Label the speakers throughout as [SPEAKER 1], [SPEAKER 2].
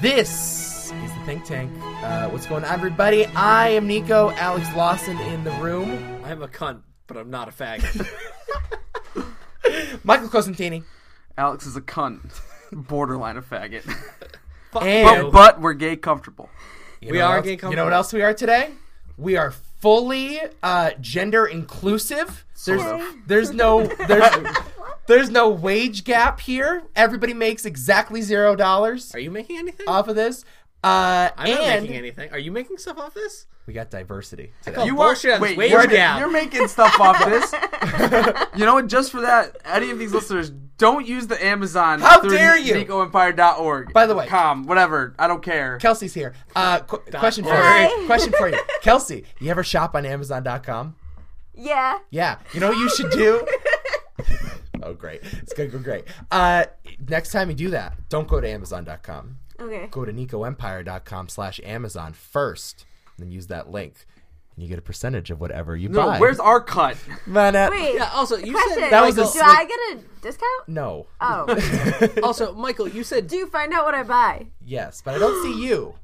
[SPEAKER 1] This is the Think Tank. Uh, what's going on, everybody? I am Nico, Alex Lawson in the room,
[SPEAKER 2] I'm a cunt, but I'm not a faggot.
[SPEAKER 1] Michael Cosentini,
[SPEAKER 3] Alex is a cunt, borderline a faggot.
[SPEAKER 2] Fuck
[SPEAKER 1] And-
[SPEAKER 2] you.
[SPEAKER 3] but, but we're gay comfortable.
[SPEAKER 1] You
[SPEAKER 2] We
[SPEAKER 1] know what
[SPEAKER 2] are
[SPEAKER 1] else-
[SPEAKER 2] gay
[SPEAKER 1] You know
[SPEAKER 2] comfortable.
[SPEAKER 1] what else we are today? We are fully uh, gender inclusive. There's
[SPEAKER 3] of.
[SPEAKER 1] there's no there's there's no wage gap here. Everybody makes exactly zero dollars
[SPEAKER 2] Are you making anything?
[SPEAKER 1] off of this. Uh,
[SPEAKER 2] I'm
[SPEAKER 1] and
[SPEAKER 2] not making anything. Are you making stuff off this?
[SPEAKER 1] we got diversity. Today.
[SPEAKER 2] call bullshit on this
[SPEAKER 3] wait,
[SPEAKER 2] wage
[SPEAKER 3] you're,
[SPEAKER 2] gap.
[SPEAKER 3] you're making stuff off this. you know what? Just for that, any of these listeners, don't use the Amazon.
[SPEAKER 1] How
[SPEAKER 3] through
[SPEAKER 1] dare you!
[SPEAKER 3] NicoEmpire.org.
[SPEAKER 1] By the way-
[SPEAKER 3] com whatever. I don't care.
[SPEAKER 1] Kelsey's here. Uh, qu- question for
[SPEAKER 2] Hi.
[SPEAKER 1] you. Question for you, Kelsey. You ever shop on Amazon.com?
[SPEAKER 4] Yeah.
[SPEAKER 1] Yeah. You know what you should do? oh, great. It's going to go great. Uh, next time you do that, don't go to Amazon.com.
[SPEAKER 4] Okay.
[SPEAKER 1] Go to NicoEmpire.com slash Amazon first, and then use that link. And you get a percentage of whatever you
[SPEAKER 3] no,
[SPEAKER 1] buy.
[SPEAKER 3] Oh, where's our cut?
[SPEAKER 1] Man, uh,
[SPEAKER 4] Wait.
[SPEAKER 2] Yeah. Also, you
[SPEAKER 4] Question.
[SPEAKER 2] said
[SPEAKER 1] That was a
[SPEAKER 4] do
[SPEAKER 1] slick-
[SPEAKER 4] I get a discount?
[SPEAKER 1] No.
[SPEAKER 4] Oh.
[SPEAKER 2] Also, Michael, you said
[SPEAKER 4] do you find out what I buy?
[SPEAKER 1] yes, but I don't see you.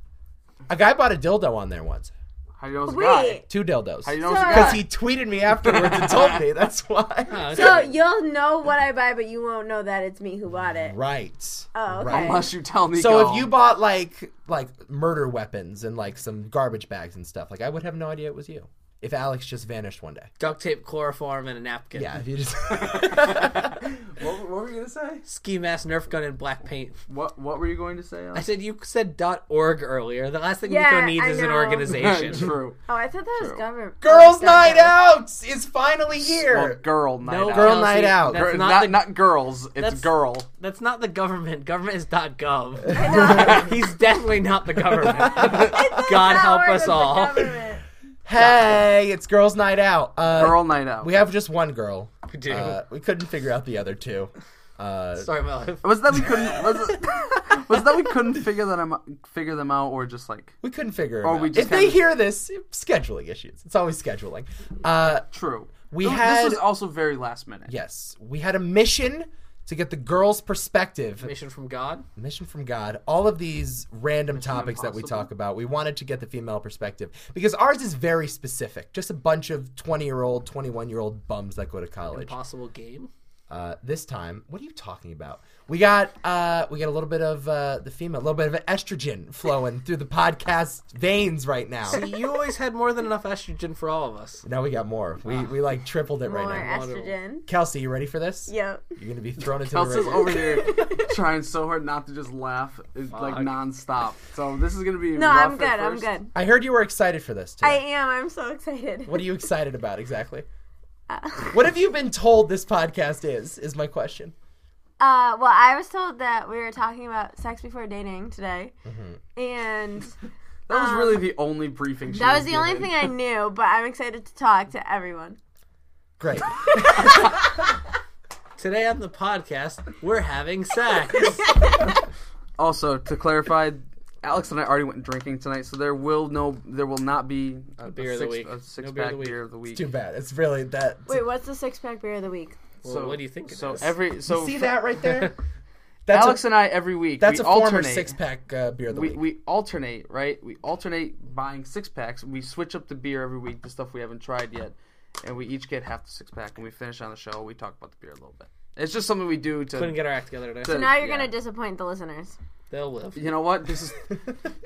[SPEAKER 1] A guy bought a dildo on there once.
[SPEAKER 3] How do you know it's a guy?
[SPEAKER 4] Wait.
[SPEAKER 1] Two dildos.
[SPEAKER 3] How do you know it's a
[SPEAKER 4] So-
[SPEAKER 3] guy?
[SPEAKER 1] Because he tweeted me afterwards and told me. That's why.
[SPEAKER 2] Oh, okay.
[SPEAKER 4] So you'll know what I buy, but you won't know that it's me who bought it.
[SPEAKER 1] Right.
[SPEAKER 4] Oh, okay.
[SPEAKER 1] Right.
[SPEAKER 3] Unless you tell Nico.
[SPEAKER 1] So if you bought like like murder weapons and like some garbage bags and stuff, like I would have no idea it was you. If Alex just vanished one day.
[SPEAKER 2] duct tape, chloroform, and a napkin.
[SPEAKER 1] Yeah, if you just
[SPEAKER 3] What, what were you gonna say?
[SPEAKER 2] Ski mask, Nerf gun, and black paint.
[SPEAKER 3] What What were you going to say?
[SPEAKER 2] I said you said .org earlier. The last thing
[SPEAKER 4] Yeah,
[SPEAKER 2] Nico needs
[SPEAKER 4] I
[SPEAKER 2] is an
[SPEAKER 4] know.
[SPEAKER 2] organization.
[SPEAKER 3] True.
[SPEAKER 4] Oh, I thought that was
[SPEAKER 3] True.
[SPEAKER 4] government.
[SPEAKER 1] Girls
[SPEAKER 4] government.
[SPEAKER 1] Night Out is finally
[SPEAKER 3] Well,
[SPEAKER 1] here.
[SPEAKER 3] girl night
[SPEAKER 2] No
[SPEAKER 3] out.
[SPEAKER 1] Girl
[SPEAKER 2] Kelsey,
[SPEAKER 1] night out.
[SPEAKER 2] That's
[SPEAKER 3] Gir-
[SPEAKER 2] not,
[SPEAKER 3] not,
[SPEAKER 2] the,
[SPEAKER 3] not girls. It's
[SPEAKER 2] That's-
[SPEAKER 3] girl.
[SPEAKER 2] that's not the government. Government is .gov. He's definitely not the government. God
[SPEAKER 4] That
[SPEAKER 2] help
[SPEAKER 4] word
[SPEAKER 2] us
[SPEAKER 4] is the
[SPEAKER 2] all.
[SPEAKER 4] government.
[SPEAKER 1] hey, it's Girls Night Out. Uh,
[SPEAKER 3] Girl night out.
[SPEAKER 1] We have just one girl.
[SPEAKER 2] We do.
[SPEAKER 1] Uh, we couldn't figure out the other two. Uh,
[SPEAKER 2] Sorry, my life.
[SPEAKER 3] Was that we couldn't? Was, it, was that we couldn't figure them figure them out, or just like
[SPEAKER 1] we couldn't figure. It
[SPEAKER 3] Or
[SPEAKER 1] out.
[SPEAKER 3] we just
[SPEAKER 1] if they
[SPEAKER 3] haven't-
[SPEAKER 1] hear this, scheduling issues. It's always scheduling. Uh,
[SPEAKER 3] true?
[SPEAKER 1] We
[SPEAKER 3] Th-
[SPEAKER 1] had-
[SPEAKER 3] this was also very last minute.
[SPEAKER 1] yes, we had a mission to get the girls' perspective
[SPEAKER 2] Mission from God.
[SPEAKER 1] Mission from God, all of these random topics that we
[SPEAKER 3] Impossible.
[SPEAKER 1] talk about, we wanted to get the female perspective because ours is very specific. Just a bunch of 20 year old, 21 year old bums that go to college.
[SPEAKER 2] Impossible game.
[SPEAKER 1] Uh, this time, what are you talking about? We got uh, we got a little bit of uh, the female, a little bit of estrogen flowing through the podcast veins right now.
[SPEAKER 2] You always had more than enough estrogen for all of us.
[SPEAKER 1] Now we got more. We, we like tripled it
[SPEAKER 4] More
[SPEAKER 1] right now.
[SPEAKER 4] estrogen.
[SPEAKER 1] Kelsey, you ready for this?
[SPEAKER 4] Yep.
[SPEAKER 1] You're gonna be thrown into
[SPEAKER 3] Elsa's
[SPEAKER 1] the
[SPEAKER 3] over here trying so hard not to just laugh it's like
[SPEAKER 2] Fuck.
[SPEAKER 3] nonstop. So this is gonna be
[SPEAKER 4] No,
[SPEAKER 3] rough
[SPEAKER 4] I'm
[SPEAKER 3] at
[SPEAKER 4] good. I'm
[SPEAKER 3] first.
[SPEAKER 4] good.
[SPEAKER 1] I heard you were excited for this. Too.
[SPEAKER 4] I am. I'm so excited.
[SPEAKER 1] What are you excited about exactly? what have you been told this podcast is? Is my question.
[SPEAKER 4] Uh, well, I was told that we were talking about sex before dating today,
[SPEAKER 1] Mm-hmm.
[SPEAKER 4] and
[SPEAKER 3] That was really the only briefing. She
[SPEAKER 4] Um, that was the
[SPEAKER 3] given.
[SPEAKER 4] only thing I knew. But I'm excited to talk to everyone.
[SPEAKER 1] Great.
[SPEAKER 2] Today on the podcast, we're having sex.
[SPEAKER 3] Also, to clarify, Alex and I already went drinking tonight, so there will no, there will not be a,
[SPEAKER 2] beer of
[SPEAKER 3] a
[SPEAKER 2] the
[SPEAKER 3] six,
[SPEAKER 2] week.
[SPEAKER 3] a six
[SPEAKER 2] No beer of
[SPEAKER 3] pack
[SPEAKER 2] the week.
[SPEAKER 3] beer of the week.
[SPEAKER 1] Too bad. It's really that.
[SPEAKER 4] Wait, what's the six pack beer of the week?
[SPEAKER 2] Well,
[SPEAKER 3] So-
[SPEAKER 2] what do you think? It
[SPEAKER 3] So
[SPEAKER 2] is?
[SPEAKER 3] every so
[SPEAKER 1] See
[SPEAKER 3] fr-
[SPEAKER 1] that right there? That's
[SPEAKER 3] Alex
[SPEAKER 1] a,
[SPEAKER 3] and I every week
[SPEAKER 1] that's
[SPEAKER 3] we
[SPEAKER 1] a former
[SPEAKER 3] alternate.
[SPEAKER 1] six pack uh, beer of the
[SPEAKER 3] we,
[SPEAKER 1] week.
[SPEAKER 3] we alternate, right? We alternate buying six packs. We switch up the beer every week, the stuff we haven't tried yet, and we each get half the six pack. And we finish on the show. We talk about the beer a little bit. It's just something we do to.
[SPEAKER 2] couldn't get our act together today.
[SPEAKER 3] to-
[SPEAKER 4] Now you're
[SPEAKER 3] yeah.
[SPEAKER 4] gonna disappoint the listeners.
[SPEAKER 2] They'll live.
[SPEAKER 3] You know what? This is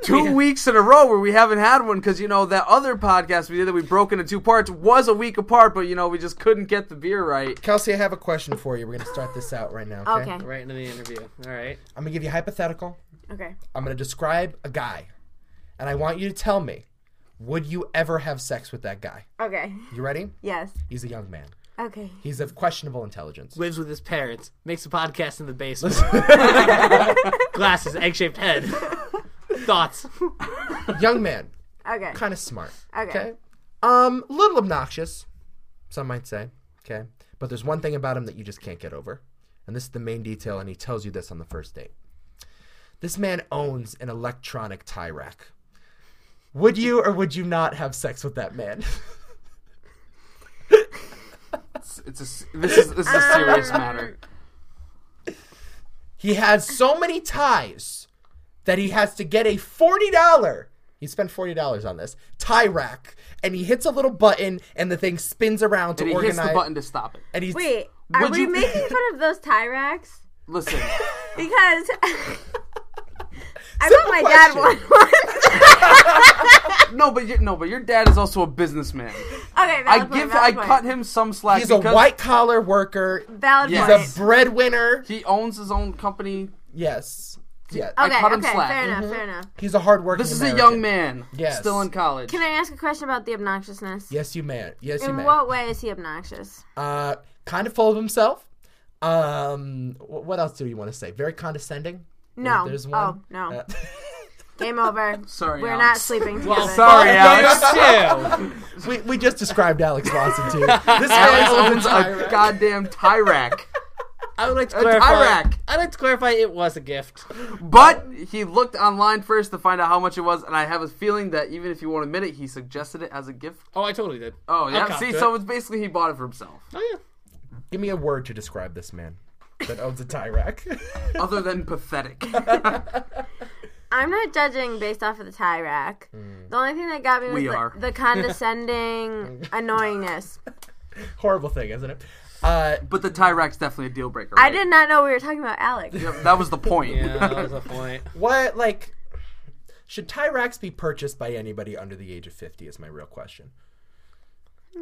[SPEAKER 3] two weeks in a row where we haven't had one because you know that other podcast we did that we broke into two parts was a week apart, but you know we just couldn't get the beer right.
[SPEAKER 1] Kelsey, I have a question for you. We're gonna start this out right now. Okay.
[SPEAKER 4] Okay.
[SPEAKER 2] Right into the interview. All right.
[SPEAKER 1] I'm gonna give you a hypothetical.
[SPEAKER 4] Okay.
[SPEAKER 1] I'm gonna describe a guy, and I want you to tell me, would you ever have sex with that guy?
[SPEAKER 4] Okay.
[SPEAKER 1] You ready?
[SPEAKER 4] Yes.
[SPEAKER 1] He's a young man.
[SPEAKER 4] Okay.
[SPEAKER 1] He's of questionable intelligence.
[SPEAKER 2] Lives with his parents. Makes a podcast in the basement. Glasses, egg-shaped head. Thoughts.
[SPEAKER 1] young man,
[SPEAKER 4] Okay.
[SPEAKER 1] kind of smart.
[SPEAKER 4] Okay.
[SPEAKER 1] Okay. Um, a little obnoxious, some might say. Okay. But there's one thing about him that you just can't get over. And this is the main detail, and he tells you this on the first date. This man owns an electronic tie rack. Would you or would you not have sex with that man?
[SPEAKER 3] It's, it's a s this is this is
[SPEAKER 4] Um,
[SPEAKER 3] a serious matter.
[SPEAKER 1] he has so many ties that he has to get a $40. He spent $40 on this tie rack and he hits a little button and the thing spins around to
[SPEAKER 3] And he
[SPEAKER 1] organize.
[SPEAKER 3] hits the button to stop it.
[SPEAKER 1] And he's
[SPEAKER 4] Wait, are
[SPEAKER 3] Would
[SPEAKER 4] we
[SPEAKER 3] you-
[SPEAKER 4] making fun of those tie racks?
[SPEAKER 3] Listen,
[SPEAKER 4] Because I bet my dad
[SPEAKER 1] question.
[SPEAKER 4] won one.
[SPEAKER 3] no, but you, no, but your dad is also a businessman.
[SPEAKER 4] okay, valid
[SPEAKER 3] I
[SPEAKER 4] point,
[SPEAKER 3] give, I
[SPEAKER 4] valid point.
[SPEAKER 3] cut him some slack.
[SPEAKER 1] he's a
[SPEAKER 3] because
[SPEAKER 1] white collar worker.
[SPEAKER 4] Valid
[SPEAKER 3] Yes.
[SPEAKER 1] He's
[SPEAKER 4] point.
[SPEAKER 1] a breadwinner.
[SPEAKER 3] He owns his own company.
[SPEAKER 1] Yes. Yeah.
[SPEAKER 4] Okay,
[SPEAKER 3] cut him
[SPEAKER 4] okay,
[SPEAKER 3] slack.
[SPEAKER 4] fair enough, fair enough.
[SPEAKER 1] He's a hard worker.
[SPEAKER 3] This is a young man,
[SPEAKER 1] Yes.
[SPEAKER 3] still in college.
[SPEAKER 4] Can I ask a question about the obnoxiousness?
[SPEAKER 1] Yes, you may. Yes, you
[SPEAKER 4] In
[SPEAKER 1] may.
[SPEAKER 4] what way is he obnoxious?
[SPEAKER 1] Uh, kind of full of himself. Um, wh- what else do you want to say? Very condescending.
[SPEAKER 4] No.
[SPEAKER 1] There's
[SPEAKER 4] Oh
[SPEAKER 1] one.
[SPEAKER 4] no.
[SPEAKER 1] Uh,
[SPEAKER 4] Game over.
[SPEAKER 3] Sorry,
[SPEAKER 4] We're not
[SPEAKER 3] Alex.
[SPEAKER 4] sleeping together.
[SPEAKER 2] Well, sorry, Alex. Chill.
[SPEAKER 1] we, we just described Alex Lawson too. This
[SPEAKER 3] Alex
[SPEAKER 1] man
[SPEAKER 3] owns
[SPEAKER 1] is
[SPEAKER 3] a
[SPEAKER 1] a tyrant.
[SPEAKER 3] goddamn tie rack,
[SPEAKER 2] I would like to clarify.
[SPEAKER 3] Iraq.
[SPEAKER 2] I'd like to clarify it was a gift.
[SPEAKER 3] but he looked online first to find out how much it was, and I have a feeling that even if you won't admit it, he suggested it as a gift.
[SPEAKER 2] Oh, I totally did.
[SPEAKER 3] Oh yeah,
[SPEAKER 2] copped
[SPEAKER 3] see,
[SPEAKER 2] it.
[SPEAKER 3] so it's basically he bought it for himself,
[SPEAKER 2] Oh yeah.
[SPEAKER 1] Give me a word to describe this man that owns a Tyrak.
[SPEAKER 3] other than pathetic.
[SPEAKER 4] I'm not judging based off of the tie rack. The only thing that got me was
[SPEAKER 3] We
[SPEAKER 4] the,
[SPEAKER 3] are.
[SPEAKER 4] the condescending annoyingness.
[SPEAKER 1] Horrible thing, isn't it? Uh,
[SPEAKER 3] but the tie rack's definitely a deal breaker.
[SPEAKER 4] I
[SPEAKER 3] Right?
[SPEAKER 4] did not know we were talking about Alex.
[SPEAKER 3] Yep, that was the point.
[SPEAKER 2] Yeah, that was a point.
[SPEAKER 1] what like should Tyraks be purchased by anybody under the age of 50 is my real question.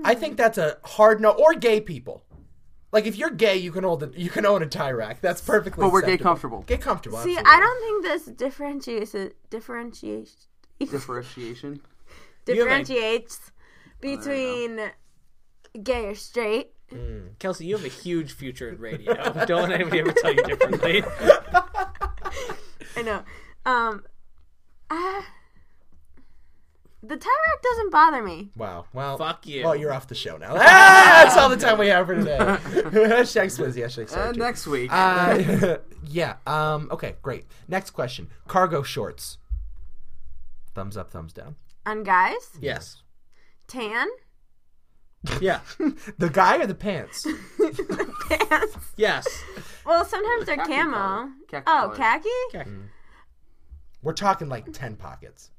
[SPEAKER 1] I think
[SPEAKER 4] Hmm.
[SPEAKER 1] that's a hard no or gay people. Like if you're gay, you can own a, you can own a Tyrak. That's perfectly
[SPEAKER 3] But we're gay
[SPEAKER 1] acceptable.
[SPEAKER 3] comfortable.
[SPEAKER 1] Gay comfortable.
[SPEAKER 4] See,
[SPEAKER 1] absolutely.
[SPEAKER 4] I don't think this differentiates differentiation
[SPEAKER 3] Differentiation.
[SPEAKER 4] differentiates between gay or straight.
[SPEAKER 2] Kelsey, you have a huge future in radio. Don't let anybody ever tell you differently.
[SPEAKER 4] I know. Um, ah, the tie rack doesn't bother me.
[SPEAKER 1] Wow. Well,
[SPEAKER 2] Fuck you.
[SPEAKER 1] Well, you're off the show now. Ah, that's all the time we have for today. Hashtag Swizzy. Hashtag
[SPEAKER 3] And
[SPEAKER 1] Sarge.
[SPEAKER 3] next week,
[SPEAKER 1] Uh, yeah. Um. Okay. Great. Next question. Cargo shorts. Thumbs up. Thumbs down.
[SPEAKER 4] On guys,
[SPEAKER 2] Yes.
[SPEAKER 4] tan
[SPEAKER 2] Yeah.
[SPEAKER 1] The guy or the pants?
[SPEAKER 4] pants.
[SPEAKER 2] Yes.
[SPEAKER 4] Well, sometimes they're
[SPEAKER 3] khaki
[SPEAKER 4] camo.
[SPEAKER 3] color. Khaki
[SPEAKER 4] oh,
[SPEAKER 3] color.
[SPEAKER 4] khaki?
[SPEAKER 2] Okay.
[SPEAKER 1] We're talking like ten pockets.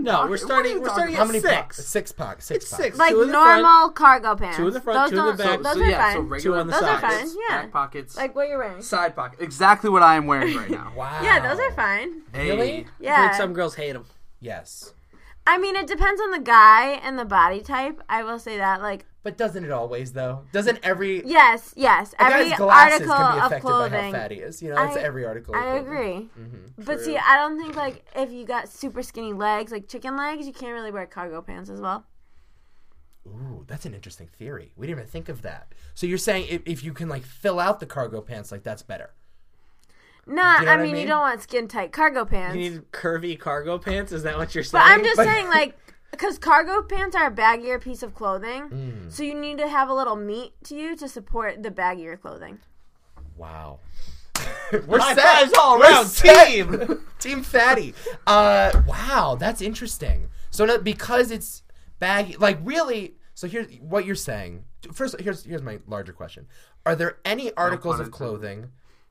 [SPEAKER 2] No, we're starting. We're starting
[SPEAKER 1] How
[SPEAKER 2] at
[SPEAKER 1] many pockets?
[SPEAKER 2] six.
[SPEAKER 1] Six pockets. Six.
[SPEAKER 2] It's
[SPEAKER 1] pockets.
[SPEAKER 2] six.
[SPEAKER 4] Like
[SPEAKER 2] two in the front,
[SPEAKER 4] normal cargo pants.
[SPEAKER 2] Two in the front,
[SPEAKER 4] those
[SPEAKER 2] two in the back.
[SPEAKER 4] don't- Those
[SPEAKER 3] so
[SPEAKER 4] are
[SPEAKER 3] yeah, so
[SPEAKER 4] fine.
[SPEAKER 3] regular
[SPEAKER 2] Two on the
[SPEAKER 4] those are
[SPEAKER 2] sides.
[SPEAKER 4] fine. Yeah.
[SPEAKER 3] back pockets,
[SPEAKER 4] like what you're wearing.
[SPEAKER 3] side pocket, exactly what I am wearing right now.
[SPEAKER 1] Wow.
[SPEAKER 4] Yeah, those are fine.
[SPEAKER 3] Hey.
[SPEAKER 1] Really?
[SPEAKER 2] I've heard
[SPEAKER 4] Yeah.
[SPEAKER 2] Some girls hate them.
[SPEAKER 1] Yes.
[SPEAKER 4] I mean, it depends on the guy and the body type. I will say that. Like,
[SPEAKER 1] But doesn't it always though? Doesn't every
[SPEAKER 4] yes, yes.
[SPEAKER 1] a
[SPEAKER 4] Every
[SPEAKER 1] guy's glasses
[SPEAKER 4] article
[SPEAKER 1] can be
[SPEAKER 4] of
[SPEAKER 1] affected by how
[SPEAKER 4] clothing.
[SPEAKER 1] fat he is? You know, that's
[SPEAKER 4] I-
[SPEAKER 1] every article. of
[SPEAKER 4] I
[SPEAKER 1] clothing.
[SPEAKER 4] agree. but see, I don't think, like, if you got super skinny legs, like chicken legs, you can't really wear cargo pants as well.
[SPEAKER 1] Ooh, that's an interesting theory. We didn't even think of that. So you're saying if, if you can like fill out the cargo pants, like that's better.
[SPEAKER 4] Nah,
[SPEAKER 1] You know
[SPEAKER 4] I
[SPEAKER 1] what I
[SPEAKER 4] mean, you
[SPEAKER 1] mean?
[SPEAKER 4] don't want skin tight cargo pants.
[SPEAKER 2] You need curvy cargo pants. Is that what you're saying?
[SPEAKER 4] But I'm just
[SPEAKER 1] But-
[SPEAKER 4] saying, like, because cargo pants are a baggier piece of clothing,
[SPEAKER 3] Mm.
[SPEAKER 4] so you need to have a little meat to you to support the baggier clothing.
[SPEAKER 1] Wow. We're
[SPEAKER 2] High
[SPEAKER 1] set.
[SPEAKER 2] fives all
[SPEAKER 1] We're
[SPEAKER 2] around,
[SPEAKER 1] set.
[SPEAKER 2] team.
[SPEAKER 1] team fatty. Uh, wow, that's interesting. So no, because it's baggy, like really. So here's what you're saying. First, here's here's my larger question: Are there any articles of
[SPEAKER 3] intended.
[SPEAKER 1] clothing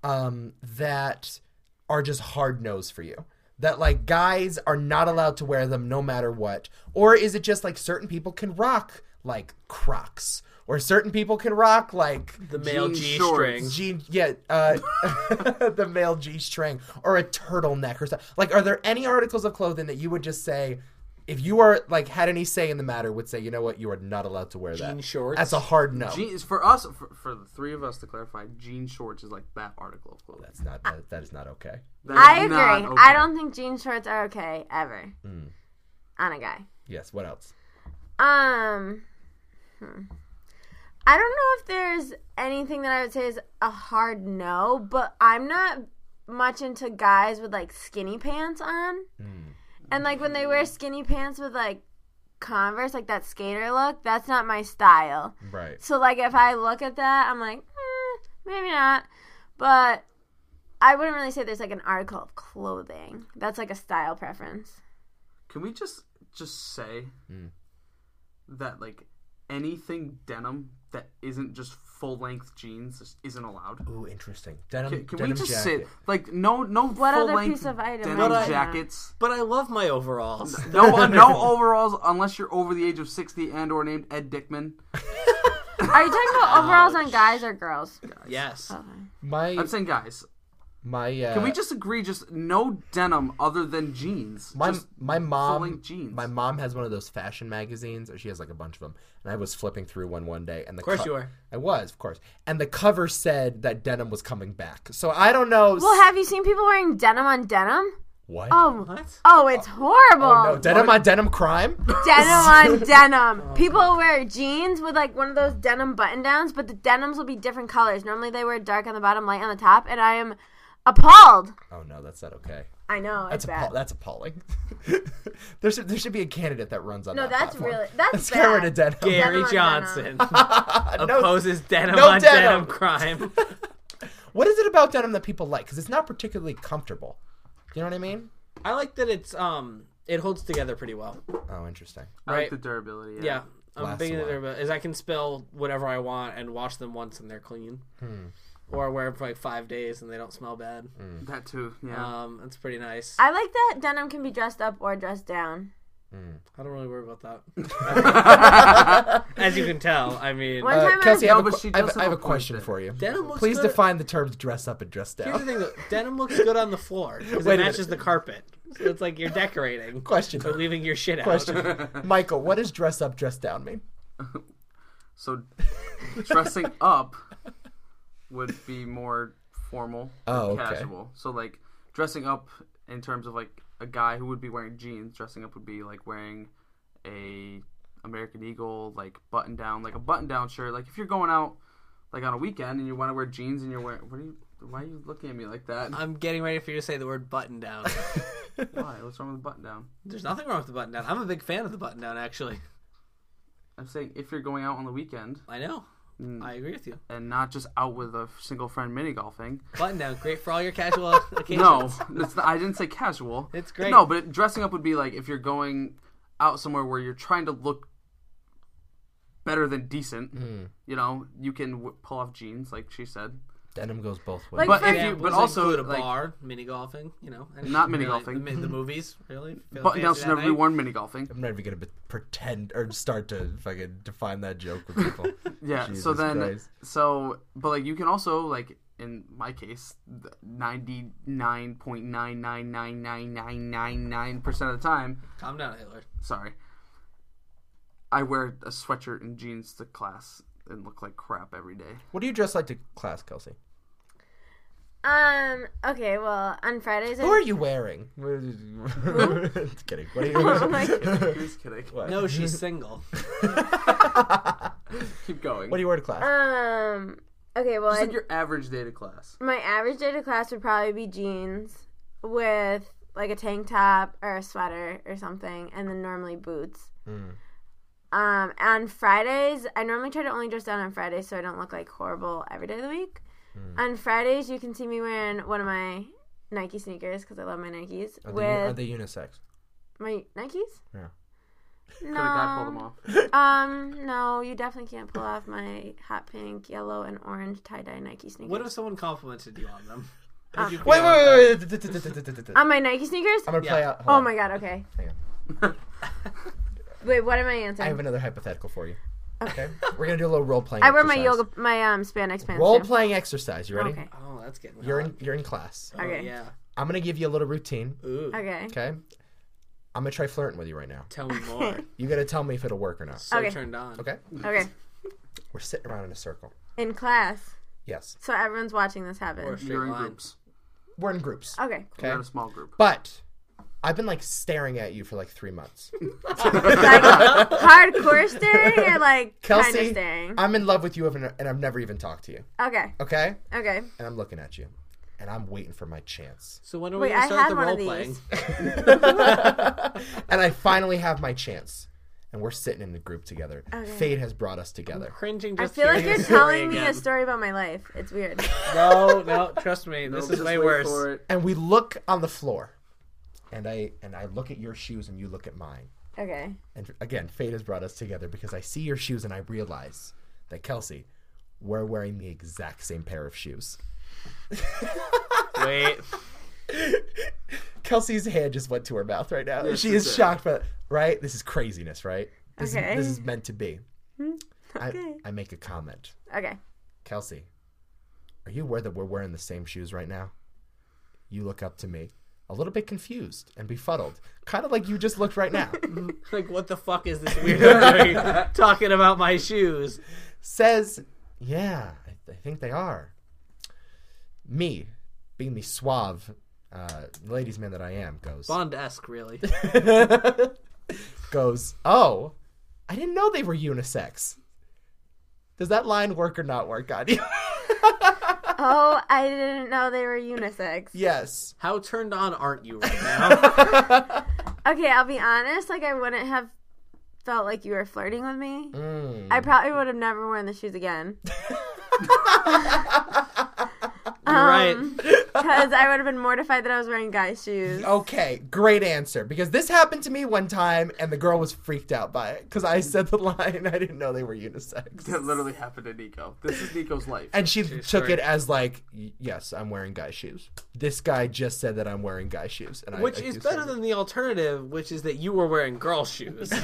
[SPEAKER 1] um, that are just hard nose for you? That like guys are not allowed to wear them no matter what, or is it just like certain people can rock like Crocs, or certain people can rock like
[SPEAKER 2] the male
[SPEAKER 3] jean
[SPEAKER 2] G
[SPEAKER 3] shorts.
[SPEAKER 2] string.
[SPEAKER 1] G, yeah, uh, the male G string or a turtleneck or something. Like, are there any articles of clothing that you would just say, if you are like had any say in the matter, would say, you know what, you are not allowed to wear that.
[SPEAKER 2] Jean shorts?
[SPEAKER 1] That's a hard no.
[SPEAKER 3] Jeans for us, for, for the three of us to clarify, jean shorts is like that article of clothing.
[SPEAKER 1] That's not that, that is not okay.
[SPEAKER 3] That
[SPEAKER 4] I
[SPEAKER 3] is
[SPEAKER 4] agree.
[SPEAKER 3] not
[SPEAKER 4] I
[SPEAKER 3] okay. Mm.
[SPEAKER 4] don't think jean shorts are okay ever on a guy.
[SPEAKER 1] Yes. What else?
[SPEAKER 4] Um, hmm. I don't know if there's anything that I would say is a hard no, but I'm not much into guys with like skinny pants on, and like when they wear skinny pants with like Converse, like that skater look. That's not my style.
[SPEAKER 1] Right.
[SPEAKER 4] So like if I look at that, I'm like, mm, maybe not, but. I wouldn't really say there's like an article of clothing. That's like a style preference.
[SPEAKER 1] Hmm.
[SPEAKER 3] Can we just just say that like anything denim that isn't just full length jeans just isn't allowed.
[SPEAKER 1] Ooh, interesting. Denim.
[SPEAKER 3] Can, can we
[SPEAKER 1] denim
[SPEAKER 3] just
[SPEAKER 1] jacket.
[SPEAKER 3] sit like no no
[SPEAKER 4] What
[SPEAKER 3] full
[SPEAKER 4] other
[SPEAKER 3] length
[SPEAKER 4] piece of item
[SPEAKER 3] denim
[SPEAKER 4] right now?
[SPEAKER 3] jackets?
[SPEAKER 2] But I love my overalls.
[SPEAKER 3] No no overalls unless you're over the age of sixty and or named Ed Dickman.
[SPEAKER 4] Are you talking about overalls on guys or girls?
[SPEAKER 2] yes.
[SPEAKER 4] Oh.
[SPEAKER 1] My
[SPEAKER 3] I'm saying guys,
[SPEAKER 1] my. Uh,
[SPEAKER 3] can we just agree just no denim other than jeans?
[SPEAKER 1] My,
[SPEAKER 3] Just
[SPEAKER 1] my mom
[SPEAKER 3] full-length jeans.
[SPEAKER 1] my mom has one of those fashion magazines or she has like a bunch of them and I was flipping through one one day and the of
[SPEAKER 2] course you were.
[SPEAKER 1] I was of course and the cover said that denim was coming back so I don't know
[SPEAKER 4] Well, have you seen people wearing denim on denim?
[SPEAKER 1] what
[SPEAKER 4] Oh,
[SPEAKER 2] What?
[SPEAKER 4] oh, it's horrible.
[SPEAKER 1] no Oh, denim on denim crime
[SPEAKER 4] denim on denim. People wear jeans with like one of those denim button downs, but the denims will be different colors. Normally they wear dark on the bottom, light on the top, and I am appalled.
[SPEAKER 1] oh no that's not okay
[SPEAKER 4] I know
[SPEAKER 1] that's
[SPEAKER 4] it's bad.
[SPEAKER 1] appall- that's appalling there should there should be a candidate that runs on
[SPEAKER 4] no,
[SPEAKER 1] that
[SPEAKER 4] that's
[SPEAKER 1] platform.
[SPEAKER 4] really that's
[SPEAKER 1] let's get
[SPEAKER 4] bad.
[SPEAKER 1] rid of denim
[SPEAKER 2] Gary
[SPEAKER 4] on
[SPEAKER 2] Johnson
[SPEAKER 1] no,
[SPEAKER 2] opposes denim
[SPEAKER 1] no
[SPEAKER 2] on
[SPEAKER 1] denim.
[SPEAKER 2] denim crime.
[SPEAKER 1] what is it about denim that people like because it's not particularly comfortable you know what I mean
[SPEAKER 2] I like that it's um it holds together pretty well.
[SPEAKER 1] oh interesting
[SPEAKER 3] I like
[SPEAKER 2] Right.
[SPEAKER 3] the durability.
[SPEAKER 2] Yeah. I'm
[SPEAKER 1] Lasts
[SPEAKER 2] big
[SPEAKER 1] a
[SPEAKER 2] into
[SPEAKER 1] while.
[SPEAKER 2] their is I can spill whatever I want and wash them once and they're clean.
[SPEAKER 4] Hmm.
[SPEAKER 2] Or I wear them for like five days and they don't smell bad.
[SPEAKER 3] that too. Yeah.
[SPEAKER 1] Uh,
[SPEAKER 2] Um, that's pretty nice. I,
[SPEAKER 4] I like that denim can be dressed up or dressed down.
[SPEAKER 2] don't really worry about that. As you can tell, I mean,
[SPEAKER 4] One
[SPEAKER 1] uh,
[SPEAKER 4] time
[SPEAKER 1] Kelsey,
[SPEAKER 4] I
[SPEAKER 1] I
[SPEAKER 4] was,
[SPEAKER 1] have a, qu-
[SPEAKER 3] but she
[SPEAKER 1] I have,
[SPEAKER 3] does
[SPEAKER 1] I have a
[SPEAKER 3] have a point
[SPEAKER 1] question
[SPEAKER 3] there.
[SPEAKER 1] for you
[SPEAKER 2] Denim looks
[SPEAKER 1] please
[SPEAKER 2] good-
[SPEAKER 1] define the terms dress up and dress down
[SPEAKER 2] here's the thing: though, denim looks good on the floor because
[SPEAKER 1] Wait a
[SPEAKER 2] it
[SPEAKER 1] minute.
[SPEAKER 2] matches the carpet. So it's like you're decorating,
[SPEAKER 1] Question.
[SPEAKER 2] but leaving your shit out.
[SPEAKER 1] Question. Michael, what does dress up, dress down mean?
[SPEAKER 3] So dressing up would be more formal,
[SPEAKER 1] Oh,
[SPEAKER 3] and
[SPEAKER 1] okay.
[SPEAKER 3] casual. So like dressing up in terms of like a guy who would be wearing jeans, dressing up would be like wearing a American Eagle like button down, like a button down shirt. Like if you're going out like on a weekend and you want to wear jeans and you're wearing what are you why are you looking at me like that?
[SPEAKER 2] I'm getting ready for you to say the word button down.
[SPEAKER 3] Why? What's wrong with the button down?
[SPEAKER 2] There's nothing wrong with the button down. I'm a big fan of the button down, actually.
[SPEAKER 3] I'm saying if you're going out on the weekend
[SPEAKER 2] I know.
[SPEAKER 3] Hmm.
[SPEAKER 2] I agree with you.
[SPEAKER 3] and not just out with a single friend mini golfing,
[SPEAKER 2] Button down, great for all your casual occasions.
[SPEAKER 3] No, it's not, I didn't say casual.
[SPEAKER 2] It's great.
[SPEAKER 3] No, but dressing up would be like if you're going out somewhere where you're trying to look better than decent.
[SPEAKER 2] Hmm.
[SPEAKER 3] You know, you can w- pull off jeans, like she said.
[SPEAKER 1] Denim goes both ways.
[SPEAKER 4] Like-
[SPEAKER 3] But if
[SPEAKER 4] Yeah,
[SPEAKER 3] you,
[SPEAKER 2] but
[SPEAKER 3] but
[SPEAKER 2] a
[SPEAKER 3] also like
[SPEAKER 2] bar, mini golfing, you know, and
[SPEAKER 3] Not mini
[SPEAKER 2] really,
[SPEAKER 3] golfing.
[SPEAKER 2] The, mi- the movies, really. Feeling
[SPEAKER 3] button downs
[SPEAKER 2] fancy that
[SPEAKER 3] should never be
[SPEAKER 2] night?
[SPEAKER 3] worn mini golfing.
[SPEAKER 1] I'm not even gonna be- pretend or start to fucking define that joke with people.
[SPEAKER 3] Yeah. so
[SPEAKER 1] Jesus
[SPEAKER 3] then,
[SPEAKER 1] Christ.
[SPEAKER 3] so but like you can also like in my case, ninety nine point nine nine nine nine nine nine nine percent of the time,
[SPEAKER 2] Calm down, Hitler.
[SPEAKER 3] sorry. I wear a sweatshirt and jeans to class and look like crap every day.
[SPEAKER 1] What do you dress like to class, Kelsey?
[SPEAKER 4] um okay, well on Fridays
[SPEAKER 1] Who are
[SPEAKER 4] I,
[SPEAKER 1] you wearing? Just kidding. What are you?
[SPEAKER 4] like,
[SPEAKER 3] Just kidding.
[SPEAKER 1] what?
[SPEAKER 2] No, she's single.
[SPEAKER 3] Keep going.
[SPEAKER 1] What do you wear to class?
[SPEAKER 4] um okay, well
[SPEAKER 3] It's
[SPEAKER 4] I,
[SPEAKER 3] like your average day to class.
[SPEAKER 4] my average day to class would probably be jeans with like a tank top or a sweater or something, and then normally boots.
[SPEAKER 1] Hmm.
[SPEAKER 4] Um, on Fridays, I normally try to only dress down on Fridays so I don't look like horrible every day of the week.
[SPEAKER 1] Hmm.
[SPEAKER 4] On Fridays, you can see me wearing one of my Nike sneakers because I love my Nikes
[SPEAKER 1] are, they, are
[SPEAKER 4] Uh, with
[SPEAKER 1] they unisex?
[SPEAKER 4] my Nikes.
[SPEAKER 1] Yeah.
[SPEAKER 3] Could a guy pull them
[SPEAKER 4] No,
[SPEAKER 3] off?
[SPEAKER 4] um, no, you definitely can't pull off my hot pink, yellow, and orange tie dye Nike sneakers.
[SPEAKER 2] What if someone complimented you on them? Would you
[SPEAKER 1] Wait,
[SPEAKER 2] feel like that?
[SPEAKER 1] wait, wait, wait. I'm
[SPEAKER 4] on my Nike sneakers?
[SPEAKER 1] gonna play
[SPEAKER 2] Yeah.
[SPEAKER 1] out. hold
[SPEAKER 4] Oh
[SPEAKER 1] on.
[SPEAKER 4] my god, okay.
[SPEAKER 1] Hang on.
[SPEAKER 4] Wait, what am I
[SPEAKER 1] I
[SPEAKER 4] answering?
[SPEAKER 1] have another hypothetical for you. Okay. We're gonna do a little role playing.
[SPEAKER 4] Oh. I wear my
[SPEAKER 1] exercise.
[SPEAKER 4] yoga, my um, spandex pants.
[SPEAKER 1] Role
[SPEAKER 4] too.
[SPEAKER 1] playing exercise. You ready?
[SPEAKER 4] Okay.
[SPEAKER 2] Oh, that's getting.
[SPEAKER 1] You're
[SPEAKER 2] hot.
[SPEAKER 1] in. You're in class.
[SPEAKER 2] Oh,
[SPEAKER 4] Okay.
[SPEAKER 2] Yeah.
[SPEAKER 1] I'm gonna give you a little routine.
[SPEAKER 2] Ooh.
[SPEAKER 4] Okay.
[SPEAKER 1] Okay. I'm gonna try flirting with you right now.
[SPEAKER 2] Tell me more.
[SPEAKER 1] You gotta tell me if it'll work or not.
[SPEAKER 2] So
[SPEAKER 4] Okay.
[SPEAKER 2] turned on.
[SPEAKER 1] Okay.
[SPEAKER 4] Okay.
[SPEAKER 1] We're sitting around in a circle.
[SPEAKER 4] In class,
[SPEAKER 1] Yes.
[SPEAKER 4] so everyone's watching this happen.
[SPEAKER 2] Or- Straight
[SPEAKER 3] You're in
[SPEAKER 2] line.
[SPEAKER 3] groups.
[SPEAKER 1] We're in groups.
[SPEAKER 4] Okay.
[SPEAKER 3] You're in
[SPEAKER 1] Okay.
[SPEAKER 3] a small group.
[SPEAKER 1] But I've been like staring at you for like three months.
[SPEAKER 4] Like hardcore staring or like kind of
[SPEAKER 1] Kelsey,
[SPEAKER 4] staring.
[SPEAKER 1] I'm in love with you and and I've never even talked to you.
[SPEAKER 4] Okay.
[SPEAKER 1] Okay?
[SPEAKER 4] Okay.
[SPEAKER 1] And I'm looking at you. And I'm waiting for my chance.
[SPEAKER 2] So when are
[SPEAKER 4] Wait,
[SPEAKER 2] we gonna
[SPEAKER 4] I
[SPEAKER 2] start
[SPEAKER 4] had
[SPEAKER 2] the
[SPEAKER 4] one
[SPEAKER 2] role
[SPEAKER 4] of
[SPEAKER 2] playing?
[SPEAKER 4] these.
[SPEAKER 1] and I finally have my chance. And we're sitting in the group together. Fate has brought us together.
[SPEAKER 2] Cringing.
[SPEAKER 4] I
[SPEAKER 2] Just
[SPEAKER 4] feel like
[SPEAKER 2] hearing
[SPEAKER 4] you're
[SPEAKER 2] the story
[SPEAKER 4] telling me a
[SPEAKER 2] again.
[SPEAKER 4] story about my life. It's weird.
[SPEAKER 2] No, no. Trust me, this is
[SPEAKER 3] Just
[SPEAKER 2] way
[SPEAKER 3] wait
[SPEAKER 2] worse.
[SPEAKER 3] for it.
[SPEAKER 1] and we look on the floor and i and i look at your shoes and you look at mine
[SPEAKER 4] Okay.
[SPEAKER 1] And again, fate has brought us together because I see your shoes and I realize that Kelsey, we're wearing the exact same pair of shoes.
[SPEAKER 2] Wait.
[SPEAKER 1] Kelsey's hand just went to her mouth right now.
[SPEAKER 3] Yes,
[SPEAKER 1] she
[SPEAKER 3] it
[SPEAKER 1] is
[SPEAKER 3] did.
[SPEAKER 1] shocked, but right, this is craziness, right? This
[SPEAKER 4] Okay. Hmm.
[SPEAKER 1] is this is meant to be.
[SPEAKER 4] okay.
[SPEAKER 1] I, I make a comment.
[SPEAKER 4] Okay.
[SPEAKER 1] Kelsey, are you aware that we're wearing the same shoes right now? You look up to me, a little bit confused and befuddled, kind of like you just looked right now.
[SPEAKER 2] Like, what the fuck is this weirdo doing talking about my shoes?
[SPEAKER 1] Says, Yeah, I, I think they are. Me, being the suave uh, ladies' man that I am, goes,
[SPEAKER 2] Bond esque, really.
[SPEAKER 1] goes, Oh, I didn't know they were unisex. Does that line work or not work on you?
[SPEAKER 4] Oh, I didn't know they were unisex.
[SPEAKER 1] yes.
[SPEAKER 2] How turned on aren't you right now?
[SPEAKER 4] Okay, I'll be honest. Like, I wouldn't have felt like you were flirting with me.
[SPEAKER 1] Mm.
[SPEAKER 4] I probably would have never worn the shoes again.
[SPEAKER 2] right.
[SPEAKER 4] Because Um, I would have been mortified that I was wearing guy shoes.
[SPEAKER 1] Okay, great answer. Because this happened to me one time, and the girl was freaked out by it because I said the line. I didn't know they were unisex,
[SPEAKER 3] That literally happened to Nico. This is Nico's life.
[SPEAKER 1] and she took
[SPEAKER 2] sorry.
[SPEAKER 1] it as like, "Y- "Yes, I'm wearing guy shoes." This guy just said that I'm wearing guy shoes, and I-
[SPEAKER 2] Which
[SPEAKER 1] I
[SPEAKER 2] is
[SPEAKER 1] do
[SPEAKER 2] better
[SPEAKER 1] say-
[SPEAKER 2] than the alternative, which is that you were wearing girl shoes. In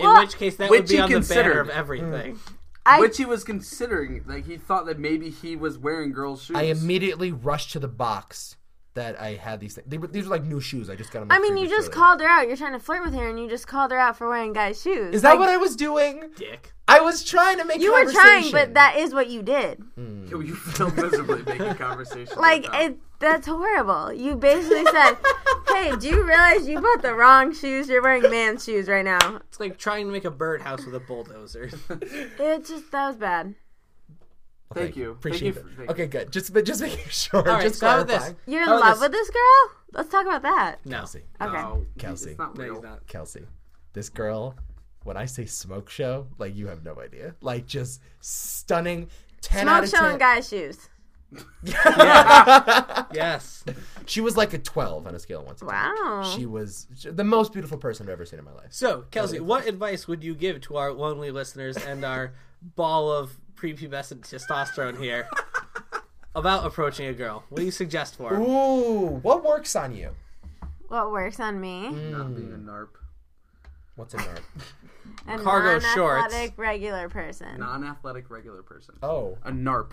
[SPEAKER 4] Well-
[SPEAKER 2] which Hmm. case, that
[SPEAKER 3] Which
[SPEAKER 2] would be
[SPEAKER 3] he
[SPEAKER 2] on the banner
[SPEAKER 3] considered.
[SPEAKER 2] of everything.
[SPEAKER 4] I,
[SPEAKER 3] Which he was considering. Like, he thought that maybe he was wearing girls' shoes.
[SPEAKER 1] I immediately rushed to the box that I had these things. They were, these were like new shoes. I just got them.
[SPEAKER 4] I
[SPEAKER 1] like,
[SPEAKER 4] mean,
[SPEAKER 1] three
[SPEAKER 4] you
[SPEAKER 1] weeks
[SPEAKER 4] just
[SPEAKER 1] earlier.
[SPEAKER 4] called her out. You're trying to flirt with her, and you just called her out for wearing guy shoes.
[SPEAKER 1] Is that what I was doing?
[SPEAKER 2] Dick.
[SPEAKER 1] I was trying to make.
[SPEAKER 4] you were trying,
[SPEAKER 1] conversation.
[SPEAKER 4] but that is what you did.
[SPEAKER 3] You failed miserably making conversation.
[SPEAKER 4] Like,
[SPEAKER 3] that.
[SPEAKER 4] it, that's horrible. You basically said, "Hey, do you realize you bought the wrong shoes? You're wearing man's shoes right now."
[SPEAKER 2] It's like trying to make a birdhouse with a bulldozer.
[SPEAKER 4] It just that was bad.
[SPEAKER 1] Okay,
[SPEAKER 3] Thank you. Thank
[SPEAKER 1] Appreciate
[SPEAKER 3] you for-
[SPEAKER 1] it.
[SPEAKER 3] thank
[SPEAKER 1] okay, good. Just, but just making sure.
[SPEAKER 2] All right,
[SPEAKER 1] just
[SPEAKER 2] so how about this?
[SPEAKER 1] clarifying.
[SPEAKER 4] You're in
[SPEAKER 2] How about
[SPEAKER 4] love
[SPEAKER 2] this?
[SPEAKER 4] with this girl? Let's talk about that.
[SPEAKER 2] No.
[SPEAKER 1] Kelsey,
[SPEAKER 4] Okay.
[SPEAKER 3] No,
[SPEAKER 1] Kelsey.
[SPEAKER 3] It's not
[SPEAKER 2] No,
[SPEAKER 3] real.
[SPEAKER 2] he's not.
[SPEAKER 1] Kelsey, this girl, when I say smoke show, like you have no idea. Like just stunning. Ten out
[SPEAKER 4] Smoke
[SPEAKER 1] of
[SPEAKER 4] show
[SPEAKER 1] 10.
[SPEAKER 4] and guy shoes.
[SPEAKER 2] Yes.
[SPEAKER 1] She was like a twelve on a scale of one to ten.
[SPEAKER 4] Wow.
[SPEAKER 1] She was she- the most beautiful person I've ever seen in my life.
[SPEAKER 2] So, Kelsey, what advice would you give to our lonely listeners and our ball of prepubescent testosterone here about approaching a girl? What do you suggest for 'em?
[SPEAKER 1] Ooh, what works on you?
[SPEAKER 4] What works on me?
[SPEAKER 2] Mm.
[SPEAKER 3] Not being a narp.
[SPEAKER 1] What's in there?
[SPEAKER 4] A
[SPEAKER 2] Cargo shorts.
[SPEAKER 4] non-athletic regular person.
[SPEAKER 3] Non-athletic regular person.
[SPEAKER 1] Oh,
[SPEAKER 3] A narp.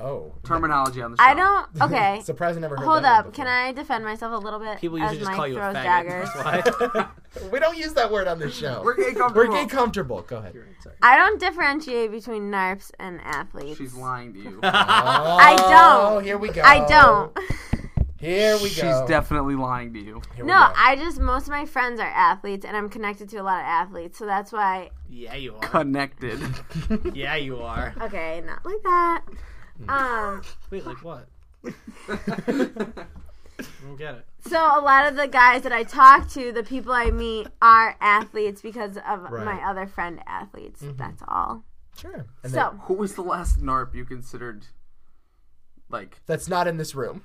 [SPEAKER 1] oh.
[SPEAKER 3] Terminology on the show.
[SPEAKER 4] I don't. Okay.
[SPEAKER 1] Surprised I never heard
[SPEAKER 4] Hold
[SPEAKER 1] that
[SPEAKER 4] up. Can I defend myself a little bit?
[SPEAKER 2] People
[SPEAKER 4] as
[SPEAKER 2] usually just
[SPEAKER 4] Mike
[SPEAKER 2] call you a
[SPEAKER 4] throws
[SPEAKER 2] faggot.
[SPEAKER 4] daggers?
[SPEAKER 2] That's why.
[SPEAKER 1] I? We don't use that word on this show.
[SPEAKER 3] We're getting
[SPEAKER 1] We're
[SPEAKER 3] comfortable.
[SPEAKER 1] gay comfortable. Go ahead.
[SPEAKER 2] Sorry.
[SPEAKER 4] I don't differentiate between narps and athletes.
[SPEAKER 3] She's lying to you.
[SPEAKER 1] Oh,
[SPEAKER 4] don't.
[SPEAKER 1] Here we go.
[SPEAKER 4] I don't.
[SPEAKER 1] Here we go.
[SPEAKER 3] She's definitely lying to you.
[SPEAKER 1] Here we
[SPEAKER 4] No,
[SPEAKER 1] go.
[SPEAKER 4] I just most of my friends are athletes, and I'm connected to a lot of athletes, so that's why.
[SPEAKER 2] Yeah, you are.
[SPEAKER 3] Connected.
[SPEAKER 2] Yeah, you are.
[SPEAKER 4] Okay, not like that.
[SPEAKER 2] Hmm.
[SPEAKER 4] Um.
[SPEAKER 2] Wait, like what? I don't get it.
[SPEAKER 4] So a lot of the guys that I talk to, the people I meet, are athletes because of
[SPEAKER 1] Right.
[SPEAKER 4] my other friend athletes.
[SPEAKER 2] Mm-hmm.
[SPEAKER 4] That's all.
[SPEAKER 1] Sure. And
[SPEAKER 4] so
[SPEAKER 1] that-
[SPEAKER 3] Who was the last narp you considered, like,
[SPEAKER 1] that's not in this room.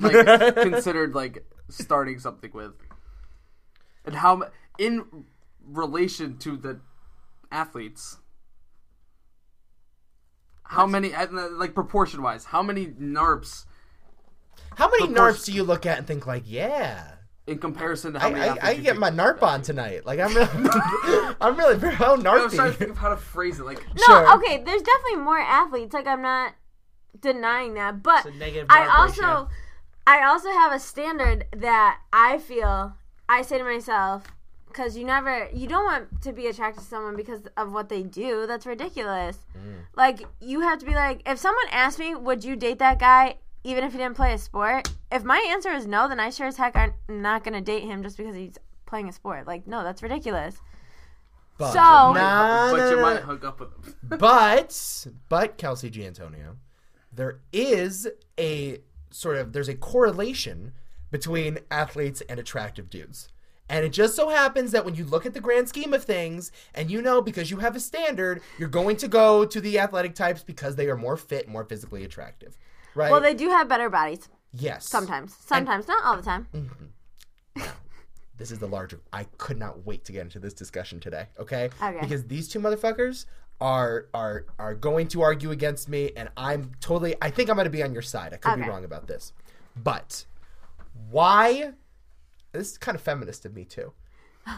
[SPEAKER 3] like considered like starting something with? And how mu- in relation to the athletes? How many, and, uh, like proportion wise, how many narps
[SPEAKER 1] How many
[SPEAKER 3] Of course-
[SPEAKER 1] narps do you look at and think like, yeah,
[SPEAKER 3] in comparison to how
[SPEAKER 1] I,
[SPEAKER 3] many?
[SPEAKER 1] I,
[SPEAKER 3] athletes
[SPEAKER 1] I
[SPEAKER 3] you
[SPEAKER 1] get
[SPEAKER 3] think?
[SPEAKER 1] my narp on tonight? Like I'm really, I'm really very how
[SPEAKER 3] I'm trying to think
[SPEAKER 1] narpy.
[SPEAKER 3] of how to phrase it. Like,
[SPEAKER 4] no,
[SPEAKER 1] Sure.
[SPEAKER 4] okay. There's definitely more athletes. Like I'm not denying that, but
[SPEAKER 2] It's a negative
[SPEAKER 4] I
[SPEAKER 2] narp
[SPEAKER 4] also,
[SPEAKER 2] ratio.
[SPEAKER 4] I also have a standard that I feel. I say to myself, because you never, you don't want to be attracted to someone because of what they do. That's ridiculous.
[SPEAKER 2] Mm.
[SPEAKER 4] Like you have to be like, if someone asked me, would you date that guy? Even if he didn't play a sport, if my answer is no, then I sure as heck are not gonna date him just because he's playing a sport. Like, no, that's ridiculous.
[SPEAKER 1] But,
[SPEAKER 4] So-
[SPEAKER 1] nah,
[SPEAKER 3] but
[SPEAKER 1] nah,
[SPEAKER 3] you
[SPEAKER 1] nah.
[SPEAKER 3] might hook up with them.
[SPEAKER 1] but but Kelsey Giantonio, there is a sort of there's a correlation between athletes and attractive dudes. And it just so happens that when you look at the grand scheme of things, and you know because you have a standard, you're going to go to the athletic types because they are more fit, more physically attractive, right?
[SPEAKER 4] Well, they do have better bodies
[SPEAKER 1] yes,
[SPEAKER 4] sometimes. Sometimes, not all the time.
[SPEAKER 1] This is the larger. I could not wait to get into this discussion today. Okay.
[SPEAKER 4] Okay.
[SPEAKER 1] Because these two motherfuckers are are are going to argue against me, and I'm totally. I think I'm going to be on your side. I could be
[SPEAKER 4] Okay.
[SPEAKER 1] wrong about this, but why? This is kind of feminist of me too.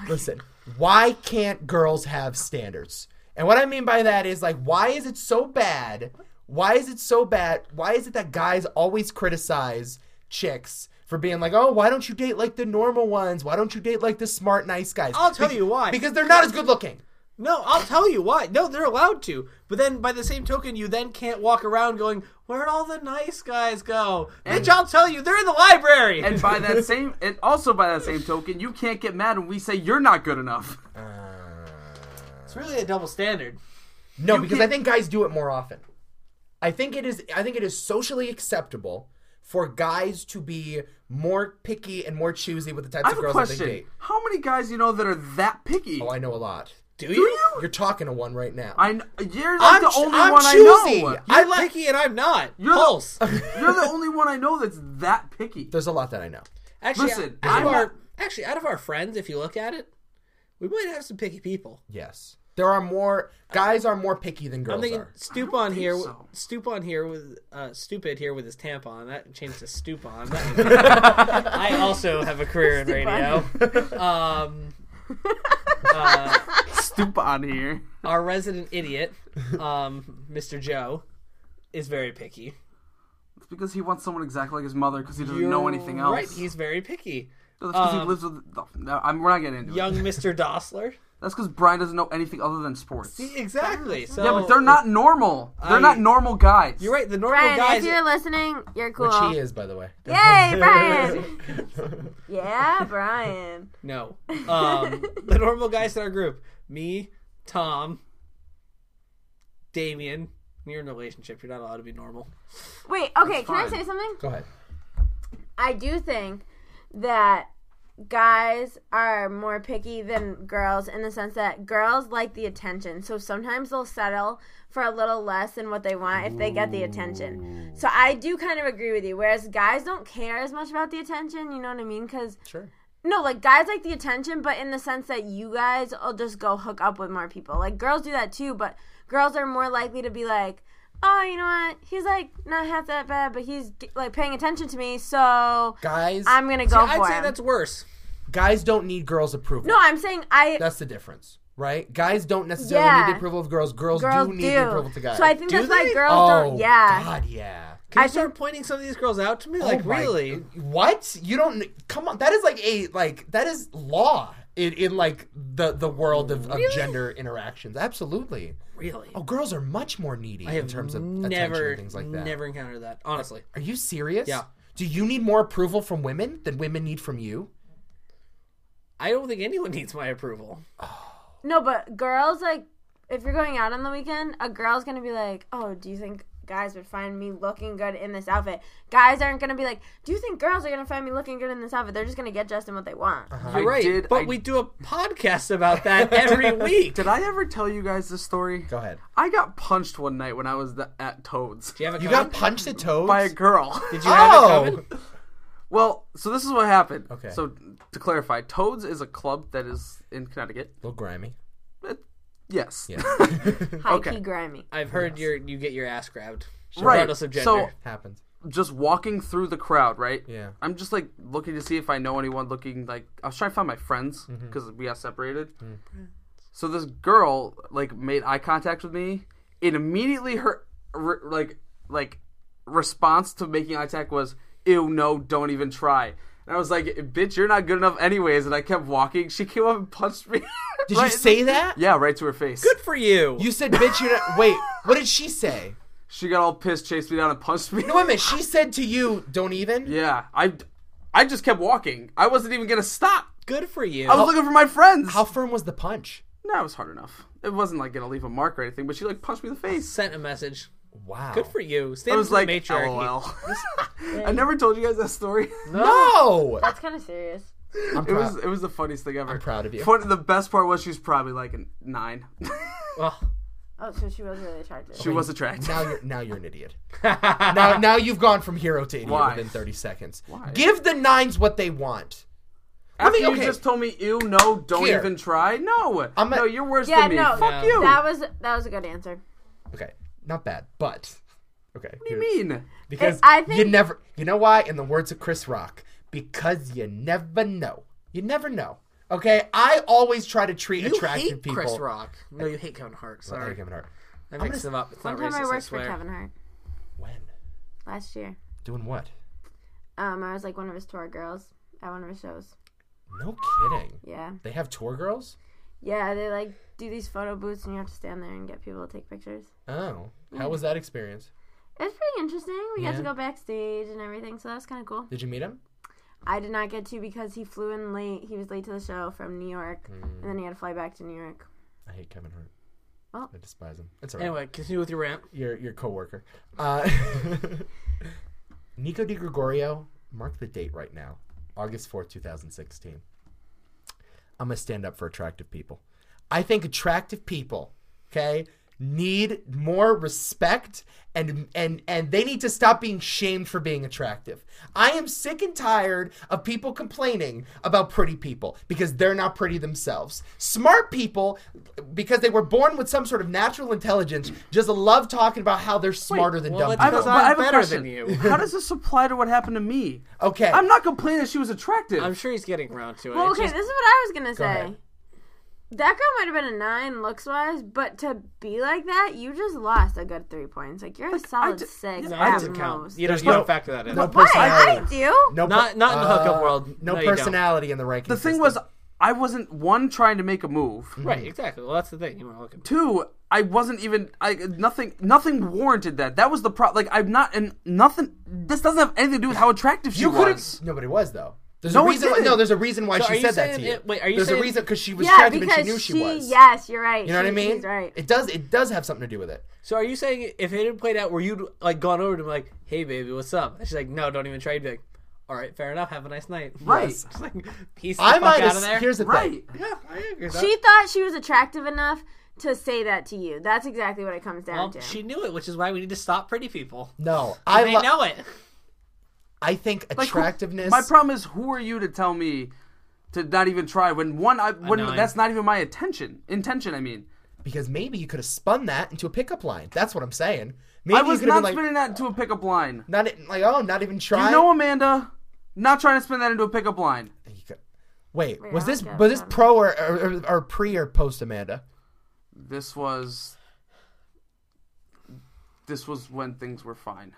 [SPEAKER 1] Listen, why can't girls have standards? And what I mean by that is like, why is it so bad? Why is it so bad? Why is it that guys always criticize chicks for being like, oh, why don't you date like the normal ones? Why don't you date like the smart, nice guys?
[SPEAKER 2] I'll tell you why.
[SPEAKER 1] Because they're not as good looking.
[SPEAKER 2] No, I'll tell you why. No, they're allowed to. But then, by the same token, you then can't walk around going, "Where'd all the nice guys go?" Bitch, I'll tell you, they're in the library.
[SPEAKER 3] And by that same, and also by that same token, you can't get mad when we say you're not good enough.
[SPEAKER 2] it's really a double standard.
[SPEAKER 1] No, because I
[SPEAKER 3] can't-
[SPEAKER 1] think guys do it more often. I think it is I think it is socially acceptable for guys to be more picky and more choosy with the types
[SPEAKER 3] I
[SPEAKER 1] of
[SPEAKER 3] have a
[SPEAKER 1] girls that they
[SPEAKER 3] question.
[SPEAKER 1] date.
[SPEAKER 3] How many guys you know that are that picky?
[SPEAKER 1] Oh, I know a lot.
[SPEAKER 2] Do
[SPEAKER 3] Do
[SPEAKER 2] you?
[SPEAKER 3] you?
[SPEAKER 1] You're talking to one right now.
[SPEAKER 3] I kn- you're like the
[SPEAKER 1] ch-
[SPEAKER 3] only
[SPEAKER 1] I'm
[SPEAKER 3] one
[SPEAKER 1] choosy.
[SPEAKER 3] I know.
[SPEAKER 1] I
[SPEAKER 2] I'm
[SPEAKER 1] like-
[SPEAKER 2] picky, and I'm not.
[SPEAKER 3] You're the-
[SPEAKER 2] Pulse.
[SPEAKER 3] You're the only one I know that's that picky.
[SPEAKER 1] There's a lot that I know.
[SPEAKER 2] actually,
[SPEAKER 3] Listen,
[SPEAKER 2] out of
[SPEAKER 3] I'm
[SPEAKER 2] our actually out of our friends, if you look at it, we might have some picky people.
[SPEAKER 1] Yes. There are more guys are more picky than
[SPEAKER 2] I'm
[SPEAKER 1] girls
[SPEAKER 2] thinking
[SPEAKER 1] are.
[SPEAKER 2] stoop
[SPEAKER 3] I don't
[SPEAKER 2] on
[SPEAKER 3] think
[SPEAKER 2] here,
[SPEAKER 3] so.
[SPEAKER 2] stoop on here with uh, stupid here with his tampon. That changed to stoop on. That- I also have a career in
[SPEAKER 4] Stoop
[SPEAKER 2] radio.
[SPEAKER 4] on.
[SPEAKER 2] Um, uh,
[SPEAKER 3] Stoop on here.
[SPEAKER 2] our resident idiot, um, Mr. Joe, is very picky.
[SPEAKER 3] It's because he wants someone exactly like his mother because he doesn't know anything else.
[SPEAKER 2] Right, he's very picky.
[SPEAKER 3] that's because he
[SPEAKER 2] um,
[SPEAKER 3] lives with. No, no, I'm, we're not getting into
[SPEAKER 2] Young
[SPEAKER 3] it.
[SPEAKER 2] Mr. Dossler.
[SPEAKER 3] That's because Brian doesn't know anything other than sports.
[SPEAKER 2] Exactly. So
[SPEAKER 3] yeah, but they're not normal. They're
[SPEAKER 2] oh, I-
[SPEAKER 3] not normal guys.
[SPEAKER 2] You're right. The normal
[SPEAKER 4] Brian,
[SPEAKER 2] guys.
[SPEAKER 4] if you're listening, you're cool.
[SPEAKER 1] Which he is, by the way.
[SPEAKER 4] Yay, Brian! yeah, Brian.
[SPEAKER 2] No. Um, the normal guys in our group. Me, Tom, Damien. You're in a relationship. You're not allowed to be normal.
[SPEAKER 4] Wait, okay,
[SPEAKER 3] That's
[SPEAKER 4] can I
[SPEAKER 3] fine.
[SPEAKER 4] say something?
[SPEAKER 1] Go ahead.
[SPEAKER 4] I do think that guys are more picky than girls in the sense that girls like the attention. So sometimes they'll settle for a little less than what they want if they get the attention. So I do kind of agree with you. Whereas guys don't care as much about the attention, you know what I mean? Because,
[SPEAKER 1] Sure.
[SPEAKER 4] no, like guys like the attention, but in the sense that you guys will just go hook up with more people. Like girls do that too, but girls are more likely to be like, Oh, you know what? He's like not half that bad, but he's like paying attention to me, so
[SPEAKER 1] Guys
[SPEAKER 4] I'm gonna go
[SPEAKER 2] I'd
[SPEAKER 4] for
[SPEAKER 2] say
[SPEAKER 4] him.
[SPEAKER 2] that's worse.
[SPEAKER 1] guys don't need girls' approval.
[SPEAKER 4] No, I'm saying I
[SPEAKER 1] That's the difference, right? Guys don't necessarily need
[SPEAKER 4] Yeah.
[SPEAKER 1] the approval of girls. Girls,
[SPEAKER 4] girls
[SPEAKER 1] do
[SPEAKER 4] do.
[SPEAKER 1] need the approval to guys.
[SPEAKER 4] So I think
[SPEAKER 2] Do
[SPEAKER 4] that's why
[SPEAKER 2] they?
[SPEAKER 4] girls
[SPEAKER 1] oh,
[SPEAKER 4] don't. Yeah,
[SPEAKER 1] God, yeah.
[SPEAKER 2] Can
[SPEAKER 4] I
[SPEAKER 2] you start pointing some of these girls out to me? Like,
[SPEAKER 1] Oh my-
[SPEAKER 2] really?
[SPEAKER 1] What? You don't come on. That is like a like that is law in, in like the the world of, of gender interactions. Absolutely.
[SPEAKER 2] Really?
[SPEAKER 1] Oh, girls are much more needy in terms of attention
[SPEAKER 2] never,
[SPEAKER 1] and things like that.
[SPEAKER 2] Never encountered that, honestly.
[SPEAKER 1] Are you serious?
[SPEAKER 2] Yeah.
[SPEAKER 1] Do you need more approval from women than women need from you?
[SPEAKER 2] I don't think anyone needs my approval.
[SPEAKER 4] no, but girls like if you're going out on the weekend, a girl's gonna be like, "Oh, do you think guys would find me looking good in this outfit?" Guys aren't gonna be like, "Do you think girls are gonna find me looking good in this outfit?" They're just gonna get dressed in what they want.
[SPEAKER 3] I
[SPEAKER 2] You're right.
[SPEAKER 3] did-
[SPEAKER 2] but
[SPEAKER 3] I-
[SPEAKER 2] we do a podcast about that every week.
[SPEAKER 3] Did I ever tell you guys this story?
[SPEAKER 1] Go ahead.
[SPEAKER 3] I got punched one night when I was th- at Toads
[SPEAKER 2] Do you have a
[SPEAKER 1] You
[SPEAKER 2] comment?
[SPEAKER 1] got punched the toes.
[SPEAKER 3] by a girl.
[SPEAKER 2] Did you have a
[SPEAKER 1] Oh!
[SPEAKER 2] comment?
[SPEAKER 3] Well, so this is what happened.
[SPEAKER 1] Okay.
[SPEAKER 3] So to clarify, Toads is a club that is in Connecticut. Uh,
[SPEAKER 1] little grimy.
[SPEAKER 3] Yes.
[SPEAKER 1] Yeah.
[SPEAKER 4] High
[SPEAKER 3] okay.
[SPEAKER 4] key grimy.
[SPEAKER 2] I've heard your you get your ass grabbed.
[SPEAKER 3] Right.
[SPEAKER 2] Regardless of gender.
[SPEAKER 3] So
[SPEAKER 1] Happens.
[SPEAKER 3] just walking through the crowd, right?
[SPEAKER 1] Yeah.
[SPEAKER 3] I'm just like looking to see if I know anyone looking like I was trying to find my friends
[SPEAKER 1] Mm-hmm.
[SPEAKER 3] because we got separated.
[SPEAKER 1] Mm.
[SPEAKER 3] So this girl like made eye contact with me. It immediately her re- like like response to making eye contact was ew no don't even try. And I was like bitch you're not good enough anyways and I kept walking. She came up and punched me.
[SPEAKER 1] Did you
[SPEAKER 3] Right-
[SPEAKER 1] say that?
[SPEAKER 3] Yeah, right to her face.
[SPEAKER 2] Good for you.
[SPEAKER 1] You said, bitch, you're not. Wait, what did she say?
[SPEAKER 3] She got all pissed, chased me down, and punched me.
[SPEAKER 1] No, wait a minute. She said to you, don't even?
[SPEAKER 3] Yeah, I I just kept walking. I wasn't even gonna stop.
[SPEAKER 2] Good for you.
[SPEAKER 3] I was looking for my friends.
[SPEAKER 1] How firm was the punch?
[SPEAKER 3] No, it was hard enough. It wasn't like gonna leave a mark or anything, but she like punched me in the face.
[SPEAKER 2] Sent a message.
[SPEAKER 1] Wow.
[SPEAKER 2] Good for you. Stand
[SPEAKER 3] I
[SPEAKER 2] up
[SPEAKER 3] was
[SPEAKER 2] to
[SPEAKER 3] like,
[SPEAKER 2] the matriarchy.
[SPEAKER 3] LOL. I never told you guys that story.
[SPEAKER 1] No!
[SPEAKER 4] That's kind of serious.
[SPEAKER 1] I'm
[SPEAKER 3] It was
[SPEAKER 1] proud.
[SPEAKER 3] it was the funniest thing ever. I'm
[SPEAKER 1] proud of you.
[SPEAKER 3] the best part was she was probably like a nine.
[SPEAKER 2] Well,
[SPEAKER 4] Oh, so she was really attractive.
[SPEAKER 3] she was attractive.
[SPEAKER 1] Now you're now you're an idiot. now now you've gone from hero to idiot
[SPEAKER 3] Why?
[SPEAKER 1] within 30 seconds.
[SPEAKER 3] Why?
[SPEAKER 1] Give the nines what they want.
[SPEAKER 3] After
[SPEAKER 1] mean,
[SPEAKER 3] you
[SPEAKER 1] okay.
[SPEAKER 3] just told me, ew, no, don't
[SPEAKER 1] Here.
[SPEAKER 3] even try. No,
[SPEAKER 1] I'm a-
[SPEAKER 3] no, you're worse
[SPEAKER 4] Yeah,
[SPEAKER 3] than me.
[SPEAKER 4] no,
[SPEAKER 3] Fuck you.
[SPEAKER 4] that was that was a good answer.
[SPEAKER 1] Okay, not bad, but okay.
[SPEAKER 3] what do you mean?
[SPEAKER 1] Because
[SPEAKER 4] I
[SPEAKER 1] you
[SPEAKER 4] think-
[SPEAKER 1] never, you know why? In the words of Chris Rock, because you never know. You never know. Okay, I always try to treat
[SPEAKER 2] You
[SPEAKER 1] attractive
[SPEAKER 2] hate
[SPEAKER 1] people.
[SPEAKER 2] Chris Rock. No, you hate Kevin Hart.
[SPEAKER 1] I
[SPEAKER 2] Sorry,
[SPEAKER 1] hate Kevin Hart.
[SPEAKER 2] I mixed them up. It's not
[SPEAKER 4] One time
[SPEAKER 2] racist.
[SPEAKER 4] I
[SPEAKER 2] I
[SPEAKER 4] worked for
[SPEAKER 2] swear.
[SPEAKER 4] Kevin Hart
[SPEAKER 1] When?
[SPEAKER 4] last year.
[SPEAKER 1] Doing what?
[SPEAKER 4] Um, I was like one of his tour girls at one of his shows.
[SPEAKER 1] No kidding.
[SPEAKER 4] Yeah,
[SPEAKER 1] They have tour girls.
[SPEAKER 4] yeah. They like do these photo booths, and you have to stand there and get people to take pictures.
[SPEAKER 1] Oh, how
[SPEAKER 3] Hmm.
[SPEAKER 1] was that experience?
[SPEAKER 4] It was pretty interesting. We got to
[SPEAKER 1] Yeah.
[SPEAKER 4] go backstage and everything, so that was kind of cool.
[SPEAKER 1] Did you meet him?
[SPEAKER 4] I did not get to because he flew in late. He was late to the show from New York, and then he had to fly back to New York.
[SPEAKER 1] I hate Kevin Hart.
[SPEAKER 4] Well-
[SPEAKER 1] I despise him. It's alright.
[SPEAKER 2] Anyway, continue with your rant.
[SPEAKER 1] Your your coworker. Uh, Nico Di Gregorio. Mark the date right now, August fourth, two thousand sixteen. I'm gonna stand up for attractive people. I think attractive people, okay, need more respect and and and they need to stop being shamed for being attractive. I am sick and tired of people complaining about pretty people because they're not pretty themselves. Smart people because they were born with some sort of natural intelligence just love talking about how they're smarter than
[SPEAKER 2] well,
[SPEAKER 1] dumb
[SPEAKER 2] let's-
[SPEAKER 3] I have,
[SPEAKER 1] people.
[SPEAKER 2] Because
[SPEAKER 3] a, but I
[SPEAKER 2] I'm
[SPEAKER 3] have a
[SPEAKER 2] better
[SPEAKER 3] question.
[SPEAKER 2] than you.
[SPEAKER 3] How does this apply to what happened to me?
[SPEAKER 1] Okay.
[SPEAKER 3] I'm not complaining that she was attractive.
[SPEAKER 2] I'm sure he's getting around to it.
[SPEAKER 4] Well,
[SPEAKER 2] It's
[SPEAKER 4] Oh, okay,
[SPEAKER 2] just-
[SPEAKER 4] this is what I was gonna say.
[SPEAKER 1] ahead.
[SPEAKER 4] That girl might have been a nine looks wise, but to be like that, you just lost a good three points. Like you're a solid
[SPEAKER 3] d-
[SPEAKER 4] six
[SPEAKER 3] yeah,
[SPEAKER 2] No, it
[SPEAKER 4] at
[SPEAKER 2] doesn't count.
[SPEAKER 4] most.
[SPEAKER 2] You don't, you
[SPEAKER 1] no-
[SPEAKER 2] don't factor that in.
[SPEAKER 1] no
[SPEAKER 4] What?
[SPEAKER 1] personality.
[SPEAKER 4] I do.
[SPEAKER 1] No, per-
[SPEAKER 2] Not- not in the hookup
[SPEAKER 1] uh,
[SPEAKER 2] world.
[SPEAKER 1] No,
[SPEAKER 2] No, you don't.
[SPEAKER 1] personality in the ranking.
[SPEAKER 3] the thing
[SPEAKER 1] system.
[SPEAKER 3] was, I wasn't one trying to make a move.
[SPEAKER 1] Mm-hmm.
[SPEAKER 2] Right, exactly. Well, that's the thing. You want to look at
[SPEAKER 3] Two, I wasn't even. I nothing. Nothing warranted that. That was the problem. Like I'm not. And nothing. This doesn't have anything to do with how attractive she
[SPEAKER 1] You
[SPEAKER 3] was.
[SPEAKER 1] couldn't. Nobody was though. There's
[SPEAKER 3] No,
[SPEAKER 1] a
[SPEAKER 3] we
[SPEAKER 1] reason.
[SPEAKER 3] didn't.
[SPEAKER 1] No, there's a reason why
[SPEAKER 2] So are
[SPEAKER 1] she
[SPEAKER 2] you
[SPEAKER 1] said that
[SPEAKER 2] saying
[SPEAKER 1] to you.
[SPEAKER 2] it- wait, are you
[SPEAKER 1] there's a
[SPEAKER 2] saying-
[SPEAKER 1] reason because she was
[SPEAKER 4] Yeah,
[SPEAKER 1] attractive and
[SPEAKER 4] because
[SPEAKER 1] she knew she, was.
[SPEAKER 4] Yes, you're right.
[SPEAKER 1] You know what I
[SPEAKER 4] She-
[SPEAKER 1] mean?
[SPEAKER 4] She's right.
[SPEAKER 1] It does. It does have something to do with it.
[SPEAKER 2] So are you saying if it had played out where you'd like gone over to him like, hey baby, what's up? And she's like, no, don't even try. You'd be like, all right, fair enough. Have a nice night.
[SPEAKER 3] Right.
[SPEAKER 2] Yes. Just like, Peace the
[SPEAKER 1] I
[SPEAKER 2] fuck
[SPEAKER 1] might.
[SPEAKER 2] out of
[SPEAKER 1] Have,
[SPEAKER 2] there.
[SPEAKER 1] here's the
[SPEAKER 3] Right.
[SPEAKER 1] thing.
[SPEAKER 2] yeah, I agree. with
[SPEAKER 4] She
[SPEAKER 2] that.
[SPEAKER 4] thought she was attractive enough to say that to you. That's exactly what it comes down
[SPEAKER 2] Well,
[SPEAKER 4] to.
[SPEAKER 2] she knew it, which is why we need to stop pretty people.
[SPEAKER 1] No, I.
[SPEAKER 2] they
[SPEAKER 1] lo-
[SPEAKER 2] know it.
[SPEAKER 1] I think
[SPEAKER 3] Like, who-
[SPEAKER 1] attractiveness.
[SPEAKER 3] my problem is, who are you to tell me to not even try when one? I, when
[SPEAKER 2] nine.
[SPEAKER 3] that's not even my attention. Intention. I mean,
[SPEAKER 1] because maybe you could have spun that into a pickup line. That's what I'm saying. Maybe
[SPEAKER 3] I was
[SPEAKER 1] you could have
[SPEAKER 3] not
[SPEAKER 1] been like,
[SPEAKER 3] spinning that into a pickup line.
[SPEAKER 1] not e- like, oh, not even trying.
[SPEAKER 3] You know, Amanda, not trying to spin that into a pickup line.
[SPEAKER 1] You could- Wait, was
[SPEAKER 4] I
[SPEAKER 1] this
[SPEAKER 4] don't get
[SPEAKER 1] was this
[SPEAKER 4] that.
[SPEAKER 1] pro or, or, or pre or post Amanda?
[SPEAKER 3] This was. This was when things were fine,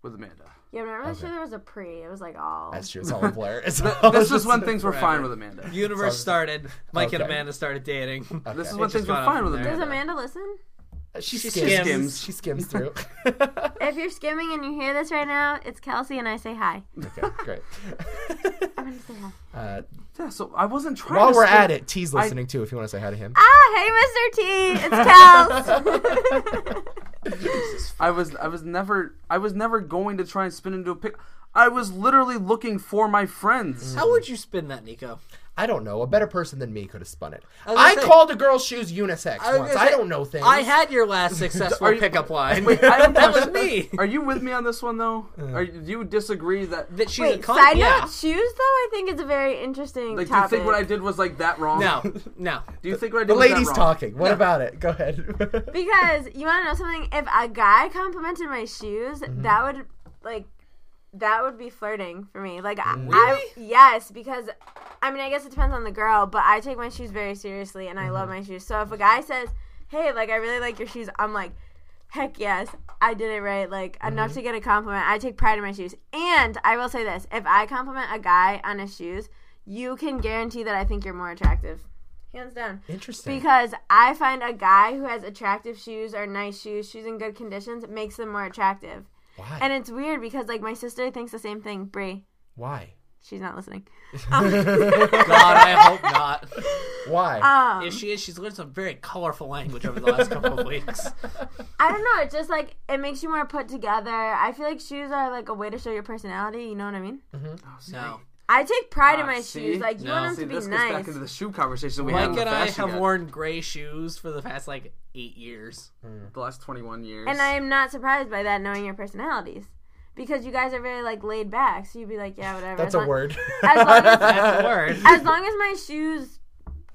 [SPEAKER 3] with Amanda.
[SPEAKER 4] yeah, I'm not really sure there was a pre. It was like all.
[SPEAKER 1] That's true. It's all a blur. It's all
[SPEAKER 3] This
[SPEAKER 1] just-
[SPEAKER 3] is when things were fine with Amanda.
[SPEAKER 2] The universe started. Mike and
[SPEAKER 1] Okay.
[SPEAKER 2] Amanda started dating.
[SPEAKER 3] This is when
[SPEAKER 2] just
[SPEAKER 3] things were
[SPEAKER 2] got
[SPEAKER 3] fine
[SPEAKER 2] off
[SPEAKER 3] with
[SPEAKER 2] from
[SPEAKER 4] Does
[SPEAKER 3] Amanda.
[SPEAKER 4] Amanda listen?
[SPEAKER 1] Uh, She,
[SPEAKER 2] She
[SPEAKER 1] skims.
[SPEAKER 2] skims.
[SPEAKER 1] She skims through.
[SPEAKER 4] If you're skimming and you hear this right now, it's Kelsey and I say hi.
[SPEAKER 1] okay, great.
[SPEAKER 4] I'm gonna say hi.
[SPEAKER 1] Uh,
[SPEAKER 3] Yeah, so I wasn't trying.
[SPEAKER 1] while
[SPEAKER 3] to
[SPEAKER 1] we're
[SPEAKER 3] spin-
[SPEAKER 1] at it, T's listening too. If you want to say hi to him,
[SPEAKER 4] Ah, hey, Mr. T, it's Kels.
[SPEAKER 3] I was I was never I was never going to try and spin into a pic. I was literally looking for my friends.
[SPEAKER 2] How would you spin that, Nico?
[SPEAKER 1] I don't know. A better person than me could have spun it.
[SPEAKER 2] was gonna
[SPEAKER 1] I,
[SPEAKER 2] say-
[SPEAKER 1] called a girl's shoes unisex
[SPEAKER 2] was
[SPEAKER 1] once.
[SPEAKER 2] gonna
[SPEAKER 1] I
[SPEAKER 2] say,
[SPEAKER 1] don't know things.
[SPEAKER 2] I had your last successful
[SPEAKER 3] Are you-
[SPEAKER 2] pickup line.
[SPEAKER 3] I have a
[SPEAKER 2] that was
[SPEAKER 3] question.
[SPEAKER 2] me.
[SPEAKER 3] Are you with me on this one though? Are you, do you disagree that
[SPEAKER 2] That she's a
[SPEAKER 4] Wait,
[SPEAKER 2] cunt?
[SPEAKER 4] side
[SPEAKER 2] yeah.
[SPEAKER 4] note, shoes though. I think it's a very interesting
[SPEAKER 3] like do you
[SPEAKER 4] topic.
[SPEAKER 3] think what I did was like that wrong?
[SPEAKER 2] No, no.
[SPEAKER 3] Do you think what I did
[SPEAKER 1] the
[SPEAKER 3] was
[SPEAKER 1] ladies
[SPEAKER 3] that wrong?
[SPEAKER 1] talking. What about it? Go ahead.
[SPEAKER 4] Because you want to know something? If a guy complimented my shoes, that would like that would be flirting for me. Like I, I yes, because I mean I guess it depends on the girl, but I take my shoes very seriously and I love my shoes. So if a guy says, "Hey, like I really like your shoes," I'm like. Heck yes, I did it right. Like enough to get a compliment. I take pride in my shoes, and I will say this: if I compliment a guy on his shoes, you can guarantee that I think you're more attractive, hands down.
[SPEAKER 1] Interesting.
[SPEAKER 4] Because I find a guy who has attractive shoes or nice shoes, shoes in good conditions, makes them more attractive.
[SPEAKER 1] Why?
[SPEAKER 4] And it's weird because like my sister thinks the same thing. Brie,
[SPEAKER 1] Why?
[SPEAKER 4] she's not listening.
[SPEAKER 2] God, I hope not.
[SPEAKER 1] Why?
[SPEAKER 4] Um,
[SPEAKER 2] If she is, she's learned some very colorful language over the last couple of weeks.
[SPEAKER 4] I don't know. It's just like it makes you more put together. I feel like shoes are like a way to show your personality. You know what I mean?
[SPEAKER 2] No.
[SPEAKER 4] I take pride in
[SPEAKER 3] Ah,
[SPEAKER 4] my
[SPEAKER 3] see?
[SPEAKER 4] shoes. Like you
[SPEAKER 2] No.
[SPEAKER 4] want
[SPEAKER 3] See,
[SPEAKER 4] them to
[SPEAKER 3] Oh, this
[SPEAKER 4] be
[SPEAKER 3] gets
[SPEAKER 4] nice.
[SPEAKER 3] back into the shoe conversation we had.
[SPEAKER 2] Mike
[SPEAKER 3] on
[SPEAKER 2] and
[SPEAKER 3] the
[SPEAKER 2] I
[SPEAKER 3] fashion
[SPEAKER 2] have
[SPEAKER 3] guide
[SPEAKER 2] worn gray shoes for the past like eight years.
[SPEAKER 3] the last twenty one years.
[SPEAKER 4] and I am not surprised by that, knowing your personalities. because you guys are very like laid back. So you'd be like, yeah, whatever.
[SPEAKER 1] That's
[SPEAKER 4] as
[SPEAKER 1] a
[SPEAKER 4] long-
[SPEAKER 1] word.
[SPEAKER 4] as long as-
[SPEAKER 2] That's the word.
[SPEAKER 4] As long as my shoes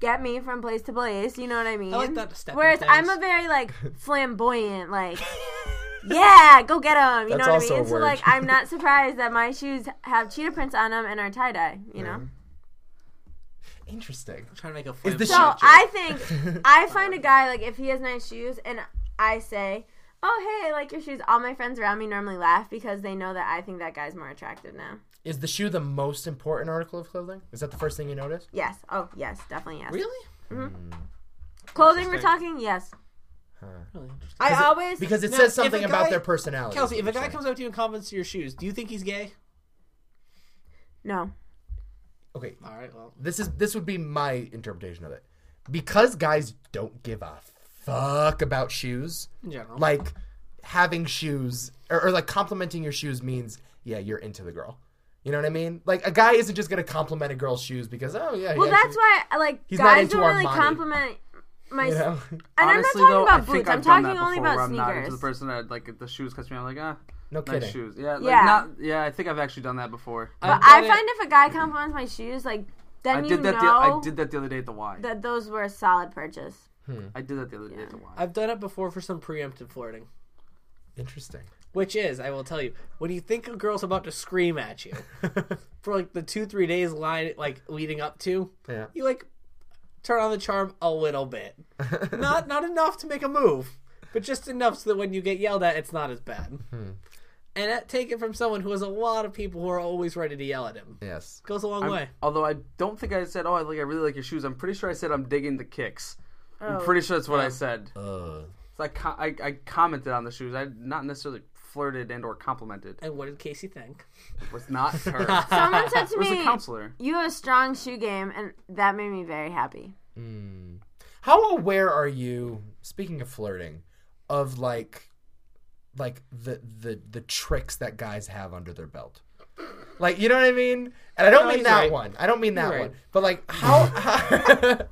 [SPEAKER 4] get me from place to place, you know what I mean.
[SPEAKER 2] I like that step.
[SPEAKER 4] Whereas I'm a very like flamboyant, like yeah, go get them.
[SPEAKER 1] That's
[SPEAKER 4] You know what I
[SPEAKER 1] also a
[SPEAKER 4] mean. So
[SPEAKER 1] word.
[SPEAKER 4] like, I'm not surprised that my shoes have cheetah prints on them and are tie dye. You know.
[SPEAKER 1] Interesting.
[SPEAKER 2] trying to make a
[SPEAKER 1] Is the
[SPEAKER 2] flamboyant
[SPEAKER 4] So
[SPEAKER 1] shoe-
[SPEAKER 2] joke.
[SPEAKER 4] I think I find a guy like if he has nice shoes and I say, "Oh hey, I like your shoes," all my friends around me normally laugh because they know that I think that guy's more attractive now.
[SPEAKER 1] Is the shoe the most important article of clothing? Is that the first thing you notice?
[SPEAKER 4] Yes. Oh yes, definitely yes.
[SPEAKER 2] really,
[SPEAKER 4] Clothing we're talking yes.
[SPEAKER 2] really interesting.
[SPEAKER 4] I always
[SPEAKER 1] Because it
[SPEAKER 2] Now, if
[SPEAKER 1] says
[SPEAKER 2] a
[SPEAKER 1] something
[SPEAKER 2] guy-
[SPEAKER 1] about their personality.
[SPEAKER 2] Kelsey,
[SPEAKER 1] is
[SPEAKER 2] if
[SPEAKER 1] what
[SPEAKER 2] a
[SPEAKER 1] you're
[SPEAKER 2] guy
[SPEAKER 1] saying.
[SPEAKER 2] comes up to you and compliments your shoes, do you think he's gay?
[SPEAKER 4] no.
[SPEAKER 1] Okay,
[SPEAKER 2] All right, well,
[SPEAKER 1] this is this would be my interpretation of it. Because guys don't give a fuck about shoes,
[SPEAKER 2] in general,
[SPEAKER 1] like having shoes or, or like complimenting your shoes means yeah you're into the girl you know what i mean like a guy isn't just gonna compliment a girl's shoes because oh yeah he
[SPEAKER 4] Well, that's
[SPEAKER 1] actually-
[SPEAKER 4] why like
[SPEAKER 1] He's not
[SPEAKER 4] guys
[SPEAKER 1] into
[SPEAKER 4] don't really
[SPEAKER 1] Armani.
[SPEAKER 4] compliment my.
[SPEAKER 1] you know
[SPEAKER 4] And
[SPEAKER 3] Honestly,
[SPEAKER 4] I'm not talking
[SPEAKER 3] though, I think
[SPEAKER 4] about boots.
[SPEAKER 3] I've
[SPEAKER 4] I'm
[SPEAKER 3] done
[SPEAKER 4] talking
[SPEAKER 3] that
[SPEAKER 4] only
[SPEAKER 3] before
[SPEAKER 4] about
[SPEAKER 3] where I'm not into
[SPEAKER 4] sneakers.
[SPEAKER 3] the person that like if the shoes catch me. I'm like, ah,
[SPEAKER 1] no
[SPEAKER 3] nice
[SPEAKER 1] kidding
[SPEAKER 3] shoes. Yeah, like,
[SPEAKER 4] Yeah.
[SPEAKER 3] Not, yeah, I think I've actually done that before. I,
[SPEAKER 4] But
[SPEAKER 2] I've
[SPEAKER 4] I
[SPEAKER 2] done it-
[SPEAKER 4] find if a guy compliments my shoes, like then you
[SPEAKER 3] did that. The,
[SPEAKER 4] know
[SPEAKER 3] I did that the other day at the Y.
[SPEAKER 4] that those were a solid purchase.
[SPEAKER 3] I did that the other day at the Y.
[SPEAKER 2] I've done it before for some preemptive flirting.
[SPEAKER 1] interesting
[SPEAKER 2] Which is, I will tell you, when you think a girl's about to scream at you for like the two, three days line like leading up to,
[SPEAKER 1] yeah
[SPEAKER 2] you like turn on the charm a little bit. not not enough to make a move, but just enough so that when you get yelled at, it's not as bad.
[SPEAKER 1] Hmm.
[SPEAKER 2] And that, take it from someone who has a lot of people who are always ready to yell at him.
[SPEAKER 1] yes
[SPEAKER 2] Goes a long way.
[SPEAKER 3] Although I don't think I said, oh, I like I really like your shoes. I'm pretty sure I said I'm digging the kicks. I'm
[SPEAKER 4] Oh.
[SPEAKER 3] pretty sure that's what I said.
[SPEAKER 1] uh,
[SPEAKER 3] So I, co- I I commented on the shoes. I not necessarily flirted and or complimented.
[SPEAKER 2] And what did Casey think?
[SPEAKER 3] was not her.
[SPEAKER 4] Someone said to
[SPEAKER 3] was the
[SPEAKER 4] me,
[SPEAKER 3] counselor.
[SPEAKER 4] "You have a strong shoe game," and that made me very happy.
[SPEAKER 1] how aware are you speaking of flirting of like like the the the tricks that guys have under their belt like you know what i mean and i don't
[SPEAKER 2] No,
[SPEAKER 1] mean
[SPEAKER 2] he's
[SPEAKER 1] that
[SPEAKER 2] right.
[SPEAKER 1] one i don't mean that
[SPEAKER 2] You're right.
[SPEAKER 1] one but like how, uh,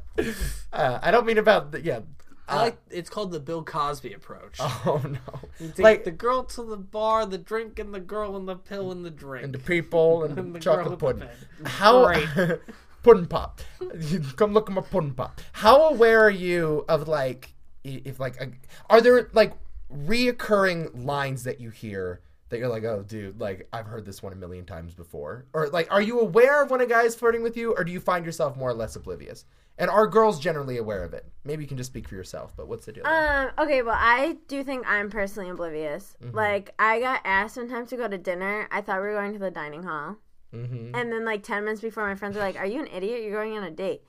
[SPEAKER 1] i don't mean about the, yeah
[SPEAKER 2] I like it's called the Bill Cosby approach.
[SPEAKER 1] Uh, oh no
[SPEAKER 2] Take
[SPEAKER 1] like
[SPEAKER 2] the girl to the bar, the drink and the girl and the pill and the drink.
[SPEAKER 1] and the people and,
[SPEAKER 2] And
[SPEAKER 1] the
[SPEAKER 2] the girl
[SPEAKER 1] chocolate
[SPEAKER 2] with
[SPEAKER 1] pudding.
[SPEAKER 2] the
[SPEAKER 1] How
[SPEAKER 2] Great.
[SPEAKER 1] pudding pop? You Come look at my pudding pop. How aware are you of like i- if like a, are there like reoccurring lines that you hear that you're like oh dude like I've heard this one a million times before or like are you aware of when a guy is flirting with you or do you find yourself more or less oblivious? And are girls generally aware of it? Maybe you can just speak for yourself, but what's the deal? there?
[SPEAKER 4] Um, okay, well, I do think I'm personally oblivious.
[SPEAKER 3] Mm-hmm.
[SPEAKER 4] Like, I got asked one time to go to dinner. I thought we were going to the dining hall.
[SPEAKER 3] Mm-hmm.
[SPEAKER 1] Mhm.
[SPEAKER 4] And then, like, 10 minutes before, my friends were like, Are you an idiot? You're going on a date.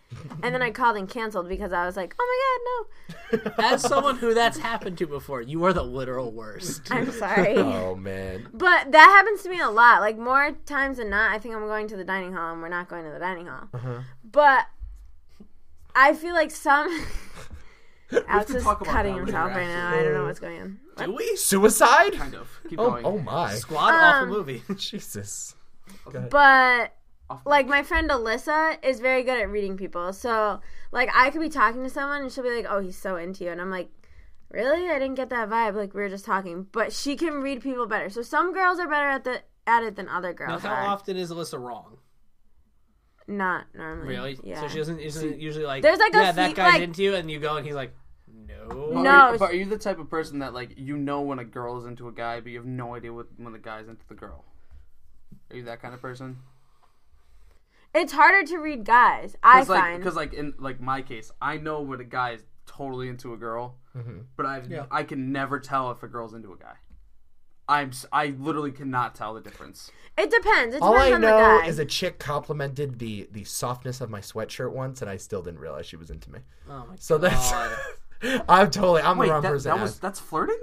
[SPEAKER 4] and then I called and canceled because I was like, Oh
[SPEAKER 2] As someone who that's happened to before, you are the literal worst.
[SPEAKER 4] my God, no. I'm sorry.
[SPEAKER 1] oh man,
[SPEAKER 4] but that happens to me a lot. Like, more times than not, I think I'm going to the dining hall and we're not going to the dining hall.
[SPEAKER 3] Uh-huh.
[SPEAKER 4] But I feel like some. Alex
[SPEAKER 3] can
[SPEAKER 4] is
[SPEAKER 3] talk about
[SPEAKER 4] cutting
[SPEAKER 3] that later,
[SPEAKER 4] himself right now. I don't know what's going on.
[SPEAKER 2] Do we?
[SPEAKER 1] suicide?
[SPEAKER 3] Kind of. Keep
[SPEAKER 1] Oh,
[SPEAKER 3] going.
[SPEAKER 1] oh my,
[SPEAKER 2] Squad off a
[SPEAKER 4] Um,
[SPEAKER 2] movie.
[SPEAKER 1] Jesus.
[SPEAKER 4] But
[SPEAKER 3] Off-
[SPEAKER 4] like my friend Alyssa is very good at reading people. So like I could be talking to someone and she'll be like, "Oh, he's so into you," and I'm like, "Really? I didn't get that vibe. Like we were just talking." But she can read people better. So some girls are better at the at it than other
[SPEAKER 2] Now,
[SPEAKER 4] girls
[SPEAKER 2] how
[SPEAKER 4] are.
[SPEAKER 2] often is Alyssa wrong?
[SPEAKER 4] Not normally.
[SPEAKER 2] Really?
[SPEAKER 4] Yeah.
[SPEAKER 2] So she doesn't isn't usually like.
[SPEAKER 4] There's like a
[SPEAKER 2] yeah, that
[SPEAKER 4] few-
[SPEAKER 2] guy's
[SPEAKER 4] like-
[SPEAKER 2] into you, and you go, and he's like, no.
[SPEAKER 3] But
[SPEAKER 4] No,
[SPEAKER 3] are you,
[SPEAKER 4] it's-
[SPEAKER 3] but are you the type of person that like you know when a girl is into a guy, but you have no idea what, when the guy's into the girl? Are you that kind of person?
[SPEAKER 4] it's harder to read guys. I
[SPEAKER 3] like,
[SPEAKER 4] find.
[SPEAKER 3] Because like in like my case, I know when a guy is totally into a girl,
[SPEAKER 1] Mm-hmm.
[SPEAKER 3] but I
[SPEAKER 2] Yeah.
[SPEAKER 3] I can never tell if a girl's into a guy. I'm s- I literally cannot tell the difference.
[SPEAKER 4] it depends. It depends
[SPEAKER 1] All I
[SPEAKER 4] on the
[SPEAKER 1] know
[SPEAKER 4] guy.
[SPEAKER 1] is a chick complimented the the softness of my sweatshirt once, and I still didn't realize she was into me.
[SPEAKER 2] Oh my
[SPEAKER 1] So that's
[SPEAKER 2] God.
[SPEAKER 1] I'm totally I'm
[SPEAKER 3] Wait,
[SPEAKER 1] the wrong
[SPEAKER 3] that,
[SPEAKER 1] person.
[SPEAKER 3] that
[SPEAKER 1] to
[SPEAKER 3] was
[SPEAKER 1] ask.
[SPEAKER 3] that's flirting.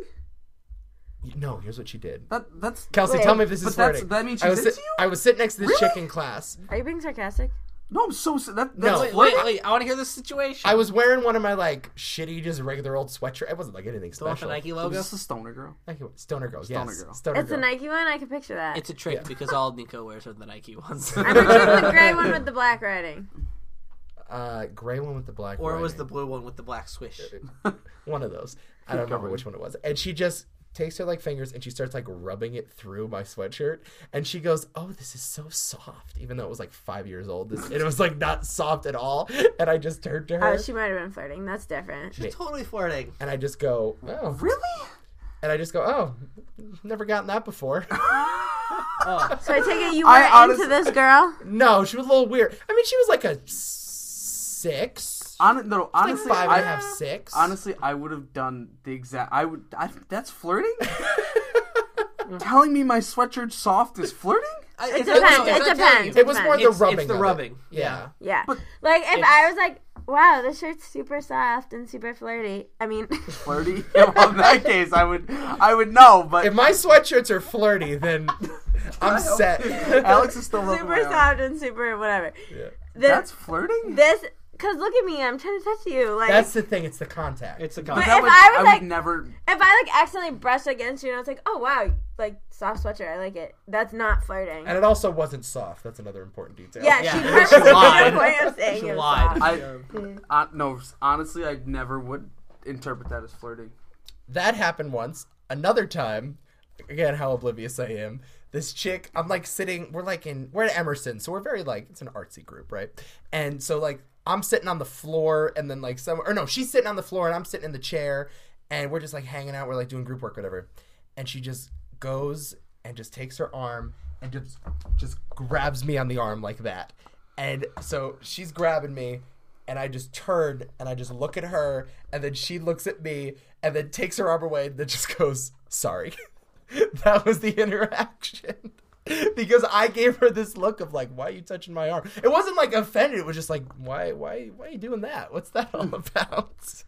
[SPEAKER 1] no. Here's what she did.
[SPEAKER 3] That that's
[SPEAKER 1] Kelsey,
[SPEAKER 4] Wait.
[SPEAKER 1] tell me if this is
[SPEAKER 3] But that's-
[SPEAKER 1] flirting.
[SPEAKER 3] that means
[SPEAKER 1] I was
[SPEAKER 3] she's into
[SPEAKER 1] sit-
[SPEAKER 3] you?
[SPEAKER 1] I was sitting next to this chick in class.
[SPEAKER 4] Are you being sarcastic?
[SPEAKER 3] no. I'm so s- that that's
[SPEAKER 2] Wait,
[SPEAKER 3] flirting.
[SPEAKER 2] wait, wait! I want to hear the situation.
[SPEAKER 1] I was wearing one of my like shitty, just regular old sweatshirt. It wasn't like anything
[SPEAKER 2] the one with the
[SPEAKER 1] special.
[SPEAKER 2] Nike
[SPEAKER 3] Oh,
[SPEAKER 2] logo.
[SPEAKER 3] this is a stoner girl.
[SPEAKER 1] Nike- Stoner girls, yes.
[SPEAKER 3] Stoner girl.
[SPEAKER 1] Stoner
[SPEAKER 4] It's
[SPEAKER 1] girl.
[SPEAKER 4] a Nike one. I can picture that.
[SPEAKER 2] It's a trick because all Nico wears are the Nike ones.
[SPEAKER 4] I'm picturing the gray one with the black writing.
[SPEAKER 1] uh, gray one with the black.
[SPEAKER 2] or was the
[SPEAKER 1] writing.
[SPEAKER 2] blue one with the black swish?
[SPEAKER 1] one of those? I don't remember which one it was. And she just takes her like fingers and she starts like rubbing it through my sweatshirt and she goes oh this is so soft even though it was like five years old this, it was like not soft at all and i just turned to
[SPEAKER 2] Uh,
[SPEAKER 1] her
[SPEAKER 4] Oh, she might have been flirting. That's different.
[SPEAKER 2] She's totally flirting.
[SPEAKER 1] and i just go oh
[SPEAKER 3] Really?
[SPEAKER 1] and i just go oh never gotten that before
[SPEAKER 2] Oh,
[SPEAKER 4] So I take it you were
[SPEAKER 3] I honest-
[SPEAKER 4] into this girl.
[SPEAKER 1] no she was a little weird i mean she was like a six
[SPEAKER 3] Hon- no,
[SPEAKER 1] like
[SPEAKER 3] honestly,
[SPEAKER 1] five
[SPEAKER 3] I,
[SPEAKER 1] and a half six
[SPEAKER 3] honestly, I would have done the exact. I would. I, that's flirting.
[SPEAKER 4] Mm-hmm.
[SPEAKER 3] Telling me my sweatshirt's soft is flirting.
[SPEAKER 2] I-
[SPEAKER 4] It
[SPEAKER 2] it's not- no,
[SPEAKER 4] depends.
[SPEAKER 2] it's
[SPEAKER 4] It
[SPEAKER 2] not telling
[SPEAKER 4] depends.
[SPEAKER 2] you.
[SPEAKER 1] it was more the
[SPEAKER 2] It's- it's
[SPEAKER 1] rubbing
[SPEAKER 2] the
[SPEAKER 1] of it.
[SPEAKER 2] rubbing.
[SPEAKER 1] yeah
[SPEAKER 4] Yeah. like if I was like, wow, this shirt's super soft and super flirty. I mean,
[SPEAKER 3] Flirty. well, in that case, I would. I would know, but
[SPEAKER 1] if my sweatshirts are flirty then i'm set
[SPEAKER 3] Alex is still rubbing my
[SPEAKER 4] super
[SPEAKER 3] arm.
[SPEAKER 4] soft and super whatever.
[SPEAKER 1] Yeah.
[SPEAKER 4] This,
[SPEAKER 3] That's flirting.
[SPEAKER 4] this, cause look at me, I'm trying to touch you. Like
[SPEAKER 1] that's the thing it's the contact
[SPEAKER 2] It's a
[SPEAKER 3] But
[SPEAKER 2] concept.
[SPEAKER 3] that
[SPEAKER 4] if I was,
[SPEAKER 3] would
[SPEAKER 4] like-
[SPEAKER 3] never.
[SPEAKER 4] if I like accidentally brushed against you and I was like, oh wow, like soft sweatshirt, I like it. That's not flirting.
[SPEAKER 1] And it also wasn't soft. That's another important detail.
[SPEAKER 4] Yeah,
[SPEAKER 2] Yeah.
[SPEAKER 4] she
[SPEAKER 2] She
[SPEAKER 4] purposely made a
[SPEAKER 2] lied.
[SPEAKER 4] point of saying
[SPEAKER 2] She
[SPEAKER 4] it was
[SPEAKER 2] lied.
[SPEAKER 4] soft.
[SPEAKER 3] I uh, no. Honestly, I never would interpret that as flirting.
[SPEAKER 1] That happened once. Another time, again, how oblivious I am. This chick, I'm like sitting, we're like in, we're at Emerson, so we're very like, it's an artsy group, right? And so like, I'm sitting on the floor and then like some, or no, she's sitting on the floor and I'm sitting in the chair and we're just like hanging out, we're like doing group work, whatever. And she just goes and just takes her arm and just, just grabs me on the arm like that. And so she's grabbing me and I just turn and I just look at her, and then she looks at me, and then takes her arm away, and then just goes, "Sorry." that was the interaction because I gave her this look of like, "Why are you touching my arm?" It wasn't like offended; it was just like, "Why, why, why are you doing that? What's that all
[SPEAKER 2] Hmm.
[SPEAKER 1] about?"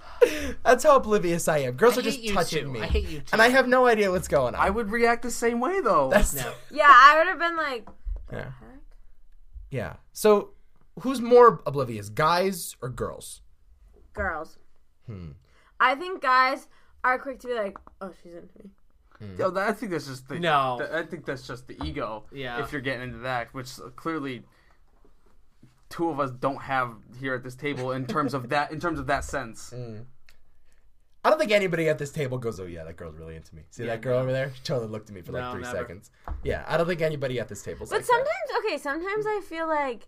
[SPEAKER 1] That's how oblivious I am. Girls
[SPEAKER 2] I
[SPEAKER 1] are just
[SPEAKER 2] hate you
[SPEAKER 1] touching
[SPEAKER 2] too.
[SPEAKER 1] me,
[SPEAKER 2] I hate you too.
[SPEAKER 1] and I have no idea what's going on.
[SPEAKER 3] I would react the same way though.
[SPEAKER 1] That's
[SPEAKER 2] No.
[SPEAKER 4] Yeah, I would have been like,
[SPEAKER 1] yeah. yeah. So, who's more oblivious, guys or girls?
[SPEAKER 4] girls. I think guys are quick to be like, oh, she's into me.
[SPEAKER 3] Yo, that- I think that's just the
[SPEAKER 2] No.
[SPEAKER 3] th- I think that's just the ego.
[SPEAKER 2] Yeah.
[SPEAKER 3] If you're getting into that, which clearly two of us don't have here at this table in terms of that in terms of that sense.
[SPEAKER 1] Mm. I don't think anybody at this table goes, "Oh yeah, that girl's really into me." See that girl over there? She totally looked at me for like
[SPEAKER 2] No,
[SPEAKER 1] three
[SPEAKER 2] never.
[SPEAKER 1] seconds. Yeah, I don't think anybody at this table's
[SPEAKER 4] But
[SPEAKER 1] like
[SPEAKER 4] sometimes, okay, sometimes I feel like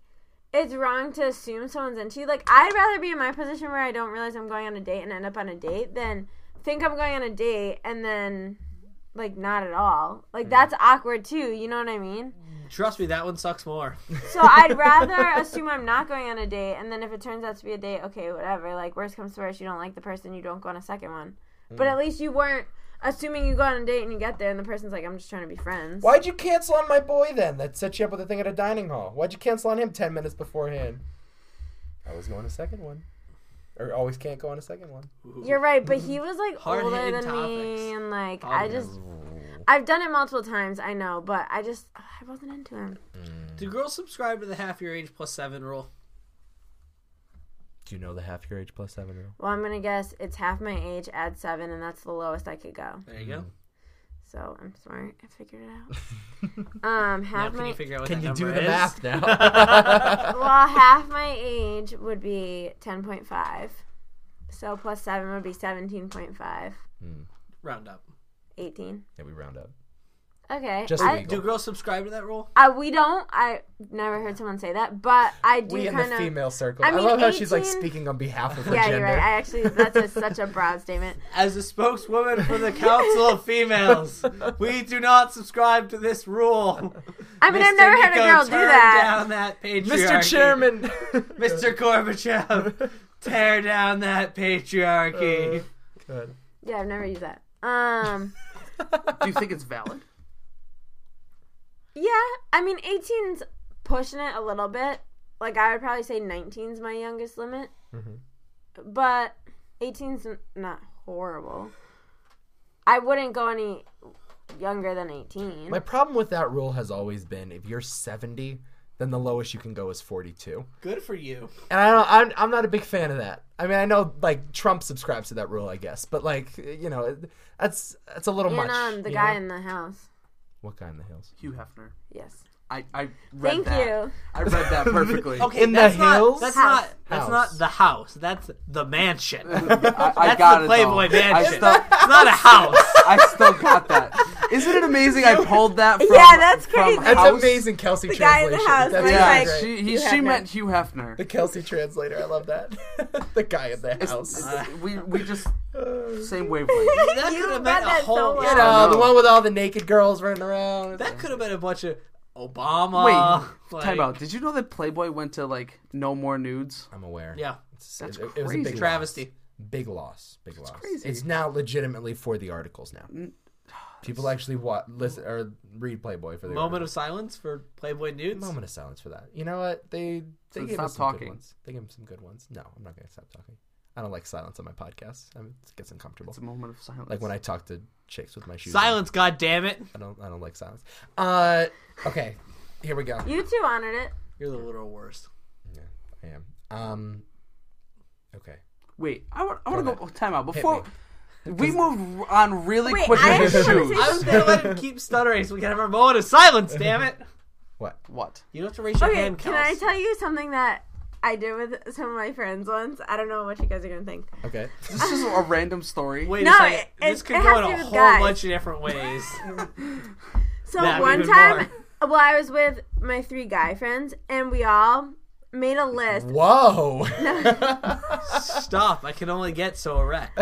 [SPEAKER 4] it's wrong to assume someone's into you. Like, I'd rather be in my position where I don't realize I'm going on a date and end up on a date than think I'm going on a date and then, like, not at all. Like, that's awkward too. You know what I mean?
[SPEAKER 2] Trust me, that one sucks more.
[SPEAKER 4] So I'd rather assume I'm not going on a date, and then if it turns out to be a date, okay, whatever. Like worst comes to worst, you don't like the person, you don't go on a second one. But at least you weren't assuming you go on a date and you get there, and the person's like, I'm just trying to be friends.
[SPEAKER 1] Why'd you cancel on my boy then? That set you up with a thing at a dining hall. Why'd you cancel on him ten minutes beforehand? I was going a second one, or always can't go on a second one.
[SPEAKER 4] You're right, but he was like older
[SPEAKER 2] Hard-hitting
[SPEAKER 4] than
[SPEAKER 2] topics.
[SPEAKER 4] me, and like I
[SPEAKER 2] Hard-hitting.
[SPEAKER 4] just, I've done it multiple times, I know, but I just, I wasn't into him.
[SPEAKER 2] Do girls subscribe to the half your age plus seven rule?
[SPEAKER 1] Do you know the half your age plus seven rule?
[SPEAKER 4] Well, I'm gonna guess it's half my age, add seven, and that's the lowest I could go.
[SPEAKER 2] There you go.
[SPEAKER 4] So I'm smart, I figured it out. um,
[SPEAKER 2] Now
[SPEAKER 4] half
[SPEAKER 2] can
[SPEAKER 4] my
[SPEAKER 2] you figure out what
[SPEAKER 1] Can
[SPEAKER 2] that
[SPEAKER 1] you do
[SPEAKER 2] number
[SPEAKER 1] the
[SPEAKER 2] is?
[SPEAKER 1] math now?
[SPEAKER 4] Well, half my age would be 10.5. So plus 7 would be 17.5.
[SPEAKER 2] Round up.
[SPEAKER 4] 18.
[SPEAKER 1] yeah, we round up.
[SPEAKER 4] Okay.
[SPEAKER 1] Just
[SPEAKER 4] I,
[SPEAKER 1] legal.
[SPEAKER 2] Do girls subscribe to that rule?
[SPEAKER 4] I, we don't. I never heard someone say that, but I do
[SPEAKER 1] We in the
[SPEAKER 4] kind of.
[SPEAKER 1] female circle. I,
[SPEAKER 4] I mean,
[SPEAKER 1] love how she's like
[SPEAKER 4] 18
[SPEAKER 1] speaking on behalf of her
[SPEAKER 4] yeah,
[SPEAKER 1] gender.
[SPEAKER 4] you're right. I actually, that's a, such a broad statement.
[SPEAKER 2] As a spokeswoman for the Council of Females, we do not subscribe to this rule.
[SPEAKER 4] I mean, I've
[SPEAKER 2] Mr.
[SPEAKER 4] never heard
[SPEAKER 2] Nico,
[SPEAKER 4] a girl do
[SPEAKER 2] turn
[SPEAKER 4] that.
[SPEAKER 2] Down that patriarchy.
[SPEAKER 1] Mr. Chairman.
[SPEAKER 2] Mr. Gorbachev, tear down that patriarchy.
[SPEAKER 1] Good.
[SPEAKER 4] Yeah, I've never used that. Um.
[SPEAKER 3] Do you think it's valid?
[SPEAKER 4] Yeah, I mean, 18's pushing it a little bit. Like, I would probably say 19's my youngest limit. But 18's n- not horrible. I wouldn't go any younger than 18.
[SPEAKER 1] My problem with that rule has always been if you're 70, then the lowest you can go is 42.
[SPEAKER 2] Good for you.
[SPEAKER 1] And I don't, I'm, I'm not a big fan of that. I mean, I know like Trump subscribes to that rule, I guess, but like you know, it- that's that's a little
[SPEAKER 4] and
[SPEAKER 1] much.
[SPEAKER 4] um, the
[SPEAKER 1] you
[SPEAKER 4] guy
[SPEAKER 1] know?
[SPEAKER 4] in the house.
[SPEAKER 1] what guy in the hills?
[SPEAKER 3] Hugh Hefner.
[SPEAKER 4] Yes.
[SPEAKER 3] I, I read
[SPEAKER 4] Thank
[SPEAKER 3] that.
[SPEAKER 4] you.
[SPEAKER 3] I read that perfectly.
[SPEAKER 2] Okay,
[SPEAKER 1] In the
[SPEAKER 2] that's not,
[SPEAKER 1] hills?
[SPEAKER 2] That's
[SPEAKER 4] House.
[SPEAKER 2] not. That's
[SPEAKER 1] House.
[SPEAKER 2] not the house. That's the mansion.
[SPEAKER 3] I, I
[SPEAKER 2] That's
[SPEAKER 3] got
[SPEAKER 2] the
[SPEAKER 3] it.
[SPEAKER 2] Playboy
[SPEAKER 3] though. I
[SPEAKER 2] Mansion.
[SPEAKER 3] stuck-
[SPEAKER 2] It's not a house.
[SPEAKER 3] I still got that. Isn't it amazing? I pulled that. From,
[SPEAKER 4] Yeah, that's
[SPEAKER 3] from
[SPEAKER 4] crazy.
[SPEAKER 1] That's
[SPEAKER 3] House.
[SPEAKER 1] amazing, Kelsey
[SPEAKER 4] The guy in
[SPEAKER 1] translation.
[SPEAKER 4] the house,
[SPEAKER 1] That's
[SPEAKER 4] like,
[SPEAKER 1] really
[SPEAKER 3] Yeah,
[SPEAKER 1] great.
[SPEAKER 4] like-
[SPEAKER 3] she
[SPEAKER 4] Hugh
[SPEAKER 3] he, she
[SPEAKER 4] Hefner.
[SPEAKER 3] meant Hugh Hefner.
[SPEAKER 1] the Kelsey translator. I love that. the guy in the house.
[SPEAKER 3] we we just same wavelength.
[SPEAKER 2] That
[SPEAKER 4] You
[SPEAKER 2] could have been a
[SPEAKER 4] read that so
[SPEAKER 2] whole.
[SPEAKER 4] well.
[SPEAKER 2] yeah,
[SPEAKER 1] you know,
[SPEAKER 3] no.
[SPEAKER 1] Uh, the one with all the naked girls running around.
[SPEAKER 2] that could have been a bunch of Obama.
[SPEAKER 3] Wait,
[SPEAKER 2] like-
[SPEAKER 3] time out. Did you know that Playboy went to like no more nudes?
[SPEAKER 1] I'm aware.
[SPEAKER 2] Yeah,
[SPEAKER 1] It's-
[SPEAKER 3] That's
[SPEAKER 1] it, it was a
[SPEAKER 3] crazy.
[SPEAKER 1] big
[SPEAKER 2] travesty.
[SPEAKER 1] Loss. Big loss. Big loss.
[SPEAKER 3] crazy. Mm.
[SPEAKER 1] It's now legitimately for the articles now. People actually wa listen, or read Playboy for the
[SPEAKER 2] Moment of
[SPEAKER 1] articles.
[SPEAKER 2] silence for Playboy nudes.
[SPEAKER 1] moment of silence for that. You know what? They they
[SPEAKER 3] So
[SPEAKER 1] gave
[SPEAKER 3] stop
[SPEAKER 1] us some good
[SPEAKER 3] talking.
[SPEAKER 1] ones. They gave them some good ones. No, I'm not gonna stop talking. I don't like silence on my podcast. I mean, it gets uncomfortable.
[SPEAKER 3] It's a moment of silence.
[SPEAKER 1] Like when I talk to chicks with my shoes. on.
[SPEAKER 2] Silence, God damn it!
[SPEAKER 1] I don't. I don't like silence. Uh, okay. Here we go.
[SPEAKER 4] You two honored it.
[SPEAKER 2] You're the literal worst.
[SPEAKER 1] Yeah, I am. Um. Okay.
[SPEAKER 3] Wait, I want I want
[SPEAKER 1] Go
[SPEAKER 3] to go.
[SPEAKER 1] ahead.
[SPEAKER 3] Time out
[SPEAKER 1] Hit
[SPEAKER 3] before we move on really
[SPEAKER 4] Wait,
[SPEAKER 3] quick
[SPEAKER 4] I
[SPEAKER 3] with the
[SPEAKER 4] actually wanna
[SPEAKER 3] shoes.
[SPEAKER 4] say-
[SPEAKER 2] I was gonna let him keep stuttering so we can have our moment of silence. Damn it!
[SPEAKER 1] What?
[SPEAKER 3] What?
[SPEAKER 2] You don't have to raise your
[SPEAKER 4] Okay,
[SPEAKER 2] hand,
[SPEAKER 4] can
[SPEAKER 2] Kels.
[SPEAKER 4] I tell you something that I did with some of my friends once? I don't know what you guys are gonna think.
[SPEAKER 1] Okay.
[SPEAKER 3] This is a random story.
[SPEAKER 2] Wait
[SPEAKER 4] No,
[SPEAKER 2] a second.
[SPEAKER 4] it-
[SPEAKER 2] this
[SPEAKER 4] it-
[SPEAKER 2] could
[SPEAKER 4] it
[SPEAKER 2] go
[SPEAKER 4] has
[SPEAKER 2] in a
[SPEAKER 4] to do with
[SPEAKER 2] whole
[SPEAKER 4] guys.
[SPEAKER 2] bunch of different ways.
[SPEAKER 4] So
[SPEAKER 2] That
[SPEAKER 4] one
[SPEAKER 2] even
[SPEAKER 4] time, well, I was with my three guy friends, and we all made a list.
[SPEAKER 1] Whoa.
[SPEAKER 2] Stop! I can only get so erect.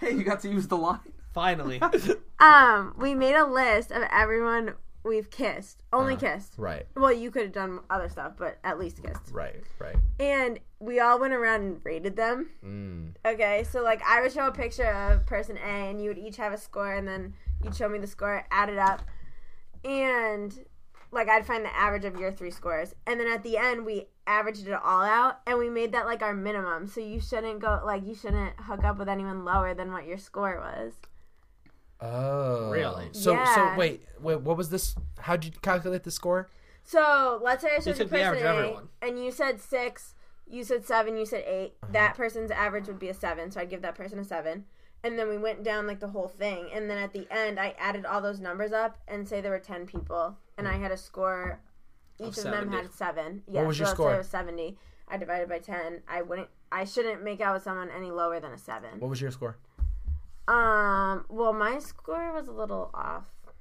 [SPEAKER 3] Hey, you got to use the line.
[SPEAKER 2] Finally,
[SPEAKER 4] Um, we made a list of everyone we've kissed, only kissed.
[SPEAKER 1] right.
[SPEAKER 4] Well, you could have done other stuff, but at least kissed.
[SPEAKER 1] Right. Right.
[SPEAKER 4] And we all went around and rated them.
[SPEAKER 1] Mm.
[SPEAKER 4] Okay, so like I would show a picture of person A, and you would each have a score, and then you'd show me the score, add it up, and like I'd find the average of your three scores, and then at the end we averaged it all out, and we made that like our minimum. So you shouldn't go like you shouldn't hook up with anyone lower than what your score was.
[SPEAKER 1] Oh.
[SPEAKER 2] Really?
[SPEAKER 1] So
[SPEAKER 4] Yeah.
[SPEAKER 1] so wait wait what was this? How did you calculate the score?
[SPEAKER 4] So let's say I showed you
[SPEAKER 2] took the average
[SPEAKER 4] person
[SPEAKER 2] of
[SPEAKER 4] A,
[SPEAKER 2] everyone.
[SPEAKER 4] and you said six, you said seven, you said 8 That person's average would be a seven, so I'd give that person a seven. And then we went down like the whole thing, and then at the end, I added all those numbers up, and say there were ten people, and I had a score. Each of, them
[SPEAKER 2] 70.
[SPEAKER 4] had seven. Yeah,
[SPEAKER 1] was
[SPEAKER 4] so
[SPEAKER 1] your
[SPEAKER 4] let's
[SPEAKER 1] score?
[SPEAKER 4] say it was seventy. I divided by ten. I wouldn't. I shouldn't make out with someone any lower than a seven.
[SPEAKER 1] What was your score?
[SPEAKER 4] Um. Well, my score was a little off.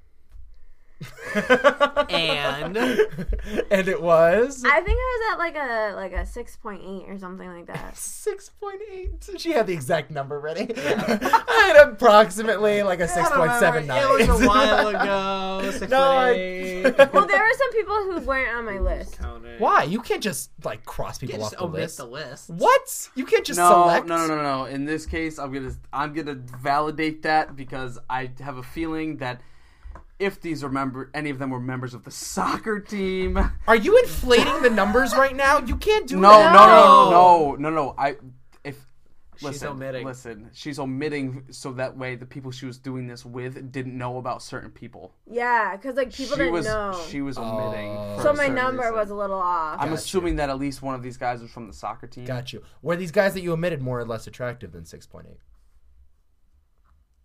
[SPEAKER 2] and
[SPEAKER 1] and it was
[SPEAKER 4] I think I was at like a like a six point eight or something like that.
[SPEAKER 1] six point eight. She had the exact number ready. I had approximately like a six point seven nine.
[SPEAKER 2] It was a while ago. Six
[SPEAKER 1] No, I-
[SPEAKER 4] well, there were some people who weren't on my list.
[SPEAKER 1] Why? You can't just like cross people
[SPEAKER 2] Just
[SPEAKER 1] off the
[SPEAKER 2] omit
[SPEAKER 1] list.
[SPEAKER 2] the list.
[SPEAKER 1] What? You can't just
[SPEAKER 3] No,
[SPEAKER 1] select.
[SPEAKER 3] no, no, no, no. In this case, I'm gonna I'm gonna validate that because I have a feeling that if these are member, any of them were members of the soccer team. No,
[SPEAKER 1] Are you inflating the numbers right now? You can't do
[SPEAKER 3] no,
[SPEAKER 1] that.
[SPEAKER 3] no, no, no, no. I if listen,
[SPEAKER 2] omitting.
[SPEAKER 3] listen, she's omitting so that way the people she was doing this with didn't know about certain people.
[SPEAKER 4] Yeah, because like people
[SPEAKER 3] she
[SPEAKER 4] didn't
[SPEAKER 3] was
[SPEAKER 4] know.
[SPEAKER 3] she was omitting.
[SPEAKER 1] Oh.
[SPEAKER 3] for
[SPEAKER 4] so
[SPEAKER 3] a
[SPEAKER 4] my
[SPEAKER 3] certain
[SPEAKER 4] number
[SPEAKER 3] reason.
[SPEAKER 4] was a little off.
[SPEAKER 3] I'm
[SPEAKER 1] Gotcha.
[SPEAKER 3] assuming that at least one of these guys was from the soccer team.
[SPEAKER 1] Got you. Were these guys that you omitted more or less attractive than six point eight?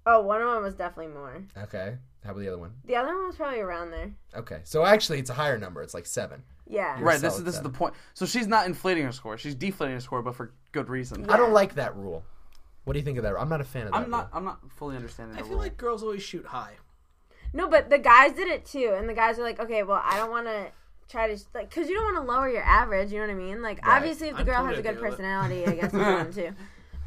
[SPEAKER 4] oh, one of them was definitely more.
[SPEAKER 1] Okay. How about the other one?
[SPEAKER 4] The other one was probably around there.
[SPEAKER 1] Okay. So actually, it's a higher number. It's like seven.
[SPEAKER 4] Yeah.
[SPEAKER 3] Right. This is
[SPEAKER 1] solid
[SPEAKER 3] this is the
[SPEAKER 1] seven.
[SPEAKER 3] point. So she's not inflating her score. She's deflating her score, but for good reason.
[SPEAKER 1] I don't like that rule. What do you think of that? rule? I'm not a fan of that.
[SPEAKER 3] I'm not. I'm not fully understanding.
[SPEAKER 2] I
[SPEAKER 3] the
[SPEAKER 2] feel
[SPEAKER 3] rule.
[SPEAKER 2] like girls always shoot high.
[SPEAKER 4] No, but the guys did it too, and the guys were like, okay, well, I don't want to try to like, cause you don't want to lower your average. You know what I mean? Like,
[SPEAKER 1] Right.
[SPEAKER 4] obviously, if the
[SPEAKER 2] I'm
[SPEAKER 4] girl
[SPEAKER 2] totally
[SPEAKER 4] has a good
[SPEAKER 2] okay with it.
[SPEAKER 4] personality, I guess you want to.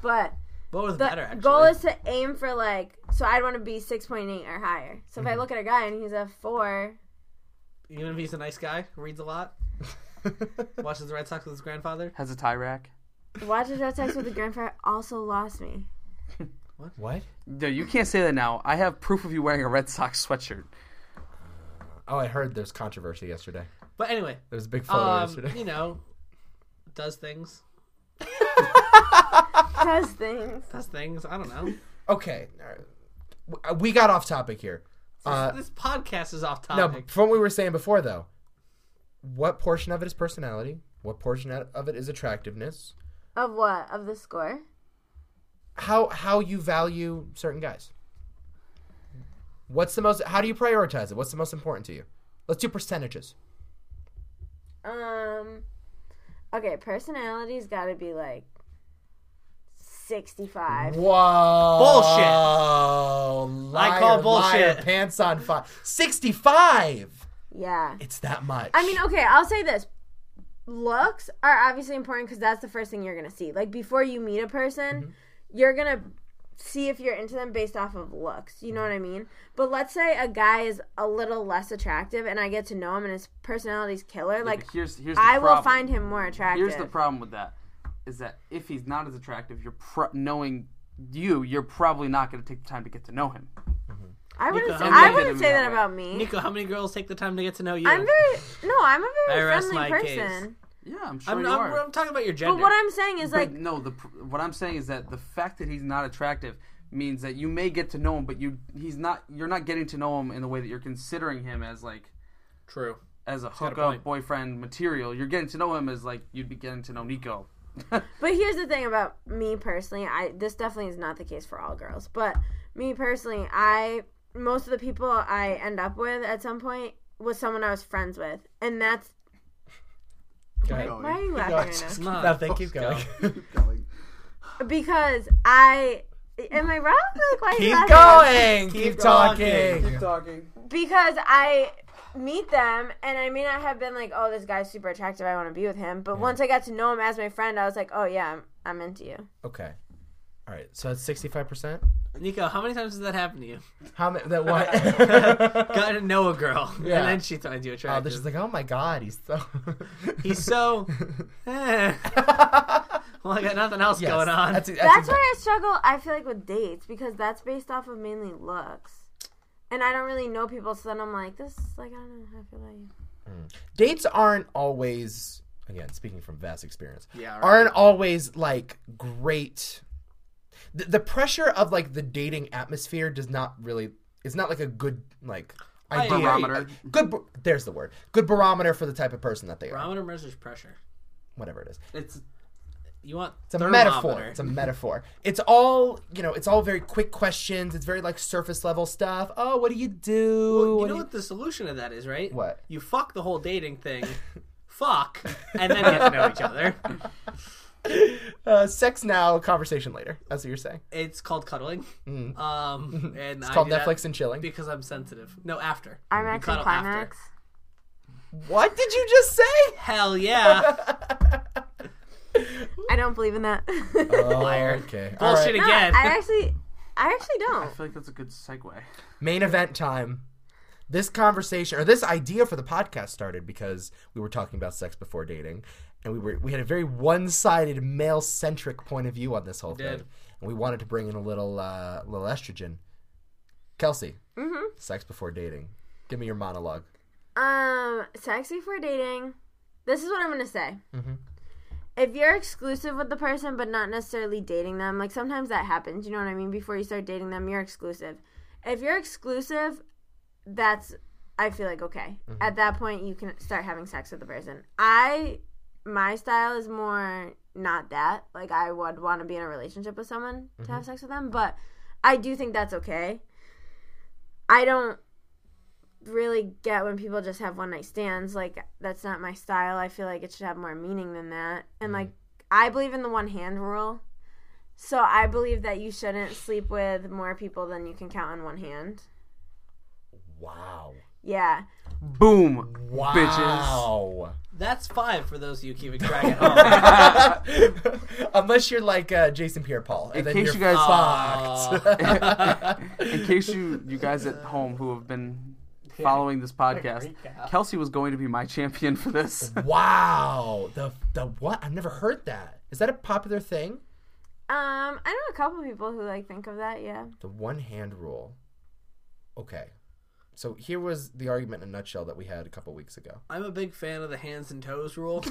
[SPEAKER 4] But
[SPEAKER 2] Both the
[SPEAKER 4] the
[SPEAKER 2] better. Actually.
[SPEAKER 4] goal is to aim for like, so I'd want to be six point eight or higher. So
[SPEAKER 3] Mhm.
[SPEAKER 4] if I look at a guy and he's a four,
[SPEAKER 2] even if he's a nice guy, reads a lot, watches the Red Sox with his grandfather.
[SPEAKER 3] has a tie rack.
[SPEAKER 4] watches Red Sox with the grandfather also lost me.
[SPEAKER 1] what?
[SPEAKER 3] No, you can't say that now. I have proof of you wearing a Red Sox sweatshirt.
[SPEAKER 1] Oh, I heard there's controversy yesterday.
[SPEAKER 2] But anyway,
[SPEAKER 1] There was a big photo
[SPEAKER 2] um,
[SPEAKER 1] yesterday.
[SPEAKER 2] you know, does things,
[SPEAKER 4] does things.
[SPEAKER 2] does things. I don't know.
[SPEAKER 1] Okay. all right. W- uh, We got off topic here. Uh,
[SPEAKER 2] this podcast is off
[SPEAKER 1] now,
[SPEAKER 2] topic.
[SPEAKER 1] from what we were saying before, though, what portion of it is personality? What portion out- of it is attractiveness?
[SPEAKER 4] Of what? Of the score?
[SPEAKER 1] How how you value certain guys? What's the most? How do you prioritize it? What's the most important to you? Let's do percentages.
[SPEAKER 4] Um Okay, personality's gotta be like sixty five.
[SPEAKER 1] Whoa!
[SPEAKER 2] Bullshit. all
[SPEAKER 1] liar,
[SPEAKER 2] bullshit.
[SPEAKER 1] pants on fire. 65!
[SPEAKER 4] Yeah.
[SPEAKER 1] It's that much.
[SPEAKER 4] I mean, okay, I'll say this. Looks are obviously important because that's the first thing you're going to see. Like, before you meet a person,
[SPEAKER 3] Mm-hmm.
[SPEAKER 4] you're going to see if you're into them based off of looks. You know what I mean? But let's say a guy is a little less attractive and I get to know him and his personality's killer. Like,
[SPEAKER 3] here's here's the
[SPEAKER 4] I will
[SPEAKER 3] problem.
[SPEAKER 4] find him more attractive.
[SPEAKER 3] Here's the problem with that is that if he's not as attractive, you're pro- knowing you, you're probably not going to take the time to get to know him.
[SPEAKER 4] I wouldn't,
[SPEAKER 2] Nico,
[SPEAKER 4] say,
[SPEAKER 2] I'm not
[SPEAKER 4] I wouldn't
[SPEAKER 3] gonna
[SPEAKER 4] say
[SPEAKER 3] be
[SPEAKER 4] that
[SPEAKER 3] that way.
[SPEAKER 4] about me.
[SPEAKER 2] Nico, how many girls take the time to get to know you?
[SPEAKER 4] I'm very no. I'm a
[SPEAKER 2] I
[SPEAKER 4] very
[SPEAKER 2] rest
[SPEAKER 4] friendly
[SPEAKER 2] my case.
[SPEAKER 4] person.
[SPEAKER 3] Yeah, I'm sure
[SPEAKER 2] I'm,
[SPEAKER 3] you
[SPEAKER 2] I'm,
[SPEAKER 3] are.
[SPEAKER 2] I'm talking about your gender.
[SPEAKER 4] But what I'm saying is like
[SPEAKER 3] but no, the pr- what I'm saying is that the fact that he's not attractive means that you may get to know him, but you he's not you're not getting to know him in the way that you're considering him as like
[SPEAKER 2] True.
[SPEAKER 3] as a
[SPEAKER 2] got a
[SPEAKER 3] hookup
[SPEAKER 2] point.
[SPEAKER 3] boyfriend material. You're getting to know him as like you'd be getting to know Nico.
[SPEAKER 4] But here's the thing about me personally. I this definitely is not the case for all girls, but me personally, I most of the people I end up with at some point was someone I was friends with, and that's
[SPEAKER 1] Go
[SPEAKER 4] why,
[SPEAKER 1] ahead.
[SPEAKER 4] why are you laughing
[SPEAKER 1] No,
[SPEAKER 4] right
[SPEAKER 1] just-
[SPEAKER 4] now?
[SPEAKER 2] now.
[SPEAKER 1] no, thank you. Going.
[SPEAKER 5] Going.
[SPEAKER 4] Because I am I wrong? Like why are you
[SPEAKER 1] Keep
[SPEAKER 4] laughing?
[SPEAKER 1] going. Keep,
[SPEAKER 2] talking.
[SPEAKER 1] talking.
[SPEAKER 3] talking.
[SPEAKER 4] because I meet them and I may not have been like, oh, this guy's super attractive. I want to be with him. But once I got to know him as my friend, I was like, oh yeah, I'm, I'm into you.
[SPEAKER 1] Okay. All right. So that's 65%?
[SPEAKER 2] Nico, how many times does that happen to you?
[SPEAKER 1] How many? That what?
[SPEAKER 2] Got to know a girl,
[SPEAKER 1] Yeah.
[SPEAKER 2] and then she finds you
[SPEAKER 1] oh,
[SPEAKER 2] attractive.
[SPEAKER 1] they're just like, oh my God, he's so.
[SPEAKER 2] He's so. eh. Well, I got nothing else
[SPEAKER 1] Yes,
[SPEAKER 2] going on.
[SPEAKER 1] That's, that's,
[SPEAKER 4] That's
[SPEAKER 1] exact-
[SPEAKER 4] why I struggle. I feel like with dates because that's based off of mainly looks, and I don't really know people. So then I'm like, this like I don't know how I feel about you.
[SPEAKER 1] dates aren't always again speaking from vast experience
[SPEAKER 2] Yeah, right.
[SPEAKER 1] aren't always like great the, the pressure of like the dating atmosphere does not really it's not like a good like
[SPEAKER 2] I
[SPEAKER 1] idea.
[SPEAKER 3] Barometer.
[SPEAKER 1] good bar- there's the word good barometer for the type of person that they are
[SPEAKER 2] Barometer measures pressure.
[SPEAKER 1] whatever it is
[SPEAKER 3] It's
[SPEAKER 2] You want
[SPEAKER 1] it's a
[SPEAKER 2] thermometer.
[SPEAKER 1] metaphor it's a metaphor it's all you know it's all very quick questions it's very like surface level stuff oh what do you do
[SPEAKER 2] Well, you
[SPEAKER 1] What
[SPEAKER 2] know
[SPEAKER 1] do
[SPEAKER 2] what the solution to that is, right?
[SPEAKER 1] What?
[SPEAKER 2] You fuck the whole dating thing, fuck, and then get to know each other.
[SPEAKER 1] uh, sex now conversation later that's what you're saying
[SPEAKER 2] It's called cuddling. Um, and
[SPEAKER 1] Mm. it's
[SPEAKER 2] I
[SPEAKER 1] called
[SPEAKER 2] do that
[SPEAKER 1] netflix and chilling
[SPEAKER 2] because I'm sensitive. No, after.
[SPEAKER 4] I'm
[SPEAKER 2] You
[SPEAKER 4] actually
[SPEAKER 2] cuddle after.
[SPEAKER 4] climax.
[SPEAKER 1] What did you just say?
[SPEAKER 2] Hell yeah!
[SPEAKER 4] I don't believe in that.
[SPEAKER 1] Liar. Oh, Okay. All
[SPEAKER 2] Bullshit
[SPEAKER 1] right.
[SPEAKER 4] No,
[SPEAKER 2] Uh, again.
[SPEAKER 4] I actually, I actually don't.
[SPEAKER 3] I feel like that's a good segue.
[SPEAKER 1] Main event time. This conversation or this idea for the podcast started because we were talking about sex before dating, and we were we had a very one-sided male-centric point of view on this whole
[SPEAKER 2] did.
[SPEAKER 1] thing, and we wanted to bring in a little uh, little estrogen. Kelsey, sex before dating. Give me your monologue.
[SPEAKER 4] Um, sex before dating. This is what I'm gonna say.
[SPEAKER 1] Mhm.
[SPEAKER 4] If you're exclusive with the person, but not necessarily dating them, like sometimes that happens. You know what I mean? Before you start dating them, you're exclusive. If you're exclusive, that's I feel like okay. At that point, you can start having sex with the person. I my style is more not that. Like I would want to be in a relationship with someone to have sex with them, but I do think that's okay. I don't really get when people just have one night stands. Like that's not my style. I feel like it should have more meaning than that. And like I believe in the one hand rule. So I believe that you shouldn't sleep with more people than you can count on one hand.
[SPEAKER 1] Wow.
[SPEAKER 4] Yeah.
[SPEAKER 3] Boom.
[SPEAKER 1] Wow.
[SPEAKER 2] That's five for those of you keeping track at
[SPEAKER 1] Oh,
[SPEAKER 2] home.
[SPEAKER 1] Unless you're like uh, Jason Pierre-Paul, and
[SPEAKER 3] In
[SPEAKER 1] then
[SPEAKER 3] case
[SPEAKER 1] you're
[SPEAKER 3] you guys-
[SPEAKER 2] Uh,
[SPEAKER 1] fucked.
[SPEAKER 3] In case you you guys at home who have been following this podcast, Kelsey was going to be my champion for this.
[SPEAKER 1] Wow. The the what? I've never heard that. Is that a popular thing?
[SPEAKER 4] Um, I know a couple people who like think of that, yeah.
[SPEAKER 1] The one hand rule. Okay. So here was the argument in a nutshell that we had a couple weeks ago.
[SPEAKER 2] I'm a big fan of the hands and toes rule.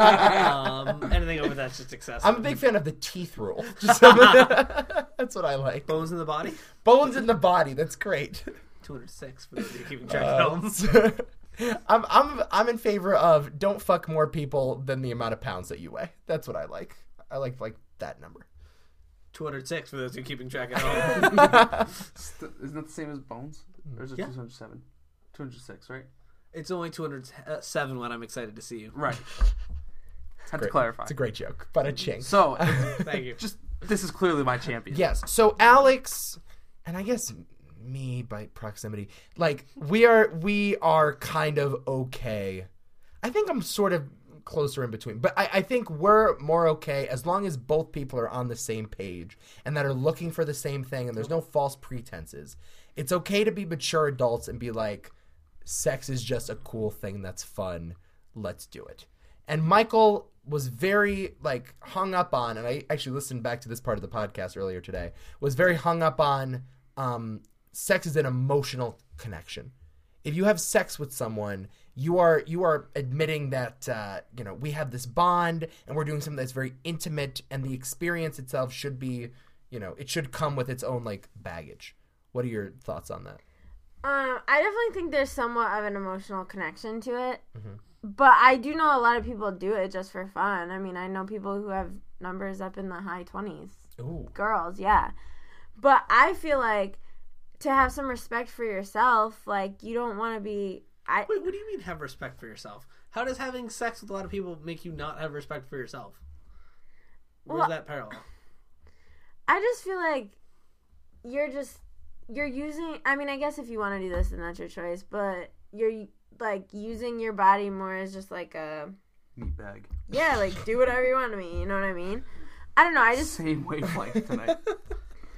[SPEAKER 2] um, anything over that's just excessive.
[SPEAKER 1] I'm a big fan of the teeth rule. Just- that's what I like.
[SPEAKER 2] bones in the body.
[SPEAKER 1] Bones in the body. That's great.
[SPEAKER 2] 206 for those of you keeping track at home.
[SPEAKER 1] Um, I'm I'm I'm in favor of don't fuck more people than the amount of pounds that you weigh. That's what I like. I like like that number.
[SPEAKER 2] 206 for those who are keeping track at home.
[SPEAKER 3] St- Isn't that the same as bones? Or is it
[SPEAKER 2] Yeah.
[SPEAKER 3] 207? 206, right?
[SPEAKER 2] it's only 207 when I'm excited to see you.
[SPEAKER 3] Right. Had to
[SPEAKER 1] Great.
[SPEAKER 3] clarify.
[SPEAKER 1] It's a great joke, but a chink.
[SPEAKER 3] So,
[SPEAKER 2] Thank you.
[SPEAKER 3] just this is clearly my champion.
[SPEAKER 1] Yes. So Alex, and I guess me by proximity. Like we are we are kind of okay. I think I'm sort of closer in between. But I, I think we're more okay as long as both people are on the same page and that are looking for the same thing and there's no false pretenses. It's okay to be mature adults and be like, sex is just a cool thing that's fun. Let's do it. And Michael was very like hung up on, and I actually listened back to this part of the podcast earlier today, was very hung up on um, sex is an emotional connection. If you have sex with someone, you are you are admitting that uh, you know we have this bond and we're doing something that's very intimate, and the experience itself should be, you know, it should come with its own like baggage. What are your thoughts on that?
[SPEAKER 4] Um, I definitely think there's somewhat of an emotional connection to it, but I do know a lot of people do it just for fun. I mean, I know people who have numbers up in the high twenties,
[SPEAKER 1] Ooh,
[SPEAKER 4] girls, yeah. But I feel like to have some respect for yourself, like you don't want to be. I
[SPEAKER 2] Wait, what do you mean have respect for yourself? How does having sex with a lot of people make you not have respect for yourself? Where's
[SPEAKER 4] Well-
[SPEAKER 2] that parallel?
[SPEAKER 4] I just feel like you're just you're using. I mean, I guess if you want to do this, then that's your choice. But you're like using your body more as just like a
[SPEAKER 3] Meat bag.
[SPEAKER 4] yeah, like do whatever you want to me. You know what I mean? I don't know. I just
[SPEAKER 3] Same wavelength tonight.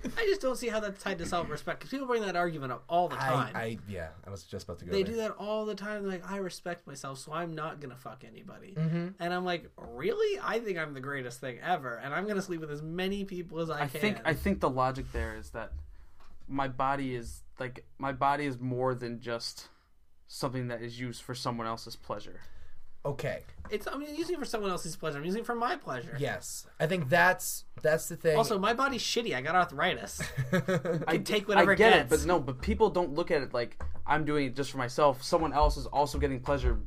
[SPEAKER 2] I just don't see how that's tied to self respect because people bring that argument up all the
[SPEAKER 1] I,
[SPEAKER 2] time.
[SPEAKER 1] I yeah, I was just about to go.
[SPEAKER 2] they
[SPEAKER 1] there.
[SPEAKER 2] do that all the time. They're like, I respect myself, so I'm not gonna fuck anybody. And I'm like, really? I think I'm the greatest thing ever, and I'm gonna sleep with as many people as I,
[SPEAKER 3] I
[SPEAKER 2] can.
[SPEAKER 3] think I think the logic there is that my body is like my body is more than just something that is used for someone else's pleasure.
[SPEAKER 1] Okay.
[SPEAKER 2] it's I'm using it for someone else's pleasure. I'm using it for my pleasure.
[SPEAKER 1] Yes, I think that's that's the thing.
[SPEAKER 2] Also, my body's shitty. I got arthritis.
[SPEAKER 1] I,
[SPEAKER 2] I take whatever
[SPEAKER 3] I get
[SPEAKER 2] it
[SPEAKER 3] it,
[SPEAKER 2] gets.
[SPEAKER 3] but no, but people don't look at it like I'm doing it just for myself. Someone else is also getting pleasure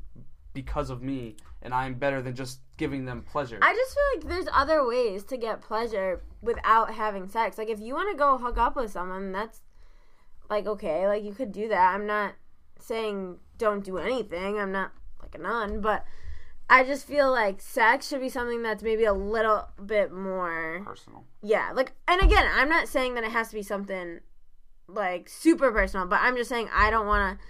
[SPEAKER 3] because of me, and I'm better than just giving them pleasure.
[SPEAKER 4] I just feel like there's other ways to get pleasure without having sex. Like if you want to go hook up with someone, that's like okay, like you could do that. I'm not saying don't do anything. I'm not like a nun, but I just feel like sex should be something that's maybe a little bit more
[SPEAKER 3] Personal.
[SPEAKER 4] yeah, like and again, I'm not saying that it has to be something like super personal, but I'm just saying I don't want to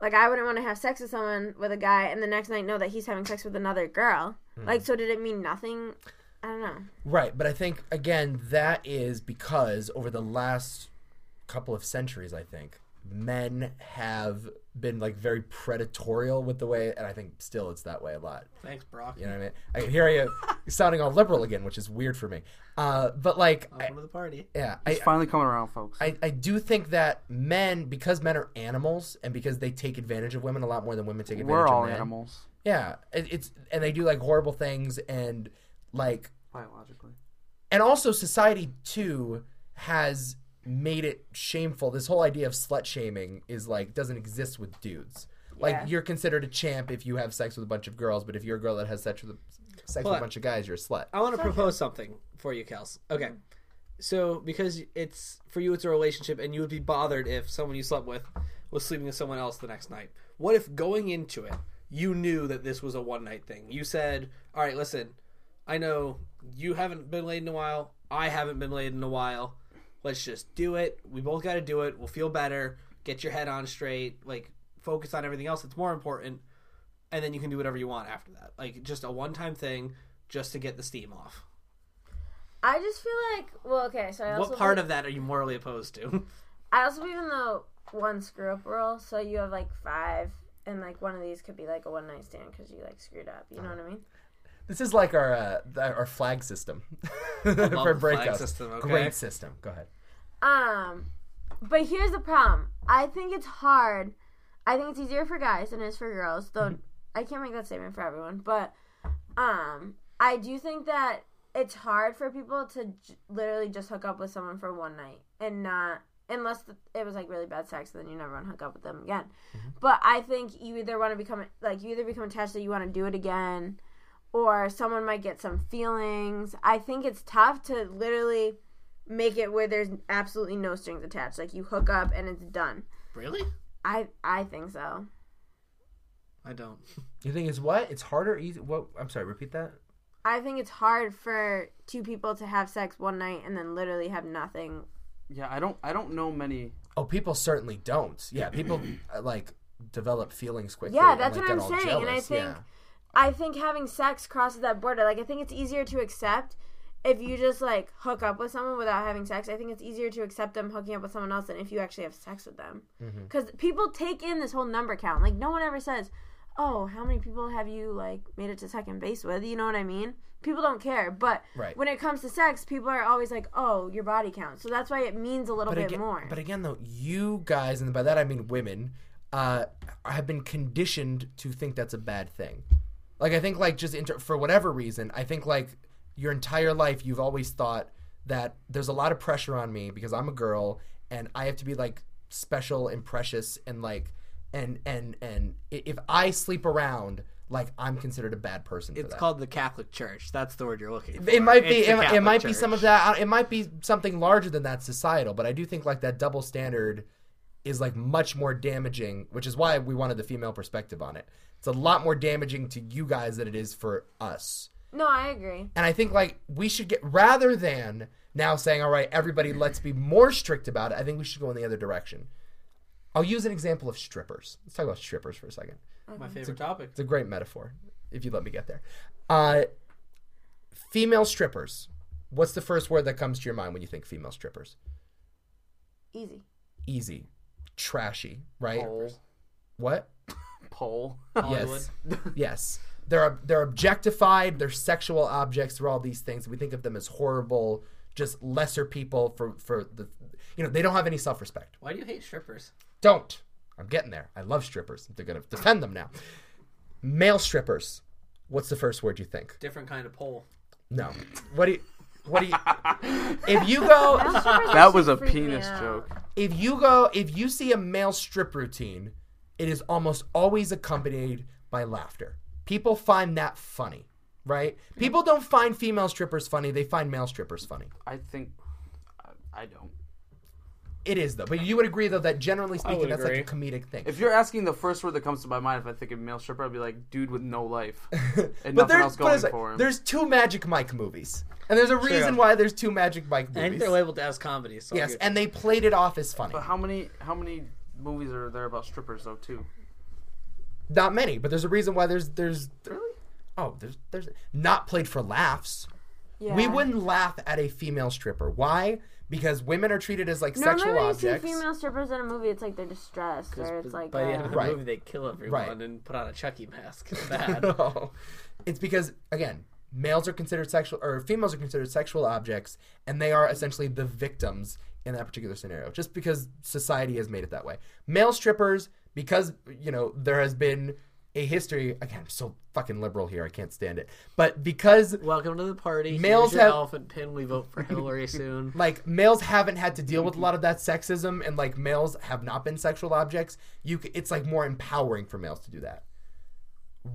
[SPEAKER 4] like I wouldn't want to have sex with someone with a guy and the next night know that he's having sex with another girl.
[SPEAKER 2] Hmm.
[SPEAKER 4] Like so did it mean nothing? I don't know.
[SPEAKER 1] right, but I think again that is because over the last couple of centuries, I think men have been like very predatorial with the way, and I think still it's that way a lot.
[SPEAKER 2] Thanks, Brock.
[SPEAKER 1] You know what I mean? I hear you sounding all liberal again, which is weird for me. Uh, but like, I,
[SPEAKER 2] Welcome to the party.
[SPEAKER 1] yeah,
[SPEAKER 3] It's
[SPEAKER 1] I,
[SPEAKER 3] finally coming around, folks.
[SPEAKER 1] I, I do think that men, because men are animals, and because they take advantage of women a lot more than women take advantage
[SPEAKER 3] We're
[SPEAKER 1] of
[SPEAKER 3] all
[SPEAKER 1] men,
[SPEAKER 3] animals
[SPEAKER 1] Yeah, it, it's and they do like horrible things and like
[SPEAKER 3] biologically.
[SPEAKER 1] and also society too has made it shameful. This whole idea of slut shaming is like doesn't exist with dudes. Like
[SPEAKER 4] Yeah.
[SPEAKER 1] you're considered a champ if you have sex with a bunch of girls, but if you're a girl that has sex with a, sex with a
[SPEAKER 2] But-
[SPEAKER 1] bunch of guys, you're a slut.
[SPEAKER 2] I
[SPEAKER 4] Oh.
[SPEAKER 2] want to propose something for you, Kels. Okay. So, because it's for you, it's a relationship, and you would be bothered if someone you slept with was sleeping with someone else the next night. What if going into it, you knew that this was a one night thing? You said, All right, listen, I know you haven't been laid in a while. I haven't been laid in a while. Let's just do it. We both got to do it. We'll feel better. Get your head on straight. Like, focus on everything else that's more important and then you can do whatever you want after that. Like just a one time thing just to get the steam off.
[SPEAKER 4] I just feel like well, okay, so I also
[SPEAKER 2] What part of that are you morally opposed to?
[SPEAKER 4] I also believe in the one screw up rule, so you have like 5 and like one of these could be like a one night stand cuz you like screwed up,
[SPEAKER 2] Uh-huh.
[SPEAKER 4] you know what I mean?
[SPEAKER 1] This is like our uh, th- our flag system for
[SPEAKER 2] the flag
[SPEAKER 1] breakups.
[SPEAKER 2] system, okay.
[SPEAKER 1] Great system. Go ahead.
[SPEAKER 4] Um, but here's the problem. I think it's hard. I think it's easier for guys than it is for girls. Though I can't make that statement for everyone, but um, I do think that it's hard for people to j- literally just hook up with someone for one night and not unless th- it was like really bad sex then you never want to hook up with them again but i think you either want to become like you either become attached that you want to do it again or someone might get some feelings i think it's tough to literally make it where there's absolutely no strings attached. Like you hook up and it's done.
[SPEAKER 2] Really?
[SPEAKER 4] I I think so.
[SPEAKER 2] I don't.
[SPEAKER 1] You think it's what? It's harder, easy. What? I'm sorry. Repeat that.
[SPEAKER 4] I think it's hard for two people to have sex one night and then literally have nothing.
[SPEAKER 3] Yeah, I don't. I don't know many.
[SPEAKER 1] Oh, people certainly don't. Yeah, people uh, like develop feelings quickly.
[SPEAKER 4] Yeah,
[SPEAKER 1] and,
[SPEAKER 4] that's
[SPEAKER 1] like,
[SPEAKER 4] what
[SPEAKER 1] get
[SPEAKER 4] I'm
[SPEAKER 1] all
[SPEAKER 4] saying, and I
[SPEAKER 1] jealous.
[SPEAKER 4] think- I think having sex crosses that border. Like I think it's easier to accept if you just like hook up with someone without having sex. I think it's easier to accept them hooking up with someone else than if you actually have sex with them.
[SPEAKER 1] Mm-hmm.
[SPEAKER 4] Because people take in this whole number count. Like no one ever says, "Oh, how many people have you like made it to second base with?" You know what I mean? People don't care. But
[SPEAKER 1] Right.
[SPEAKER 4] when it comes to sex, people are always like, "Oh, your body count." So that's why it means a little
[SPEAKER 1] but
[SPEAKER 4] bit
[SPEAKER 1] again,
[SPEAKER 4] more.
[SPEAKER 1] But again, though, you guys, and by that I mean women, uh, have been conditioned to think that's a bad thing. Like I think, like just inter- for whatever reason, I think like your entire life you've always thought that there's a lot of pressure on me because I'm a girl and I have to be like special and precious and like and and and i- if I sleep around, like I'm considered a bad person. for
[SPEAKER 2] It's
[SPEAKER 1] that.
[SPEAKER 2] called the Catholic Church. That's the word you're looking for.
[SPEAKER 1] It might be.
[SPEAKER 2] It's the
[SPEAKER 1] It, it
[SPEAKER 2] Catholic
[SPEAKER 1] might be some
[SPEAKER 2] Church.
[SPEAKER 1] of that. I- It might be something larger than that societal. But I do think like that double standard is like much more damaging, which is why we wanted the female perspective on it. It's a lot more damaging to you guys than it is for us.
[SPEAKER 4] no, I agree.
[SPEAKER 1] And I think like we should get rather than now saying, all right, everybody, let's be more strict about it. I think we should go in the other direction. I'll use an example of strippers. Let's talk about strippers for a second.
[SPEAKER 2] My favorite topic.
[SPEAKER 1] It's a great metaphor, if you let me get there. Uh, female strippers. What's the first word that comes to your mind when you think female strippers?
[SPEAKER 4] Easy.
[SPEAKER 1] Easy, trashy, right?
[SPEAKER 3] Pole.
[SPEAKER 1] What?
[SPEAKER 3] Pole.
[SPEAKER 2] Hollywood.
[SPEAKER 1] Yes. yes. They're they're objectified. They're sexual objects. They're all these things. We think of them as horrible, just lesser people for for the, you know, they don't have any self respect.
[SPEAKER 2] Why do you hate strippers?
[SPEAKER 1] Don't. I'm getting there. I love strippers. They're gonna defend them now. Male strippers. What's the first word you think?
[SPEAKER 2] Different kind of pole.
[SPEAKER 1] No. What do you? What do you? if you go,
[SPEAKER 3] That was a penis joke.
[SPEAKER 1] if you go, if you see a male strip routine, it is almost always accompanied by laughter. People find that funny, right? People don't find female strippers funny; they find male strippers funny.
[SPEAKER 3] I think I- I don't.
[SPEAKER 1] It is though, but you would agree though that generally speaking,
[SPEAKER 2] would
[SPEAKER 1] that's like a comedic thing.
[SPEAKER 3] If you're asking the first word that comes to my mind, if I think of male stripper, I'd be like, dude with no life, and
[SPEAKER 1] but
[SPEAKER 3] nothing
[SPEAKER 1] there's,
[SPEAKER 3] else
[SPEAKER 1] but
[SPEAKER 3] going
[SPEAKER 1] it's like,
[SPEAKER 3] for him.
[SPEAKER 1] there's two Magic Mike movies, and there's a reason why there's two Magic Mike
[SPEAKER 2] I think
[SPEAKER 1] movies.
[SPEAKER 2] they're labeled as comedy. So
[SPEAKER 1] Yes,
[SPEAKER 2] you're-
[SPEAKER 1] and they played it off as funny.
[SPEAKER 3] But how many how many movies are there about strippers though too?
[SPEAKER 1] Not many, but there's a reason why there's there's oh there's there's not played for laughs.
[SPEAKER 4] Yeah.
[SPEAKER 1] We wouldn't laugh at a female stripper. Why? Because women are treated as like
[SPEAKER 4] Normally,
[SPEAKER 1] sexual
[SPEAKER 4] when you
[SPEAKER 1] objects.
[SPEAKER 4] see female strippers in a movie, it's like they're distressed or it's like
[SPEAKER 2] by the end
[SPEAKER 4] uh,
[SPEAKER 2] of the
[SPEAKER 1] Right.
[SPEAKER 2] movie, they kill everyone
[SPEAKER 1] Right.
[SPEAKER 2] and put on a Chucky mask. It's bad.
[SPEAKER 1] no, it's because again, males are considered sexual or females are considered sexual objects, and they are essentially the victims in that particular scenario. Just because society has made it that way. Male strippers, because you know there has been a history. Again, I'm so fucking liberal here. I can't stand it. But because
[SPEAKER 2] Welcome to the party.
[SPEAKER 1] Males
[SPEAKER 2] Here's your
[SPEAKER 1] have-
[SPEAKER 2] elephant pin. We vote for Hillary soon.
[SPEAKER 1] like males haven't had to deal with a lot of that sexism and like males have not been sexual objects you c- it's like more empowering for males to do that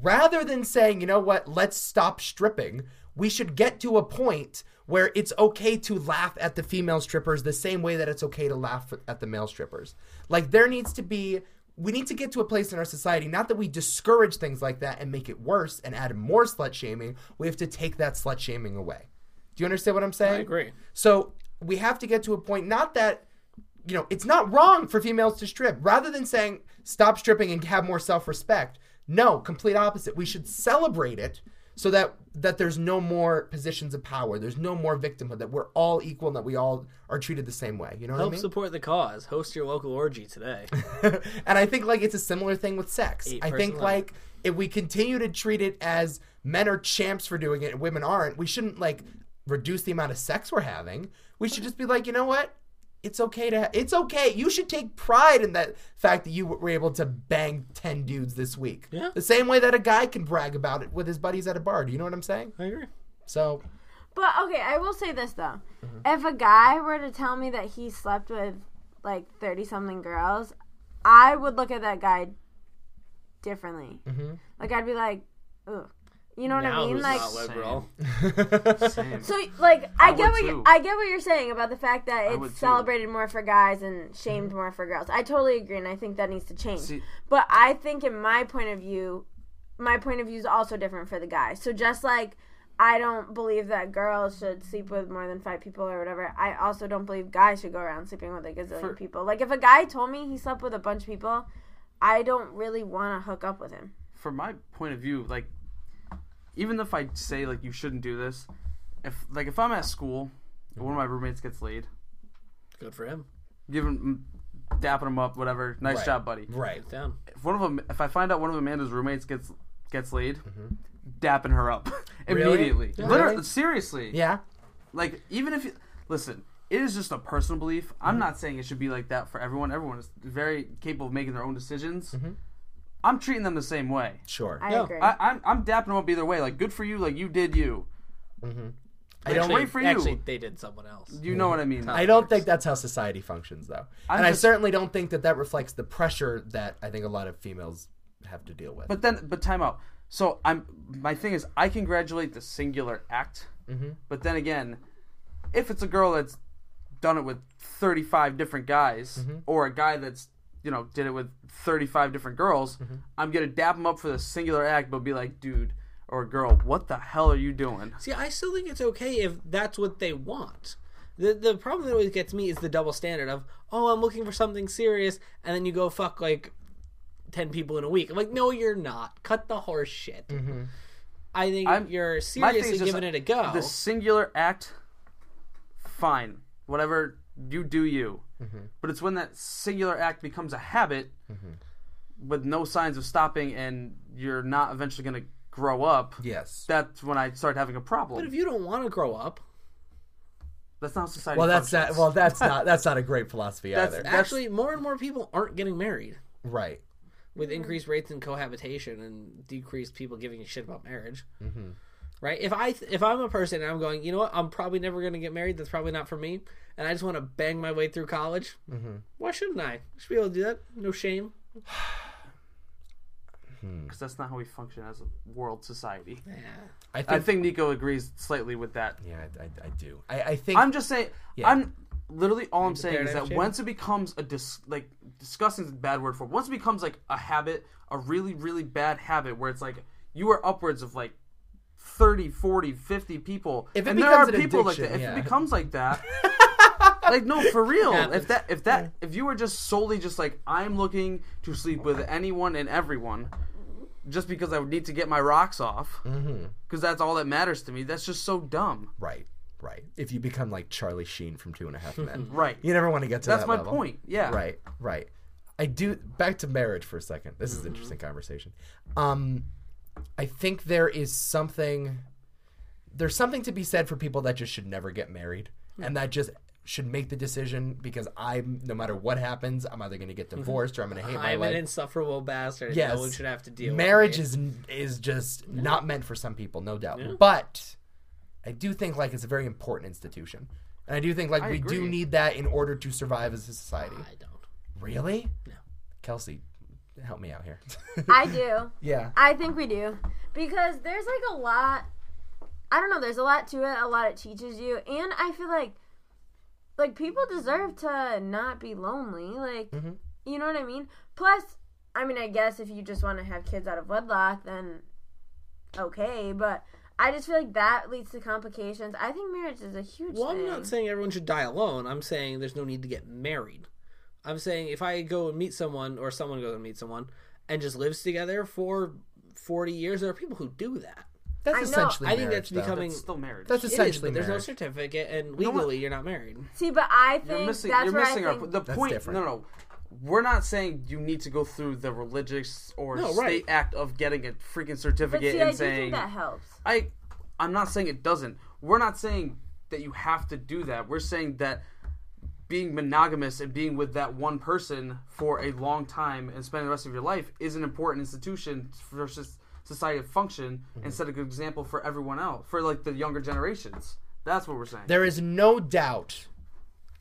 [SPEAKER 1] rather than saying you know what let's stop stripping we should get to a point where it's okay to laugh at the female strippers the same way that it's okay to laugh at the male strippers like there needs to be we need to get to a place in our society not that we discourage things like that and make it worse and add more slut shaming we have to take that slut shaming away do you understand what i'm saying
[SPEAKER 2] I agree.
[SPEAKER 1] so we have to get to a point, not that, you know, it's not wrong for females to strip. Rather than saying stop stripping and have more self respect, no, complete opposite. We should celebrate it so that that there's no more positions of power, there's no more victimhood, that we're all equal and that we all are treated the same way. You know what
[SPEAKER 2] Help support the cause. Host your local orgy today.
[SPEAKER 1] I mean? and I think like it's a similar thing with sex. I think
[SPEAKER 2] person
[SPEAKER 1] like if we continue to treat it as men are champs for doing it and women aren't, we shouldn't like reduce the amount of sex we're having. We should just be like, you know what? It's okay to. It's okay. You should take pride in that fact that you were able to bang ten dudes this week.
[SPEAKER 2] Yeah.
[SPEAKER 1] The same way that a guy can brag about it with his buddies at a bar. Do you know what I'm saying?
[SPEAKER 2] I agree.
[SPEAKER 1] So
[SPEAKER 4] But okay, I will say this though. If a guy were to tell me that he slept with like 30 something girls, I would look at that guy differently. Like I'd be like, "Ugh." You know what
[SPEAKER 2] Now
[SPEAKER 4] I mean?
[SPEAKER 2] who's
[SPEAKER 4] Like
[SPEAKER 2] not liberal?
[SPEAKER 3] Same.
[SPEAKER 4] so like I,
[SPEAKER 3] would
[SPEAKER 4] get what you,
[SPEAKER 3] too.
[SPEAKER 4] I get what you're saying about the fact that
[SPEAKER 3] would
[SPEAKER 4] it's
[SPEAKER 3] too.
[SPEAKER 4] celebrated more for guys and shamed more for girls. I totally agree and I think that needs to change.
[SPEAKER 3] See-
[SPEAKER 4] but I think in my point of view, my point of view is also different for the guy. So just like I don't believe that girls should sleep with more than five people or whatever. I also don't believe guys should go around sleeping with a gazillion
[SPEAKER 3] For-
[SPEAKER 4] people. Like if a guy told me he slept with a bunch of people, I don't really want to hook up with him.
[SPEAKER 3] from my point of view, like even if I say like you shouldn't do this, if like if I'm at school, and one of my roommates gets laid,
[SPEAKER 2] Good for him.
[SPEAKER 3] give him, dapping him up, whatever. Nice
[SPEAKER 1] Right.
[SPEAKER 3] job, buddy.
[SPEAKER 1] Right.
[SPEAKER 2] It's down.
[SPEAKER 3] If one of them, if I find out one of Amanda's roommates gets gets laid, dapping her up
[SPEAKER 1] Mm-hmm. Really?
[SPEAKER 3] immediately.
[SPEAKER 1] Yeah.
[SPEAKER 3] Literally,
[SPEAKER 1] Really?
[SPEAKER 3] seriously.
[SPEAKER 1] Yeah.
[SPEAKER 3] Like even if you listen. It is just a personal belief.
[SPEAKER 1] Mm-hmm.
[SPEAKER 3] I'm not saying it should be like that for everyone. Everyone is very capable of making their own decisions.
[SPEAKER 1] Mm-hmm.
[SPEAKER 3] I'm treating them the same way.
[SPEAKER 1] Sure.
[SPEAKER 4] I
[SPEAKER 2] No,
[SPEAKER 4] agree.
[SPEAKER 3] I, I'm I'm dapping them up either way. Like good for you. Like you did you.
[SPEAKER 1] I don't.
[SPEAKER 2] Actually-
[SPEAKER 3] wait for you.
[SPEAKER 2] Actually, they did someone else.
[SPEAKER 3] You know what I mean?
[SPEAKER 1] I don't think that's how society functions, though,
[SPEAKER 3] I'm
[SPEAKER 1] and I
[SPEAKER 3] just-
[SPEAKER 1] certainly don't think that that reflects the pressure that I think a lot of females have to deal with.
[SPEAKER 3] But then, but time out. So I'm my thing is I congratulate the singular act, but then again, if it's a girl that's done it with 35 different guys, or a guy that's you know did it with 35 different girls, I'm gonna dap him up for the singular act, but be like, dude or girl, what the hell are you doing?
[SPEAKER 2] See, I still think it's okay if that's what they want. The the problem that always gets me is the double standard of, oh, I'm looking for something serious, and then you go fuck like ten people in a week. I'm like, no, you're not. Cut the horse shit. I think
[SPEAKER 3] Mm-hmm. I'm-
[SPEAKER 2] you're
[SPEAKER 3] My thing is
[SPEAKER 2] seriously
[SPEAKER 3] just
[SPEAKER 2] giving it a go.
[SPEAKER 3] The singular act, fine, whatever you do, you.
[SPEAKER 2] Mm-hmm.
[SPEAKER 3] But it's when that singular act becomes a habit,
[SPEAKER 2] Mm-hmm.
[SPEAKER 3] with no signs of stopping, and you're not eventually going to grow up.
[SPEAKER 1] yes.
[SPEAKER 3] That's when I start having a
[SPEAKER 2] But
[SPEAKER 3] problem.
[SPEAKER 2] if you don't want to grow up,
[SPEAKER 3] that's not how society.
[SPEAKER 1] well, that's that.
[SPEAKER 3] functions.
[SPEAKER 1] Well, that's not. That's not a great philosophy
[SPEAKER 3] That's-
[SPEAKER 1] either.
[SPEAKER 3] That's-
[SPEAKER 2] actually, more and more people aren't getting married
[SPEAKER 1] right.
[SPEAKER 2] with increased rates in cohabitation and decreased people giving a shit about marriage.
[SPEAKER 1] Mm-hmm.
[SPEAKER 2] Right? If I th- if I'm a person and I'm going, you know what? I'm probably never going to get married. That's probably not for me. And I just want to bang my way through college.
[SPEAKER 1] Mm-hmm.
[SPEAKER 2] Why shouldn't I? I should be able to do that. No shame.
[SPEAKER 3] Mm. 'Cause that's not how we function as a world society.
[SPEAKER 2] Yeah.
[SPEAKER 1] I
[SPEAKER 3] I
[SPEAKER 1] think.
[SPEAKER 3] think Nico agrees slightly with that.
[SPEAKER 1] yeah, I, I, I do. I, I think.
[SPEAKER 3] I'm just saying. I'm literally all I'm saying is
[SPEAKER 2] paradigm
[SPEAKER 3] that
[SPEAKER 2] shift?
[SPEAKER 3] once it becomes a dis like disgusting is a bad word for it. Once it becomes like a habit, a really really bad habit where it's like you are upwards of like 30, 40, 50 people.
[SPEAKER 1] If it
[SPEAKER 3] and there
[SPEAKER 1] becomes
[SPEAKER 3] are
[SPEAKER 1] an
[SPEAKER 3] people like
[SPEAKER 1] addiction,
[SPEAKER 3] that. If
[SPEAKER 1] yeah.
[SPEAKER 3] it becomes like that. like no for real if that if that if you were just solely just like i'm looking to sleep with anyone and everyone just because i would need to get my rocks off because
[SPEAKER 1] Mm-hmm.
[SPEAKER 3] that's all that matters to me that's just so dumb
[SPEAKER 1] right. Right. If you become like Charlie Sheen from Two and a Half Men,
[SPEAKER 3] right
[SPEAKER 1] you never want to get to
[SPEAKER 3] that's
[SPEAKER 1] that
[SPEAKER 3] my
[SPEAKER 1] level.
[SPEAKER 3] point yeah
[SPEAKER 1] Right, right. I do back to marriage for a second. This is an interesting conversation. Um I think there is something there's something to be said for people that just should never get married and that just should make the decision because I'm no matter what happens, I'm either going to get divorced or I'm going to hate my
[SPEAKER 2] I'm
[SPEAKER 1] life.
[SPEAKER 2] an insufferable bastard.
[SPEAKER 1] Yes.
[SPEAKER 2] No one should have to deal
[SPEAKER 1] marriage
[SPEAKER 2] with me.
[SPEAKER 1] is is just not meant for some people, no doubt. But I do think like it's a very important institution. And I do think like we do
[SPEAKER 3] agree.
[SPEAKER 1] need that in order to survive as a society.
[SPEAKER 2] I don't.
[SPEAKER 1] Really?
[SPEAKER 2] No.
[SPEAKER 1] Kelsey, help me out here.
[SPEAKER 4] I do.
[SPEAKER 1] yeah.
[SPEAKER 4] I think we do because there's like a lot. I don't know. There's a lot to it. A lot it teaches you, and I feel like like people deserve to not be lonely. Like you know what I mean. Plus, I mean, I guess if you just want to have kids out of wedlock, then okay. But I just feel like that leads to complications. I think marriage is a huge
[SPEAKER 2] Well, I'm
[SPEAKER 4] thing.
[SPEAKER 2] not saying everyone should die alone. I'm saying there's no need to get married. I'm saying if I go and meet someone or someone goes and meets someone and just lives together for 40 years, there are people who do that.
[SPEAKER 1] That's
[SPEAKER 4] I know.
[SPEAKER 1] essentially
[SPEAKER 2] I think
[SPEAKER 1] marriage,
[SPEAKER 2] that's
[SPEAKER 1] though.
[SPEAKER 2] becoming-
[SPEAKER 3] It's still marriage.
[SPEAKER 1] That's
[SPEAKER 2] It is,
[SPEAKER 1] essentially
[SPEAKER 2] but there's no
[SPEAKER 1] marriage.
[SPEAKER 2] certificate, and
[SPEAKER 3] know what?
[SPEAKER 2] legally you're not married.
[SPEAKER 4] See, but I think
[SPEAKER 3] you're missing.
[SPEAKER 4] that's
[SPEAKER 3] You're
[SPEAKER 4] where
[SPEAKER 3] missing
[SPEAKER 4] I
[SPEAKER 3] our
[SPEAKER 4] think
[SPEAKER 3] the point.
[SPEAKER 1] different.
[SPEAKER 3] No, no, we're not saying you need to go through the religious or
[SPEAKER 2] No,
[SPEAKER 3] state
[SPEAKER 2] right.
[SPEAKER 3] act of getting a freaking
[SPEAKER 4] But
[SPEAKER 3] certificate
[SPEAKER 4] see, I
[SPEAKER 3] and
[SPEAKER 4] do
[SPEAKER 3] saying
[SPEAKER 4] think that helps.
[SPEAKER 3] I. I'm not saying it doesn't. We're not saying that you have to do that. We're saying that being monogamous and being with that one person for a long time and spending the rest of your life is an important institution versus society of function
[SPEAKER 1] Mm-hmm.
[SPEAKER 3] and set a good example for everyone else for like the younger generations. That's what we're saying.
[SPEAKER 1] There is no doubt.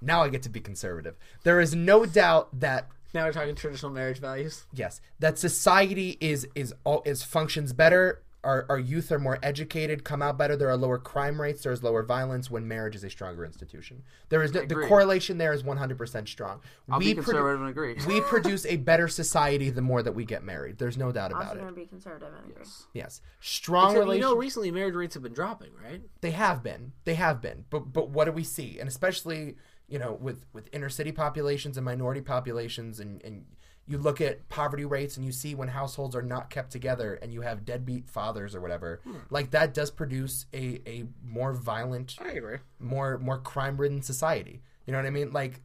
[SPEAKER 1] Now I get to be conservative. There is no doubt that
[SPEAKER 2] Now we're talking traditional marriage values.
[SPEAKER 1] yes, that society is is all is functions better our, our youth are more educated, come out better. There are lower crime rates. There is lower violence when marriage is a stronger institution. There is no, the
[SPEAKER 3] agree.
[SPEAKER 1] correlation there is 100% strong.
[SPEAKER 3] I'll be
[SPEAKER 1] produ-
[SPEAKER 3] conservative and agree.
[SPEAKER 1] we produce a better society the more that we get married. There's no doubt about
[SPEAKER 4] also
[SPEAKER 1] it.
[SPEAKER 4] gonna be conservative and agree.
[SPEAKER 1] Yes, strong
[SPEAKER 2] Except, you
[SPEAKER 1] relationship.
[SPEAKER 2] know, recently marriage rates have been dropping, right?
[SPEAKER 1] they have been. They have been. But but what do we see? And especially you know with with inner city populations and minority populations and and you look at poverty rates and you see when households are not kept together and you have deadbeat fathers or whatever like that does produce a a more violent
[SPEAKER 2] I agree.
[SPEAKER 1] more more crime ridden society. You know what I mean? Like,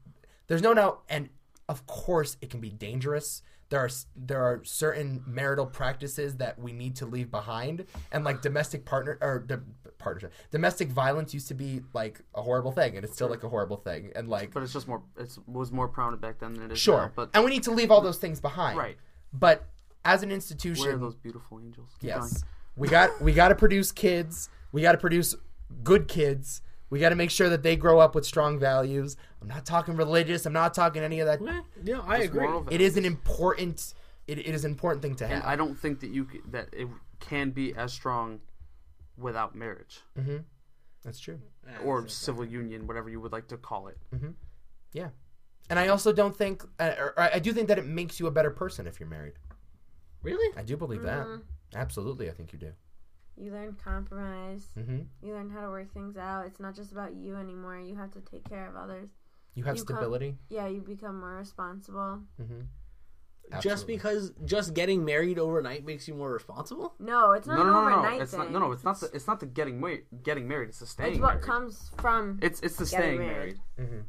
[SPEAKER 1] there's no doubt, and of course, it can be dangerous. There are s- there are certain marital practices that we need to leave behind, and like domestic partner or the partnership, domestic violence used to be like a horrible thing, and it's still like a horrible thing, and like
[SPEAKER 3] But it's just more. It was more prominent back then than it is now.
[SPEAKER 1] sure,
[SPEAKER 3] But
[SPEAKER 1] and we need to leave all those things behind,
[SPEAKER 3] Right.
[SPEAKER 1] But as an
[SPEAKER 3] where are
[SPEAKER 1] institution,
[SPEAKER 3] those beautiful angels? Keep
[SPEAKER 1] Yes.
[SPEAKER 3] going.
[SPEAKER 1] We got we got to produce kids. We got to produce good kids. We got to make sure that they grow up with strong values. I'm not talking religious. I'm not talking any of that.
[SPEAKER 2] Yeah, no, I agree.
[SPEAKER 3] Moral
[SPEAKER 1] It is an important it, it is an important thing to
[SPEAKER 3] And
[SPEAKER 1] have.
[SPEAKER 3] I don't think that you c- that it can be as strong without marriage
[SPEAKER 1] That's true.
[SPEAKER 3] or civil union, whatever you would like to call it.
[SPEAKER 1] Mm-hmm. Yeah. And I also don't think uh, or or I do think that it makes you a better person if you're married.
[SPEAKER 2] Really?
[SPEAKER 1] I do believe
[SPEAKER 4] Mm-hmm.
[SPEAKER 1] that. Absolutely, I think you do.
[SPEAKER 4] You learn compromise.
[SPEAKER 1] Mhm.
[SPEAKER 4] You learn how to work things out. It's not just about you anymore. You have to take care of others.
[SPEAKER 1] You have
[SPEAKER 4] You come-
[SPEAKER 1] stability.
[SPEAKER 4] Yeah, you become more responsible.
[SPEAKER 2] Just
[SPEAKER 1] Absolutely.
[SPEAKER 2] because just getting married overnight makes you more responsible?
[SPEAKER 4] No, it's not
[SPEAKER 3] No, no,
[SPEAKER 4] an
[SPEAKER 3] no, no,
[SPEAKER 4] overnight
[SPEAKER 3] no. It's
[SPEAKER 4] thing.
[SPEAKER 3] not. No, no. It's not. The, it's not the getting married. Getting married. It's the staying
[SPEAKER 4] It's
[SPEAKER 3] married.
[SPEAKER 4] what comes from.
[SPEAKER 3] it's it's the
[SPEAKER 4] Getting
[SPEAKER 3] staying
[SPEAKER 4] married.
[SPEAKER 3] married.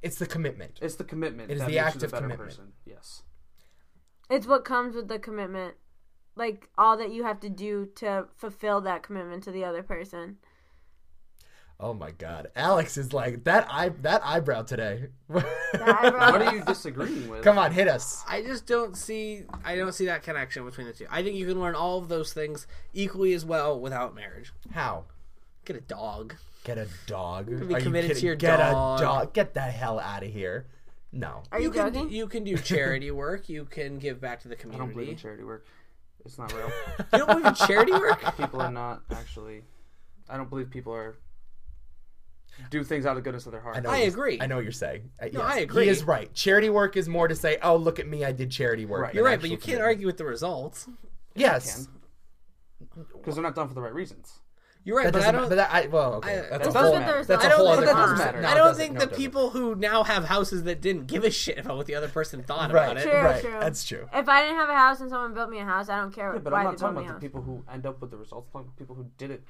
[SPEAKER 1] It's the commitment.
[SPEAKER 3] It's the commitment.
[SPEAKER 1] It is
[SPEAKER 3] that
[SPEAKER 1] the
[SPEAKER 3] makes
[SPEAKER 1] act
[SPEAKER 3] you the
[SPEAKER 1] of
[SPEAKER 3] better
[SPEAKER 1] commitment.
[SPEAKER 3] Person. Yes.
[SPEAKER 4] It's what comes with the commitment. Like all that you have to do to fulfill that commitment to the other person.
[SPEAKER 1] Oh my god. Alex is like that eye that eyebrow today.
[SPEAKER 4] eyebrow-
[SPEAKER 3] What are you disagreeing with?
[SPEAKER 1] Come on, hit us.
[SPEAKER 2] I just don't see I don't see that connection between the two. I think you can learn all of those things equally as well without marriage.
[SPEAKER 1] How?
[SPEAKER 2] Get a dog.
[SPEAKER 1] Get a dog.
[SPEAKER 2] be
[SPEAKER 1] Are you
[SPEAKER 2] committed to
[SPEAKER 1] kidding?
[SPEAKER 2] your
[SPEAKER 1] Get
[SPEAKER 2] dog.
[SPEAKER 1] a dog. Get the hell out of here. No.
[SPEAKER 4] Are you,
[SPEAKER 2] can
[SPEAKER 4] joking?
[SPEAKER 2] you can do charity work. You can give back to the
[SPEAKER 3] I don't believe in
[SPEAKER 2] community.
[SPEAKER 3] charity work. It's not real.
[SPEAKER 2] You don't believe in charity work?
[SPEAKER 3] people are not actually. I don't believe people are do things out of the goodness of their heart.
[SPEAKER 1] know
[SPEAKER 2] I
[SPEAKER 1] what you're-
[SPEAKER 2] agree.
[SPEAKER 1] I know what you're saying. Uh, yes.
[SPEAKER 2] I agree.
[SPEAKER 1] He is right. Charity work is more to say, "Oh, look at me, I did charity work."
[SPEAKER 3] Right.
[SPEAKER 1] than
[SPEAKER 2] You're right, but
[SPEAKER 1] actual
[SPEAKER 2] you can't
[SPEAKER 1] commitment.
[SPEAKER 2] argue with the results.
[SPEAKER 1] Yes,
[SPEAKER 3] because they're not done for the right reasons.
[SPEAKER 2] You're right,
[SPEAKER 1] that
[SPEAKER 2] but I
[SPEAKER 1] doesn't.
[SPEAKER 2] don't
[SPEAKER 1] But that, I, well, okay.
[SPEAKER 2] I-
[SPEAKER 1] that's, a
[SPEAKER 3] That does
[SPEAKER 1] whole,
[SPEAKER 3] matter.
[SPEAKER 1] that's
[SPEAKER 4] I
[SPEAKER 1] a
[SPEAKER 4] don't
[SPEAKER 1] whole
[SPEAKER 4] think
[SPEAKER 1] other
[SPEAKER 4] that does
[SPEAKER 1] conversation.
[SPEAKER 3] matter.
[SPEAKER 1] No,
[SPEAKER 2] I
[SPEAKER 1] it
[SPEAKER 2] don't
[SPEAKER 1] doesn't.
[SPEAKER 2] think
[SPEAKER 1] No, it
[SPEAKER 2] the
[SPEAKER 1] doesn't.
[SPEAKER 2] people who now have houses that didn't give a shit about what the other person thought
[SPEAKER 1] Right.
[SPEAKER 2] about it.
[SPEAKER 4] True,
[SPEAKER 1] right.
[SPEAKER 4] true.
[SPEAKER 1] That's true.
[SPEAKER 4] If I didn't have a house and someone built me a house, I don't care
[SPEAKER 3] But
[SPEAKER 4] why
[SPEAKER 3] I'm
[SPEAKER 4] they
[SPEAKER 3] not
[SPEAKER 4] built
[SPEAKER 3] talking
[SPEAKER 4] me a
[SPEAKER 3] about the
[SPEAKER 4] house.
[SPEAKER 3] people who end up with the results. I'm talking about people who did it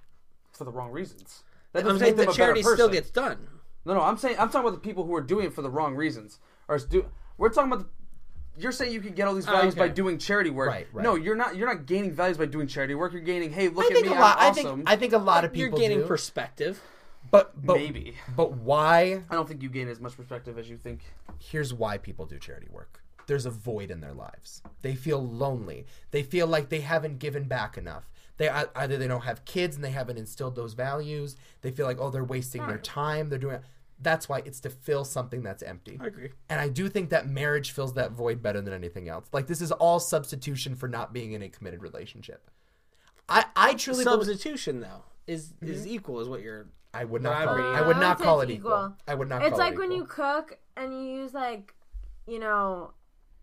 [SPEAKER 3] for the wrong reasons. That
[SPEAKER 2] I'm
[SPEAKER 3] doesn't
[SPEAKER 2] saying
[SPEAKER 3] make them
[SPEAKER 2] the
[SPEAKER 3] a better
[SPEAKER 2] charity still
[SPEAKER 3] person.
[SPEAKER 2] gets done.
[SPEAKER 3] No, no. I'm saying I'm talking about the people who are doing it for the wrong reasons. Or is do we're talking about the, you're saying you can get all these values by
[SPEAKER 2] okay.
[SPEAKER 3] doing charity work.
[SPEAKER 1] Oh, Right, right.
[SPEAKER 3] No, you're not. You're not gaining values by doing charity work. You're gaining, hey,
[SPEAKER 1] I
[SPEAKER 3] look at
[SPEAKER 1] think
[SPEAKER 3] me,
[SPEAKER 1] a lot.
[SPEAKER 3] I'm
[SPEAKER 1] I
[SPEAKER 3] awesome.
[SPEAKER 1] think I think a lot of
[SPEAKER 2] You're
[SPEAKER 1] people
[SPEAKER 2] gaining
[SPEAKER 1] do.
[SPEAKER 2] perspective.
[SPEAKER 1] but but
[SPEAKER 3] Maybe.
[SPEAKER 1] but why?
[SPEAKER 3] I don't think you gain as much perspective as you think.
[SPEAKER 1] here's why people do charity work there's a void in their lives they feel lonely they feel like they haven't given back enough they ei- either they don't have kids and they haven't instilled those values they feel like oh they're wasting
[SPEAKER 2] Hmm.
[SPEAKER 1] their time they're doing that's why it's to fill something that's empty
[SPEAKER 2] I agree.
[SPEAKER 1] and i do think that marriage fills that void better than anything else like this is all substitution for not being in a committed relationship i i truly believe
[SPEAKER 2] Substitution though is
[SPEAKER 1] Mm-hmm.
[SPEAKER 2] is equal is what you're.
[SPEAKER 1] i would not call it,
[SPEAKER 2] Uh,
[SPEAKER 1] i would
[SPEAKER 4] I
[SPEAKER 1] not
[SPEAKER 4] would say
[SPEAKER 1] call it
[SPEAKER 4] it's
[SPEAKER 1] equal.
[SPEAKER 4] equal.
[SPEAKER 1] i would not
[SPEAKER 4] It's
[SPEAKER 1] call
[SPEAKER 4] like
[SPEAKER 1] it
[SPEAKER 4] when
[SPEAKER 1] equal.
[SPEAKER 4] you cook and you use like, you know,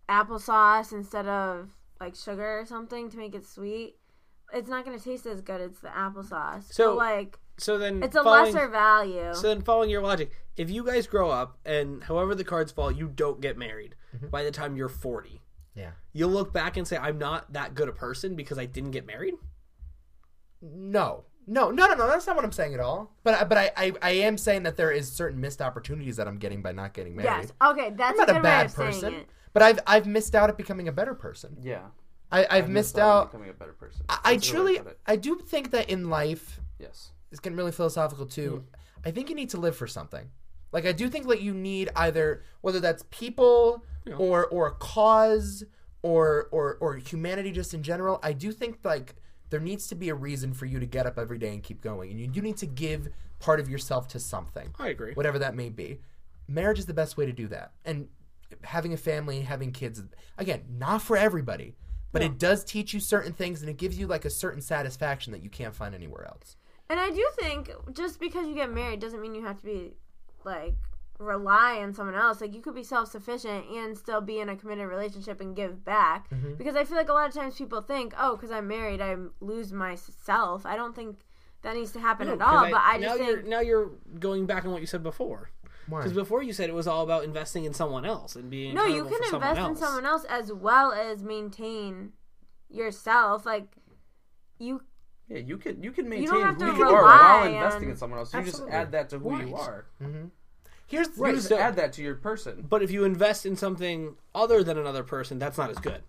[SPEAKER 4] applesauce instead of like sugar or something to make it sweet. It's not gonna taste as good. It's the applesauce.
[SPEAKER 2] So-
[SPEAKER 4] So like,
[SPEAKER 2] So then
[SPEAKER 4] it's a
[SPEAKER 2] following-
[SPEAKER 4] lesser value.
[SPEAKER 2] So then, following your logic, if you guys grow up and however the cards fall, you don't get married
[SPEAKER 1] Mm-hmm.
[SPEAKER 2] by the time you're 40,
[SPEAKER 1] yeah
[SPEAKER 2] you'll look back and say, "I'm not that good a person because I didn't get married."
[SPEAKER 1] No, no, no, no, no. That's not what I'm saying at all. But I, but I, I, I am saying that there is certain missed opportunities that I'm getting by not getting married.
[SPEAKER 4] yes. Okay, that's
[SPEAKER 1] I'm not
[SPEAKER 4] a good
[SPEAKER 1] a bad
[SPEAKER 4] way of saying
[SPEAKER 1] person,
[SPEAKER 4] it.
[SPEAKER 1] but I've I've missed out at becoming a better person.
[SPEAKER 3] Yeah,
[SPEAKER 1] I, I've missed out.
[SPEAKER 3] becoming a better person.
[SPEAKER 1] I, I
[SPEAKER 3] That's the way
[SPEAKER 1] truly,
[SPEAKER 3] put it.
[SPEAKER 1] I do think that in life,
[SPEAKER 3] yes.
[SPEAKER 1] it's getting really philosophical too.
[SPEAKER 2] Hmm.
[SPEAKER 1] I think you need to live for something. Like I do think like you need either whether that's people or or a cause or or or humanity just in general. I do think like there needs to be a reason for you to get up every day and keep going, and you do need to give part of yourself to something,
[SPEAKER 2] I agree.
[SPEAKER 1] whatever that may be. Marriage is the best way to do that, and having a family, having kids, again, not for everybody. But it does teach you certain things and it gives you like a certain satisfaction that you can't find anywhere else.
[SPEAKER 4] And I do think just because you get married doesn't mean you have to be like rely on someone else. Like you could be self sufficient and still be in a committed relationship and give back.
[SPEAKER 2] Mm-hmm.
[SPEAKER 4] Because I feel like a lot of times people think, oh, because I'm married, I lose myself. I don't think that needs to happen at all. but I
[SPEAKER 2] now
[SPEAKER 4] just
[SPEAKER 2] you're
[SPEAKER 4] think
[SPEAKER 2] now you're going back on what you said before.
[SPEAKER 1] Why?
[SPEAKER 2] Because before you said it was all about investing in someone else and being
[SPEAKER 4] no, you
[SPEAKER 2] accountable
[SPEAKER 4] can
[SPEAKER 2] for
[SPEAKER 4] invest
[SPEAKER 2] someone
[SPEAKER 4] in
[SPEAKER 2] else.
[SPEAKER 4] someone else as well as maintain yourself. Like you
[SPEAKER 3] Yeah, you can you can maintain
[SPEAKER 4] You don't have
[SPEAKER 3] who
[SPEAKER 4] to
[SPEAKER 3] you are while
[SPEAKER 4] rely
[SPEAKER 3] investing
[SPEAKER 4] on-
[SPEAKER 3] in someone else. You
[SPEAKER 2] Absolutely.
[SPEAKER 3] just add that to who you
[SPEAKER 2] Right.
[SPEAKER 3] are.
[SPEAKER 1] Mm-hmm. Here's
[SPEAKER 3] You
[SPEAKER 1] here's-
[SPEAKER 3] just
[SPEAKER 2] so-
[SPEAKER 3] add that to your person.
[SPEAKER 2] But if you invest in something other than another person, that's not as good.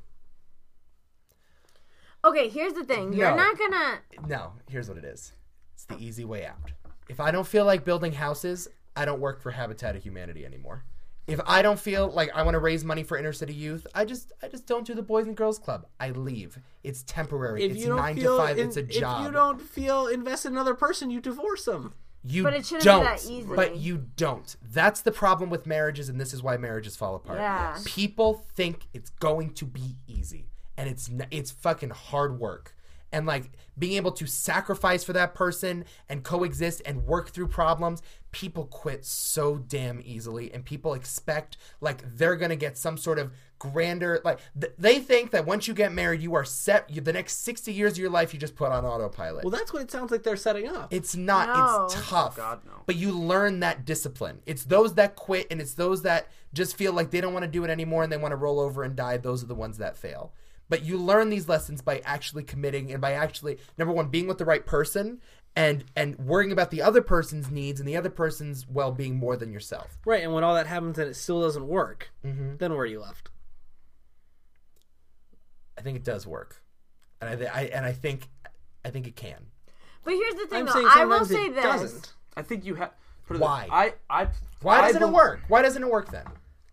[SPEAKER 4] okay, here's the thing. You're
[SPEAKER 1] No.
[SPEAKER 4] not gonna
[SPEAKER 1] No, here's what it is. It's the easy way out. If I don't feel like building houses, I don't work for Habitat of Humanity anymore. If I don't feel like I want to raise money for inner city youth, I just I just don't do the Boys and Girls Club. I leave. It's temporary.
[SPEAKER 2] If
[SPEAKER 1] it's
[SPEAKER 2] you don't
[SPEAKER 1] nine
[SPEAKER 2] feel
[SPEAKER 1] to five.
[SPEAKER 2] in-
[SPEAKER 1] it's a
[SPEAKER 2] If you
[SPEAKER 1] job.
[SPEAKER 2] don't feel invested in another person, you divorce them.
[SPEAKER 1] You
[SPEAKER 4] But it shouldn't be
[SPEAKER 1] don't.
[SPEAKER 4] that easy.
[SPEAKER 1] But you don't. That's the problem with marriages, and this is why marriages fall apart.
[SPEAKER 4] Yeah. Yes.
[SPEAKER 1] People think it's going to be easy, and it's n- it's fucking hard work. And like being able to sacrifice for that person and coexist and work through problems, people quit so damn easily, and people expect like they're gonna get some sort of grander like th- they think that once you get married, you are set. You, the next sixty years of your life, you just put on autopilot.
[SPEAKER 2] Well, that's what it sounds like they're setting up.
[SPEAKER 1] It's not. It's
[SPEAKER 4] No.
[SPEAKER 1] tough.
[SPEAKER 3] Oh, God, no.
[SPEAKER 1] But you learn that discipline. It's those that quit and it's those that just feel like they don't want to do it anymore and they want to roll over and die. Those are the ones that fail. But you learn these lessons by actually committing and by actually number one being with the right person and and worrying about the other person's needs and the other person's well-being more than yourself.
[SPEAKER 2] right, and when all that happens and it still doesn't work,
[SPEAKER 1] Mm-hmm.
[SPEAKER 2] then where are you left?
[SPEAKER 1] I think it does work. And I, th- I and I think I think it can.
[SPEAKER 4] but here's the
[SPEAKER 2] I'm
[SPEAKER 4] thing
[SPEAKER 2] saying
[SPEAKER 4] though, I will
[SPEAKER 2] sometimes
[SPEAKER 4] say
[SPEAKER 2] it
[SPEAKER 4] this.
[SPEAKER 2] doesn't
[SPEAKER 3] I think you have.
[SPEAKER 1] Why?
[SPEAKER 3] I I
[SPEAKER 1] Why
[SPEAKER 3] I
[SPEAKER 1] doesn't it
[SPEAKER 3] bel-
[SPEAKER 1] work? Why doesn't it work then?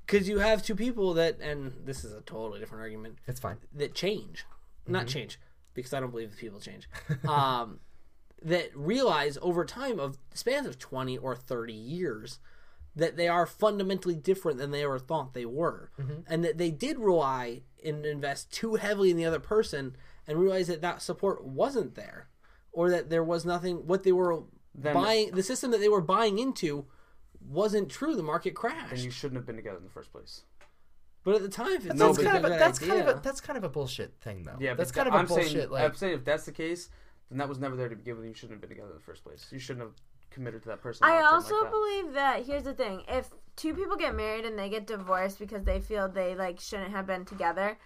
[SPEAKER 2] because you have two people that, and this is a totally different argument
[SPEAKER 1] It's fine.
[SPEAKER 2] that change, not
[SPEAKER 1] Mm-hmm.
[SPEAKER 2] change, because I don't believe that people change. um, that realize over time of spans of twenty or thirty years that they are fundamentally different than they ever thought they were,
[SPEAKER 1] Mm-hmm.
[SPEAKER 2] and that they did rely and invest too heavily in the other person, and realize that that support wasn't there, or that there was nothing. What they were buying, the system that they were buying into, wasn't true. The market crashed,
[SPEAKER 3] You shouldn't have been together in the first place.
[SPEAKER 2] but at the time, it's
[SPEAKER 3] No,
[SPEAKER 1] That's
[SPEAKER 3] but-
[SPEAKER 1] kind of a,
[SPEAKER 2] good
[SPEAKER 1] that's kind of
[SPEAKER 2] idea.
[SPEAKER 1] a that's kind of a bullshit thing though.
[SPEAKER 3] Yeah,
[SPEAKER 1] that's
[SPEAKER 3] but
[SPEAKER 1] kind of a
[SPEAKER 3] I'm
[SPEAKER 1] bullshit
[SPEAKER 3] Saying,
[SPEAKER 1] like
[SPEAKER 3] I'm saying if that's the case, then that was never there to begin with. and You shouldn't have been together in the first place. You shouldn't have committed to that person.
[SPEAKER 4] I
[SPEAKER 3] long-term
[SPEAKER 4] also
[SPEAKER 3] like that.
[SPEAKER 4] believe that here's the thing: if two people get married and they get divorced because they feel they like shouldn't have been together,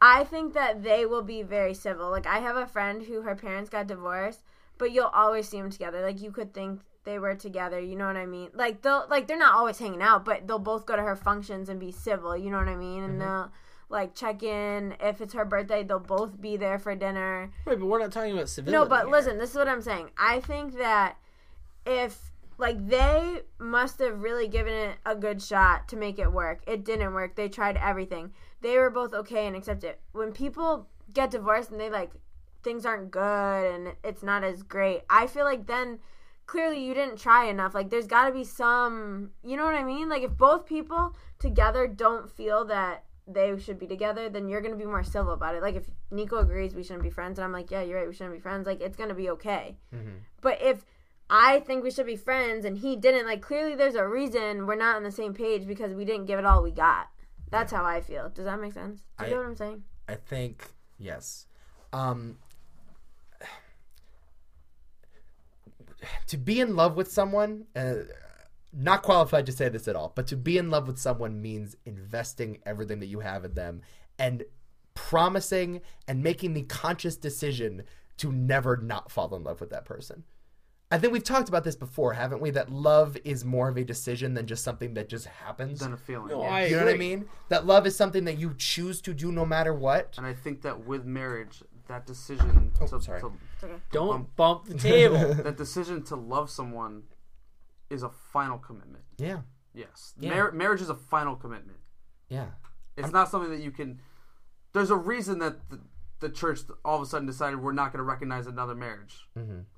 [SPEAKER 4] I think that they will be very civil. Like I have a friend who her parents got divorced, but you'll always see them together. Like you could think they were together. You know what I mean? Like they'll like they're not always hanging out, but they'll both go to her functions and be civil. You know what I mean?
[SPEAKER 3] Mm-hmm.
[SPEAKER 4] And they'll like check in if it's her birthday. They'll both be there for dinner.
[SPEAKER 2] Right, but we're not talking about civility.
[SPEAKER 4] No, but
[SPEAKER 2] here.
[SPEAKER 4] listen, this is what I'm saying. I think that if like they must have really given it a good shot to make it work. It didn't work. They tried everything. They were both okay and accept it. When people get divorced and they like things aren't good and it's not as great, I feel like then clearly you didn't try enough. Like there's got to be some, you know what I mean? Like if both people together don't feel that they should be together, then you're gonna be more civil about it. Like if Nico agrees we shouldn't be friends, and I'm like, yeah, you're right, we shouldn't be friends. Like it's gonna be okay. But if I think we should be friends and he didn't, like clearly there's a reason we're not on the same page because we didn't give it all we got. That's how I feel. Does that make sense? Do you
[SPEAKER 1] I-
[SPEAKER 4] know what I'm saying?
[SPEAKER 1] I think yes. Um, to be in love with someone, uh, not qualified to say this at all, but to be in love with someone means investing everything that you have in them and promising and making the conscious decision to never not fall in love with that person. I think we've talked about this before, haven't we? That love is more of a decision than just something that just happens.
[SPEAKER 3] Than a feeling.
[SPEAKER 2] No,
[SPEAKER 3] yeah.
[SPEAKER 2] I
[SPEAKER 1] You know what I
[SPEAKER 2] agree.
[SPEAKER 1] mean? That love is something that you choose to do no matter what.
[SPEAKER 3] And I think that with marriage, that decision to,
[SPEAKER 1] Oh, sorry.
[SPEAKER 3] to-
[SPEAKER 1] Um,
[SPEAKER 2] Don't bump the table.
[SPEAKER 3] that decision to love someone is a final commitment.
[SPEAKER 1] Yeah.
[SPEAKER 3] Yes, Mar- marriage is a final commitment.
[SPEAKER 1] Yeah.
[SPEAKER 3] It's not something that you can. There's a reason that the, the church all of a sudden decided we're not going to recognize another marriage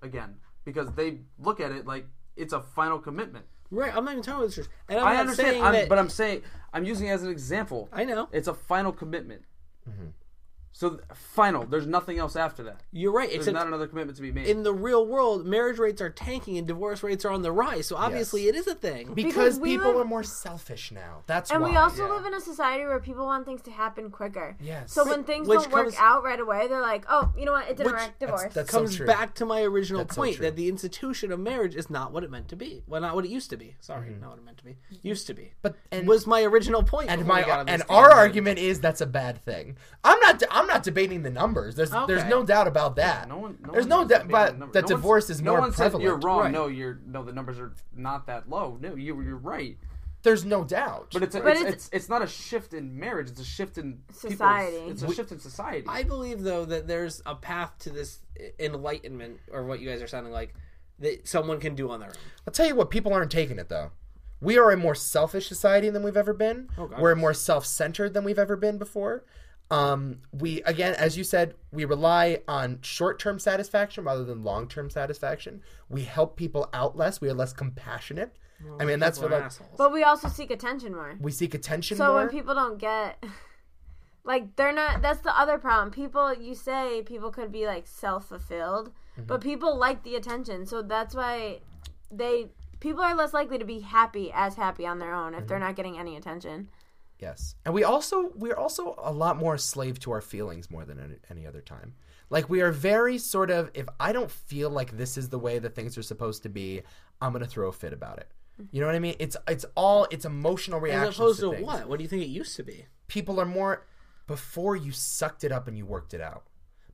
[SPEAKER 3] again because they look at it like it's a final commitment.
[SPEAKER 2] right, I'm not even talking about the church. And I'm
[SPEAKER 3] I
[SPEAKER 2] not
[SPEAKER 3] understand,
[SPEAKER 2] saying
[SPEAKER 3] I'm,
[SPEAKER 2] that.
[SPEAKER 3] but I'm saying I'm using it as an example.
[SPEAKER 2] I know.
[SPEAKER 3] It's a final commitment. So th- final. There's nothing else after that.
[SPEAKER 2] You're right.
[SPEAKER 3] There's
[SPEAKER 2] Except
[SPEAKER 3] not another commitment to be made.
[SPEAKER 2] in the real world, marriage rates are tanking and divorce rates are on the rise. So obviously, it is a thing.
[SPEAKER 1] Because,
[SPEAKER 4] Because we
[SPEAKER 1] people
[SPEAKER 4] live-
[SPEAKER 1] are more selfish now. That's
[SPEAKER 4] And
[SPEAKER 1] why.
[SPEAKER 4] we also
[SPEAKER 3] yeah.
[SPEAKER 4] live in a society where people want things to happen quicker.
[SPEAKER 1] Yes.
[SPEAKER 4] So when things
[SPEAKER 2] Which
[SPEAKER 4] don't
[SPEAKER 2] comes-
[SPEAKER 4] work out right away, they're like, "Oh, you know what? It didn't
[SPEAKER 2] Which-
[SPEAKER 4] work.
[SPEAKER 1] That's-
[SPEAKER 4] Divorce."
[SPEAKER 1] that's so
[SPEAKER 2] comes
[SPEAKER 1] true.
[SPEAKER 2] back to my original
[SPEAKER 1] That's so
[SPEAKER 2] point
[SPEAKER 1] true.
[SPEAKER 2] that the institution of marriage is not what it meant to be. Well, not what it used to be. Sorry, not what it meant to be. Used to be.
[SPEAKER 1] Mm-hmm. But and,
[SPEAKER 2] was my original point.
[SPEAKER 1] and
[SPEAKER 2] before we
[SPEAKER 1] my
[SPEAKER 2] got on this
[SPEAKER 1] and our
[SPEAKER 2] tangent.
[SPEAKER 1] argument is that's a bad thing. I'm not de- I'm not debating the numbers. There's there's
[SPEAKER 2] Okay.
[SPEAKER 1] no doubt about that.
[SPEAKER 3] no one, no
[SPEAKER 1] there's
[SPEAKER 3] one
[SPEAKER 1] no
[SPEAKER 3] is
[SPEAKER 1] doubt
[SPEAKER 3] debating the
[SPEAKER 1] about
[SPEAKER 3] numbers.
[SPEAKER 1] that
[SPEAKER 3] No one's-
[SPEAKER 1] divorce is
[SPEAKER 3] no
[SPEAKER 1] more
[SPEAKER 3] one
[SPEAKER 1] prevalent.
[SPEAKER 3] said you're wrong.
[SPEAKER 2] Right.
[SPEAKER 3] No, you're no. The numbers are not that low. No, you, you're right.
[SPEAKER 1] There's no doubt.
[SPEAKER 3] But it's, a,
[SPEAKER 4] But
[SPEAKER 3] it's,
[SPEAKER 4] it's-
[SPEAKER 3] it's it's not a shift in marriage. It's a shift in people's-
[SPEAKER 4] Society.
[SPEAKER 3] It's a shift in society.
[SPEAKER 2] I believe though that there's a path to this e, enlightenment, or what you guys are sounding like, that someone can do on their own.
[SPEAKER 1] I'll tell you what, people aren't taking it though. We are a more selfish society than we've ever been.
[SPEAKER 2] Oh, God.
[SPEAKER 1] We're more self-centered than we've ever been before. Um, we again, as you said, we rely on short-term satisfaction rather than long-term satisfaction. We help people out less. We are less compassionate. I mean, that's what
[SPEAKER 2] People are
[SPEAKER 1] like,
[SPEAKER 2] assholes.
[SPEAKER 4] but we also seek attention more.
[SPEAKER 1] we seek attention
[SPEAKER 4] So
[SPEAKER 1] more.
[SPEAKER 4] when people don't get like they're not that's the other problem. People you say people could be like self-fulfilled, but people like the attention. So that's why they people are less likely to be happy as happy on their own if they're not getting any attention.
[SPEAKER 1] Yes, and we also we're also a lot more slave to our feelings more than any, any other time. Like we are very sort of if I don't feel like this is the way that things are supposed to be, I'm gonna throw a fit about it. You know what I mean? It's it's all it's emotional
[SPEAKER 2] As
[SPEAKER 1] reactions.
[SPEAKER 2] opposed to
[SPEAKER 1] things.
[SPEAKER 2] what? What do you think it used to be?
[SPEAKER 1] People are more before you sucked it up and you worked it out.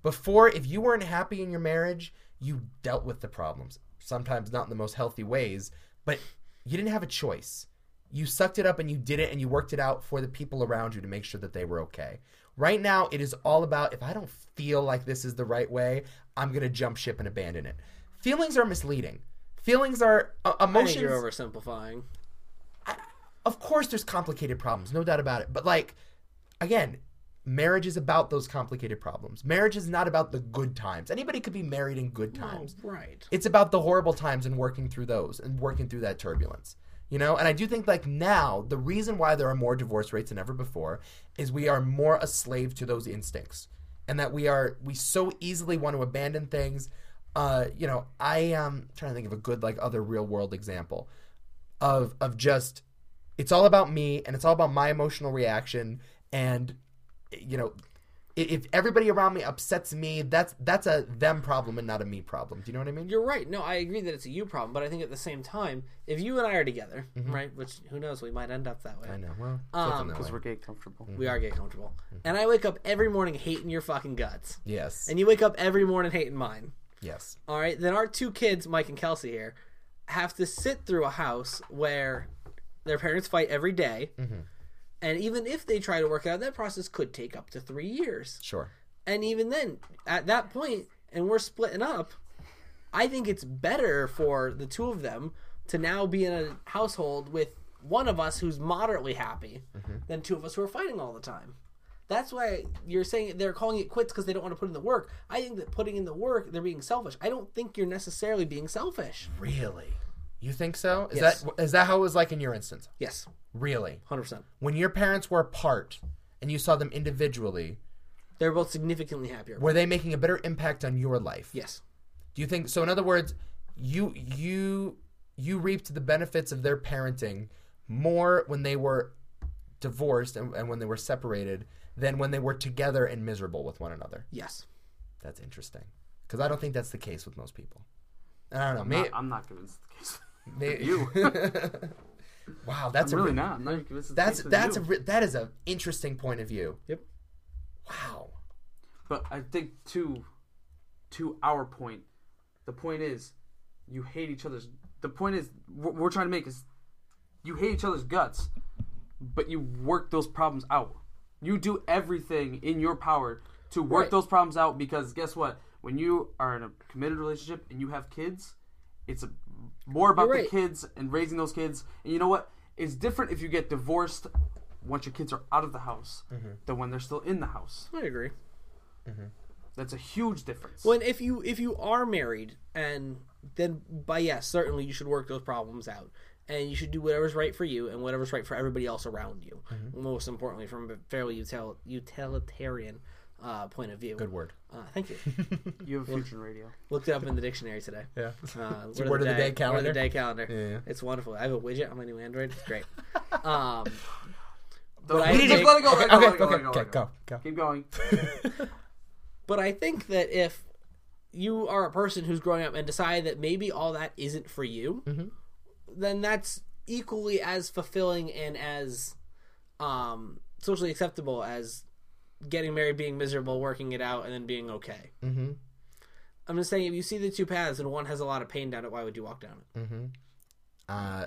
[SPEAKER 1] Before, if you weren't happy in your marriage, you dealt with the problems. Sometimes not in the most healthy ways, but you didn't have a choice. You sucked it up and you did it and you worked it out for the people around you to make sure that they were okay. Right now, it is all about if I don't feel like this is the right way, I'm going to jump ship and abandon it. Feelings are misleading. Feelings are uh,
[SPEAKER 2] I think
[SPEAKER 1] emotions
[SPEAKER 2] you're oversimplifying.
[SPEAKER 1] of course there's complicated problems no doubt about it but like again marriage is about those complicated problems marriage is not about the good times anybody could be married in good
[SPEAKER 2] Oh,
[SPEAKER 1] times
[SPEAKER 2] right.
[SPEAKER 1] it's about the horrible times and working through those and working through that turbulence you know and i do think like now the reason why there are more divorce rates than ever before is we are more a slave to those instincts and that we are we so easily want to abandon things uh you know i am trying to think of a good like other real world example of of just it's all about me and it's all about my emotional reaction and you know i- if everybody around me upsets me that's that's a them problem and not a me problem do you know what i mean
[SPEAKER 2] You're right. No, I agree that it's a you problem, but I think at the same time, if you and I are together, right, which who knows, we might end up that way.
[SPEAKER 1] Mm-hmm. I know. Mm-hmm. Well,
[SPEAKER 2] Um,
[SPEAKER 1] flipping that
[SPEAKER 3] Because
[SPEAKER 1] way.
[SPEAKER 3] we're getting comfortable.
[SPEAKER 2] We are getting comfortable. And I wake up every morning hating your fucking guts.
[SPEAKER 1] yes,
[SPEAKER 2] And you wake up every morning hating mine.
[SPEAKER 1] yes.
[SPEAKER 2] All right, then our two kids, Mike and Kelsey here, have to sit through a house where their parents fight every day.
[SPEAKER 1] Mm-hmm.
[SPEAKER 2] And even if they try to work it out, that process could take up to three years.
[SPEAKER 1] Sure.
[SPEAKER 2] And even then, at that point, and we're splitting up, I think it's better for the two of them to now be in a household with one of us who's moderately happy than two of us who are fighting all the time. That's why you're saying they're calling it quits because they don't want to put in the work. I think that putting in the work, they're being selfish. I don't think you're necessarily being selfish.
[SPEAKER 1] Really? You think so? Is
[SPEAKER 2] Yes.
[SPEAKER 1] that is that how it was like in your instance?
[SPEAKER 2] Yes,
[SPEAKER 1] Really?
[SPEAKER 2] 100%.
[SPEAKER 1] When your parents were apart and you saw them individually,
[SPEAKER 2] They're both significantly happier.
[SPEAKER 1] were they making a better impact on your life?
[SPEAKER 2] Yes.
[SPEAKER 1] Do you think so? In other words, you you you reaped the benefits of their parenting more when they were divorced and, and when they were separated than when they were together and miserable with one another.
[SPEAKER 2] Yes.
[SPEAKER 1] That's interesting because I don't think that's the case with most people. And I don't know.
[SPEAKER 3] I'm
[SPEAKER 1] Maybe,
[SPEAKER 3] not- I'm not convinced it's the case.
[SPEAKER 1] you. wow, that's a
[SPEAKER 3] I'm really
[SPEAKER 1] re-
[SPEAKER 3] not. I'm not even convinced it's the
[SPEAKER 1] that's
[SPEAKER 3] case with
[SPEAKER 1] that's a
[SPEAKER 3] you.
[SPEAKER 1] re- that is an interesting point of view.
[SPEAKER 2] Yep.
[SPEAKER 1] Wow.
[SPEAKER 3] But I think to to our point, the point is you hate each other's. The point is what we're trying to make is you hate each other's guts, but you work those problems out. You do everything in your power to work
[SPEAKER 2] Right.
[SPEAKER 3] those problems out because guess what? When you are in a committed relationship and you have kids, it's a, more about
[SPEAKER 2] You're right.
[SPEAKER 3] the kids and raising those kids. And you know what? It's different if you get divorced once your kids are out of the house
[SPEAKER 2] Mm-hmm.
[SPEAKER 3] than when they're still in the house.
[SPEAKER 2] I agree.
[SPEAKER 3] That's a huge difference.
[SPEAKER 2] Well, and if you if you are married, and then by yes, certainly you should work those problems out, and you should do whatever's right for you and
[SPEAKER 1] Mm-hmm.
[SPEAKER 2] whatever's right for everybody else around you. Most importantly, from a fairly util- utilitarian uh, point of view.
[SPEAKER 1] Good word.
[SPEAKER 2] Uh, thank you.
[SPEAKER 3] You have a future in radio.
[SPEAKER 2] Looked it up in the dictionary today.
[SPEAKER 1] Yeah.
[SPEAKER 2] Uh,
[SPEAKER 1] It's word of the day
[SPEAKER 2] Word of
[SPEAKER 1] calendar.
[SPEAKER 2] the day calendar.
[SPEAKER 1] Yeah, yeah.
[SPEAKER 2] It's wonderful. I have a widget on my new Android. It's great. Um,
[SPEAKER 3] Don't-
[SPEAKER 2] I
[SPEAKER 3] just
[SPEAKER 2] think-
[SPEAKER 3] let it go. Let it
[SPEAKER 1] okay,
[SPEAKER 3] go. let it
[SPEAKER 1] okay,
[SPEAKER 3] go, let it go, let
[SPEAKER 1] okay,
[SPEAKER 3] it
[SPEAKER 1] go, go.
[SPEAKER 3] Keep going.
[SPEAKER 2] but I think that if you are a person who's growing up and decide that maybe all that isn't for you, then that's equally as fulfilling and as um, socially acceptable as getting married, being miserable, working it out, and then being okay.
[SPEAKER 1] Mm-hmm.
[SPEAKER 2] I'm just saying, if you see the two paths and one has a lot of pain down it, why would you walk down it?
[SPEAKER 1] Uh,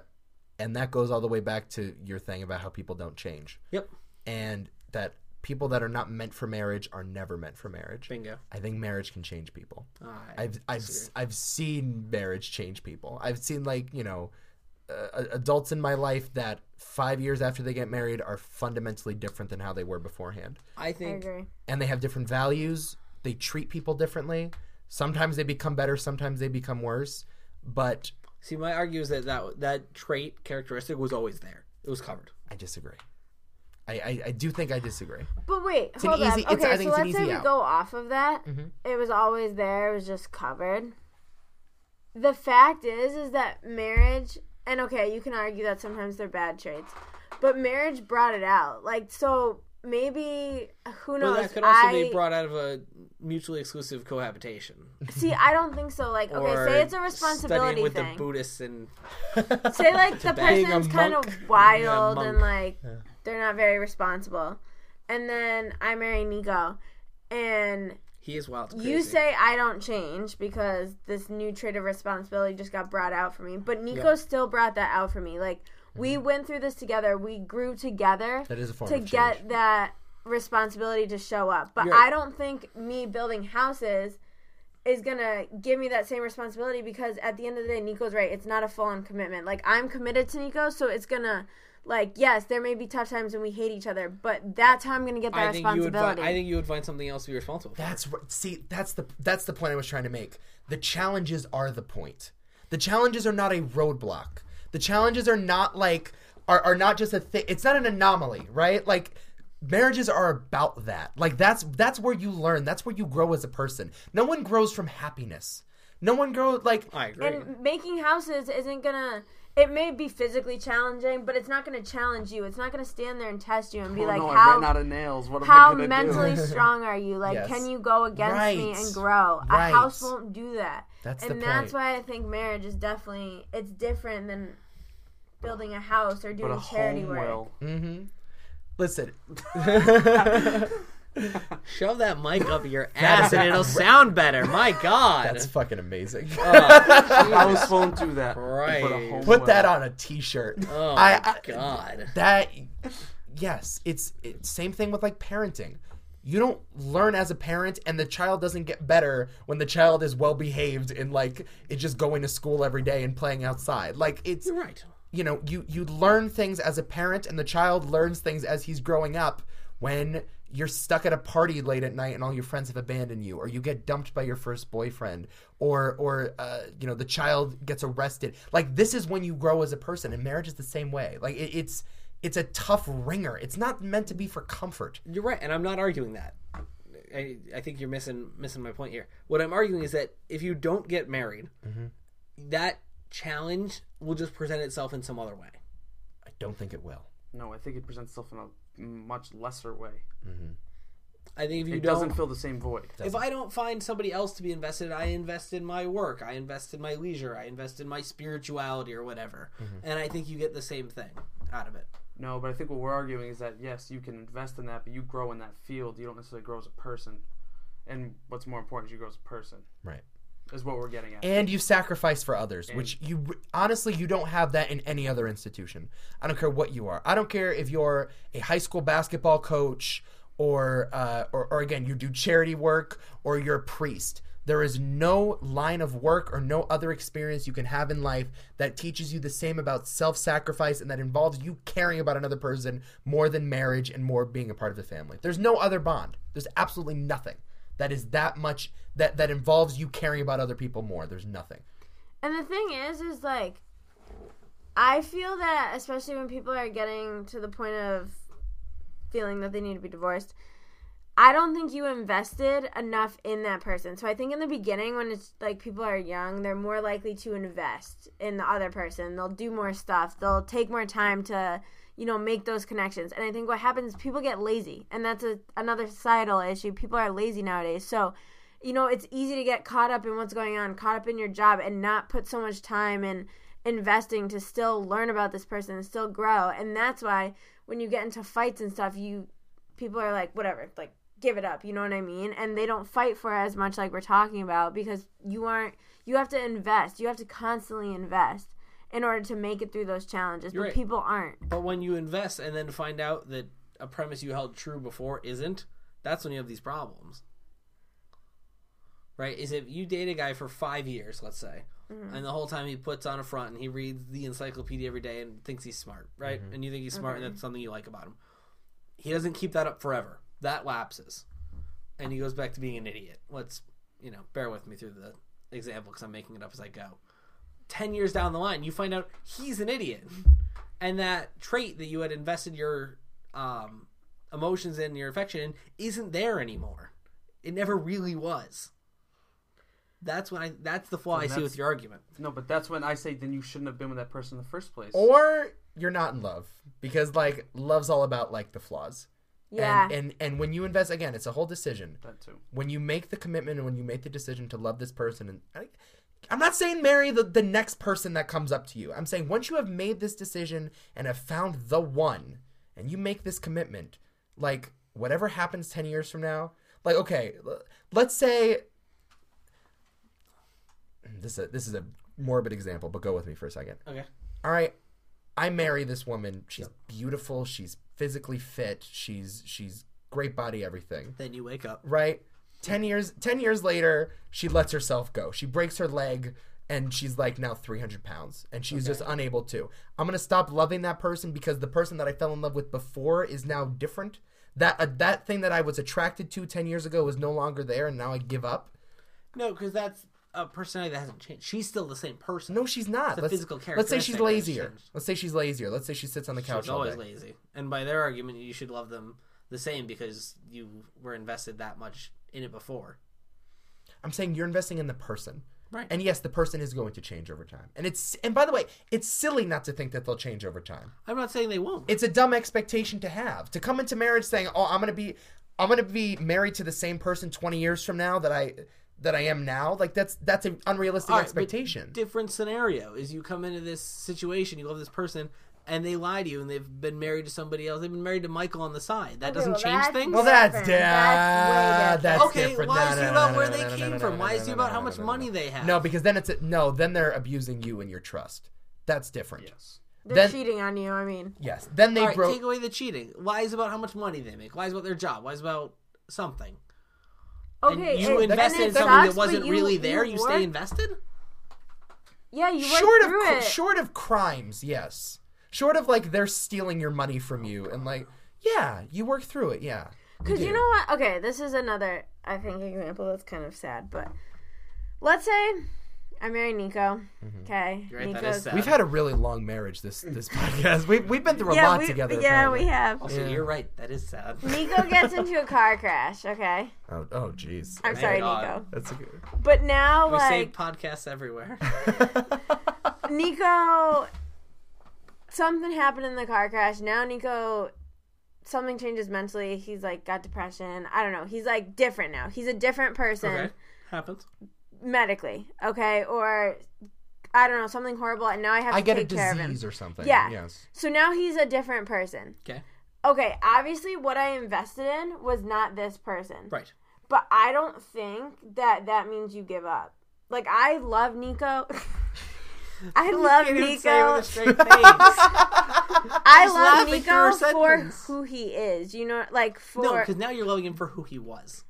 [SPEAKER 1] and that goes all the way back to your thing about how people don't change,
[SPEAKER 2] Yep,
[SPEAKER 1] and that people that are not meant for marriage are never meant for marriage.
[SPEAKER 2] bingo.
[SPEAKER 1] I think marriage can change people.
[SPEAKER 2] Alright.
[SPEAKER 1] I've I've I've seen marriage change people. I've seen like you know, uh, adults in my life that five years after they get married are fundamentally different than how they were beforehand,
[SPEAKER 2] I
[SPEAKER 4] I
[SPEAKER 2] think
[SPEAKER 4] agree.
[SPEAKER 1] and they have different values. They treat people differently. Sometimes they become better. Sometimes they become worse. But
[SPEAKER 2] See, my argument is that, that that trait characteristic was always there. It was covered.
[SPEAKER 1] I disagree. I, I, I do think I disagree.
[SPEAKER 4] But wait,
[SPEAKER 1] an
[SPEAKER 4] hold
[SPEAKER 1] easy-
[SPEAKER 4] up.
[SPEAKER 1] it's-
[SPEAKER 4] Okay,
[SPEAKER 1] I
[SPEAKER 4] so
[SPEAKER 1] think it's an
[SPEAKER 4] let's say
[SPEAKER 1] easy
[SPEAKER 4] we
[SPEAKER 1] out. Mm-hmm.
[SPEAKER 4] go off of that. It was always there. It was just covered. The fact is, is that marriage, and okay, you can argue that sometimes they're bad traits, but marriage brought it out. Like so, maybe who knows?
[SPEAKER 2] But that could also
[SPEAKER 4] I
[SPEAKER 2] be brought out of a mutually exclusive cohabitation.
[SPEAKER 4] see. I don't think so. Like
[SPEAKER 2] Or
[SPEAKER 4] okay, say it's a
[SPEAKER 2] studying
[SPEAKER 4] responsibility
[SPEAKER 2] with
[SPEAKER 4] thing.
[SPEAKER 2] the Buddhists and
[SPEAKER 4] say like the
[SPEAKER 2] Being
[SPEAKER 1] a
[SPEAKER 4] person's kind
[SPEAKER 1] monk.
[SPEAKER 4] of
[SPEAKER 2] Yeah,
[SPEAKER 4] wild
[SPEAKER 2] monk.
[SPEAKER 4] and like they're not very responsible, and then I marry Nico, and
[SPEAKER 2] he is wild. Crazy.
[SPEAKER 4] You say I don't change because this new trait of responsibility just got brought out for me, but Nico still brought that out for me. Like we
[SPEAKER 2] Mm-hmm.
[SPEAKER 4] went through this together, we grew together
[SPEAKER 1] That is a form
[SPEAKER 4] to
[SPEAKER 1] of change.
[SPEAKER 4] get that responsibility to show up. But
[SPEAKER 2] You're-
[SPEAKER 4] I don't think me building houses is gonna give me that same responsibility because at the end of the day, Nico's right. It's not a full on commitment. Like I'm committed to Nico, so it's gonna. Like yes, there may be tough times when we hate each other, but that's how I'm gonna get that
[SPEAKER 2] I think you would.
[SPEAKER 4] responsibility.
[SPEAKER 2] Find, I think you would find something else to be responsible for.
[SPEAKER 1] That's what- see. That's the that's the point I was trying to make. The challenges are the point. The challenges are not a roadblock. The challenges are not like are are not just a thing. It's not an anomaly, right? Like marriages are about that. Like that's that's where you learn. That's where you grow as a person. No one grows from happiness. No one grows like
[SPEAKER 2] I agree.
[SPEAKER 4] and making houses isn't gonna it may be physically challenging but it's not gonna challenge you it's not gonna stand there and test you and be
[SPEAKER 3] Oh,
[SPEAKER 4] like
[SPEAKER 3] no, I ran out
[SPEAKER 4] how
[SPEAKER 3] of nails. What am I
[SPEAKER 4] how
[SPEAKER 3] gonna
[SPEAKER 4] mentally
[SPEAKER 3] do?
[SPEAKER 4] strong are you like
[SPEAKER 1] Yes.
[SPEAKER 4] can you go against me
[SPEAKER 1] Right.
[SPEAKER 4] and grow
[SPEAKER 1] Right.
[SPEAKER 4] a house won't do that
[SPEAKER 1] That's the
[SPEAKER 4] and that's
[SPEAKER 1] point.
[SPEAKER 4] why i think marriage is definitely it's different than building a house or
[SPEAKER 3] But
[SPEAKER 4] doing
[SPEAKER 3] a
[SPEAKER 4] charity
[SPEAKER 3] home
[SPEAKER 4] work
[SPEAKER 3] will.
[SPEAKER 1] mm-hmm. listen.
[SPEAKER 2] Shove that mic up your ass and it'll sound better. My God.
[SPEAKER 1] That's fucking amazing.
[SPEAKER 2] Oh,
[SPEAKER 3] House won't do that. But a
[SPEAKER 2] Christ.
[SPEAKER 3] home
[SPEAKER 1] Put
[SPEAKER 3] will.
[SPEAKER 1] that on a t-shirt. I-
[SPEAKER 2] oh my
[SPEAKER 1] I-
[SPEAKER 2] God.
[SPEAKER 1] that yes it's, it's same thing with like parenting you don't learn as a parent and the child doesn't get better when the child is well behaved and like it's just going to school every day and playing outside like it's
[SPEAKER 2] You're right.
[SPEAKER 1] you know you you learn things as a parent and the child learns things as he's growing up when you're stuck at a party late at night and all your friends have abandoned you or you get dumped by your first boyfriend or or uh, you know the child gets arrested like this is when you grow as a person and marriage is the same way like it, it's it's a tough ringer it's not meant to be for comfort
[SPEAKER 2] You're right, and I'm not arguing that. I, I think you're missing missing my point here. What I'm arguing is that if you don't get married, that challenge will just present itself in some other way.
[SPEAKER 1] i don't think it will
[SPEAKER 3] No, I think it presents itself in a much lesser way.
[SPEAKER 2] I think if you
[SPEAKER 3] It
[SPEAKER 2] don't,
[SPEAKER 3] doesn't fill the same void.
[SPEAKER 2] if I don't find somebody else to be invested, in, I invest in my work, I invest in my leisure, I invest in my spirituality or whatever, and I think you get the same thing out of it.
[SPEAKER 3] No, but I think what we're arguing is that yes, you can invest in that, but you grow in that field. You don't necessarily grow as a person. And what's more important is you grow as a person.
[SPEAKER 1] right
[SPEAKER 3] Is what we're getting at.
[SPEAKER 1] and you sacrifice for others which you honestly you don't have that in any other institution i don't care what you are i don't care if you're a high school basketball coach or uh, or, or again you do charity work or you're a priest there is no line of work or no other experience you can have in life that teaches you the same about self-sacrifice and that involves you caring about another person more than marriage and more being a part of the family there's no other bond there's absolutely nothing that is that much that that involves you caring about other people more there's nothing
[SPEAKER 4] And the thing is, is like, I feel that especially when people are getting to the point of feeling that they need to be divorced, I don't think you invested enough in that person. So I think in the beginning, when it's like people are young, they're more likely to invest in the other person. They'll do more stuff. They'll take more time to, you know, make those connections. And I think what happens, people get lazy, and that's a, another societal issue. People are lazy nowadays, so you know it's easy to get caught up in what's going on, caught up in your job, and not put so much time in investing to still learn about this person and still grow. And that's why when you get into fights and stuff, you people are like, whatever, like give it up. You know what I mean? And they don't fight for as much like we're talking about because you aren't you have to invest. You have to constantly invest in order to make it through those challenges.
[SPEAKER 2] You're
[SPEAKER 4] but
[SPEAKER 2] right.
[SPEAKER 4] people aren't.
[SPEAKER 2] But when you invest and then find out that a premise you held true before isn't, that's when you have these problems. Right? Is if you date a guy for five years, let's say, and the whole time he puts on a front and he reads the encyclopedia every day and thinks he's smart, right? And you think he's smart and that's something you like about him. He doesn't keep that up forever. That lapses. And he goes back to being an idiot. Let's, you know, bear with me through the example because I'm making it up as I go. 10 years down the line, you find out he's an idiot. And that trait that you had invested your um, emotions in, your affection in, isn't there anymore. It never really was. That's when I, that's the flaw I see with
[SPEAKER 3] that's-
[SPEAKER 2] your argument.
[SPEAKER 3] No, but that's when I say then you shouldn't have been with that person in the first place.
[SPEAKER 1] Or you're not in love because like love's all about like the flaws.
[SPEAKER 4] Yeah.
[SPEAKER 1] And, and and when you invest again, it's a whole decision.
[SPEAKER 3] That too.
[SPEAKER 1] When you make the commitment and when you make the decision to love this person and I, I'm not saying marry the, the next person that comes up to you. I'm saying once you have made this decision and have found the one and you make this commitment, like whatever happens 10 years from now, like okay, l- let's say this is a, this is a morbid example, but go with me for a second
[SPEAKER 2] Okay.
[SPEAKER 1] all right i marry this woman she's beautiful she's physically fit she's she's great body everything
[SPEAKER 2] Then you wake up.
[SPEAKER 1] right 10 years 10 years later she lets herself go she breaks her leg and she's like now 300 pounds and she's just unable to i'm gonna stop loving that person because the person that i fell in love with before is now different that uh, that thing that i was attracted to 10 years ago is no longer there and now i give up
[SPEAKER 2] No, because that's a personality that hasn't changed. She's still the same person.
[SPEAKER 1] no she's not
[SPEAKER 2] a
[SPEAKER 1] let's,
[SPEAKER 2] physical
[SPEAKER 1] let's say she's
[SPEAKER 2] characteristic that has
[SPEAKER 1] lazier
[SPEAKER 2] changed.
[SPEAKER 1] let's say she's lazier let's say she sits on the couch
[SPEAKER 2] She's
[SPEAKER 1] all
[SPEAKER 2] always
[SPEAKER 1] day.
[SPEAKER 2] lazy. And by their argument, you should love them the same because you were invested that much in it before.
[SPEAKER 1] I'm saying you're investing in the person.
[SPEAKER 2] Right.
[SPEAKER 1] And yes, the person is going to change over time. And it's and by the way, it's silly not to think that they'll change over time.
[SPEAKER 2] I'm not saying they won't.
[SPEAKER 1] It's a dumb expectation to have. To come into marriage saying, "Oh, I'm going to be I'm going to be married to the same person 20 years from now that I that I am now." Like that's that's an unrealistic
[SPEAKER 2] All right, but
[SPEAKER 1] expectation.
[SPEAKER 2] different scenario is you come into this situation, you love this person, and they lie to you, and they've been married to somebody else. They've been married to Michael on the side. That doesn't
[SPEAKER 4] well,
[SPEAKER 2] change
[SPEAKER 4] that's-
[SPEAKER 2] things.
[SPEAKER 1] well, that's
[SPEAKER 4] Different.
[SPEAKER 1] da-
[SPEAKER 4] That's way different.
[SPEAKER 1] that's
[SPEAKER 2] okay,
[SPEAKER 1] different.
[SPEAKER 2] lies
[SPEAKER 1] No,
[SPEAKER 2] to you
[SPEAKER 1] no,
[SPEAKER 2] about
[SPEAKER 1] no,
[SPEAKER 2] where
[SPEAKER 1] no,
[SPEAKER 2] they
[SPEAKER 1] no, no,
[SPEAKER 2] came
[SPEAKER 1] no, no,
[SPEAKER 2] from,
[SPEAKER 1] no,
[SPEAKER 2] lies
[SPEAKER 1] no,
[SPEAKER 2] to you
[SPEAKER 1] no,
[SPEAKER 2] about
[SPEAKER 1] no,
[SPEAKER 2] how
[SPEAKER 1] no,
[SPEAKER 2] much
[SPEAKER 1] no, no.
[SPEAKER 2] money they have.
[SPEAKER 1] No, because then it's a, no, then they're abusing you and your trust. That's different.
[SPEAKER 3] Yes.
[SPEAKER 4] They're
[SPEAKER 1] Then
[SPEAKER 4] cheating on you, I mean.
[SPEAKER 1] yes, then they
[SPEAKER 2] All right,
[SPEAKER 1] broke
[SPEAKER 2] take away the cheating. Lies about how much money they make. Lies about their job. Lies about something. And
[SPEAKER 4] Okay.
[SPEAKER 2] you
[SPEAKER 4] and-
[SPEAKER 2] invested
[SPEAKER 4] and it
[SPEAKER 2] in something
[SPEAKER 4] sucks,
[SPEAKER 2] that wasn't
[SPEAKER 4] but you-
[SPEAKER 2] really there. You,
[SPEAKER 4] work-
[SPEAKER 2] stay invested.
[SPEAKER 4] Yeah, you work
[SPEAKER 1] short of
[SPEAKER 4] through
[SPEAKER 1] cr-
[SPEAKER 4] it.
[SPEAKER 1] short of crimes, yes. Short of like they're stealing your money from you and like yeah, you work through it, yeah.
[SPEAKER 4] Because you
[SPEAKER 1] do.
[SPEAKER 4] know what? Okay, this is another, I think, example that's kind of sad, but let's say I marry Nico. Okay.
[SPEAKER 2] You're right, that
[SPEAKER 4] Nico's-
[SPEAKER 2] is sad.
[SPEAKER 1] We've had a really long marriage this this podcast. We've we've been through a
[SPEAKER 4] Yeah,
[SPEAKER 1] lot
[SPEAKER 4] we,
[SPEAKER 1] together.
[SPEAKER 4] yeah,
[SPEAKER 1] apparently.
[SPEAKER 4] we have.
[SPEAKER 2] Also, you're right. That is sad.
[SPEAKER 4] Nico gets into a car crash, okay?
[SPEAKER 1] Oh, oh jeez.
[SPEAKER 4] I'm
[SPEAKER 2] Thank
[SPEAKER 4] sorry,
[SPEAKER 2] God.
[SPEAKER 4] Nico.
[SPEAKER 1] That's a good.
[SPEAKER 4] But now,
[SPEAKER 2] we say
[SPEAKER 4] like,
[SPEAKER 2] podcasts everywhere.
[SPEAKER 4] Nico, something happened in the car crash. Now Nico, something changes mentally. He's like got depression. I don't know. He's like different now. He's a different person
[SPEAKER 2] okay, happens.
[SPEAKER 4] medically, okay? Or I don't know, something horrible, and now I have
[SPEAKER 1] I
[SPEAKER 4] to
[SPEAKER 1] get a
[SPEAKER 4] take care of him.
[SPEAKER 1] disease or something.
[SPEAKER 4] Yeah.
[SPEAKER 1] Yes.
[SPEAKER 4] So now he's a different person.
[SPEAKER 2] Okay,
[SPEAKER 4] Okay, obviously, what I invested in was not this person.
[SPEAKER 2] right.
[SPEAKER 4] But I don't think that that means you give up. Like I love Nico. I love
[SPEAKER 2] You didn't say it
[SPEAKER 4] Nico.
[SPEAKER 2] with a straight face.
[SPEAKER 4] I
[SPEAKER 2] just
[SPEAKER 4] love
[SPEAKER 2] laughing through her
[SPEAKER 4] Nico for
[SPEAKER 2] sentence.
[SPEAKER 4] who he is. You know, like for
[SPEAKER 2] no, because now you're loving him for who he was.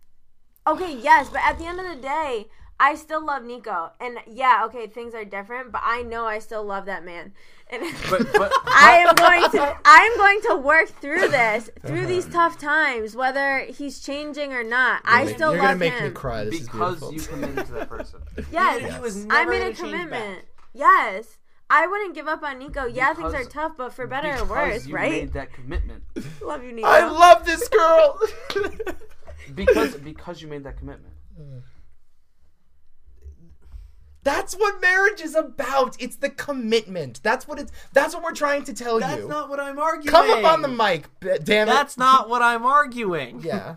[SPEAKER 4] okay, yes, but at the end of the day, I still love Nico, and yeah, okay, things are different, but I know I still love that man. And
[SPEAKER 3] But but
[SPEAKER 4] I am going to I am going to work through this through these tough times, whether he's changing or not. I
[SPEAKER 1] You're
[SPEAKER 4] still
[SPEAKER 1] gonna
[SPEAKER 4] love
[SPEAKER 1] make
[SPEAKER 4] him.
[SPEAKER 1] me cry. This
[SPEAKER 3] because
[SPEAKER 1] is
[SPEAKER 3] you
[SPEAKER 1] beautiful.
[SPEAKER 3] committed to that person.
[SPEAKER 4] Yes,
[SPEAKER 2] He was
[SPEAKER 4] I
[SPEAKER 2] never
[SPEAKER 4] made a
[SPEAKER 2] gonna change
[SPEAKER 4] commitment.
[SPEAKER 2] back.
[SPEAKER 4] Yes. I wouldn't give up on Nico. Yeah, things are
[SPEAKER 3] Because-
[SPEAKER 4] tough, but for better or
[SPEAKER 3] Because
[SPEAKER 4] worse,
[SPEAKER 3] you
[SPEAKER 4] right?
[SPEAKER 3] made that commitment.
[SPEAKER 4] Love you, Nico.
[SPEAKER 1] I love this girl.
[SPEAKER 3] because because you made that commitment.
[SPEAKER 1] That's what marriage is about. It's the commitment. That's what it's. That's what we're trying to tell
[SPEAKER 2] That's
[SPEAKER 1] you.
[SPEAKER 2] not what I'm arguing.
[SPEAKER 1] Come up on the mic, b- damn it.
[SPEAKER 2] That's not what I'm arguing.
[SPEAKER 1] yeah.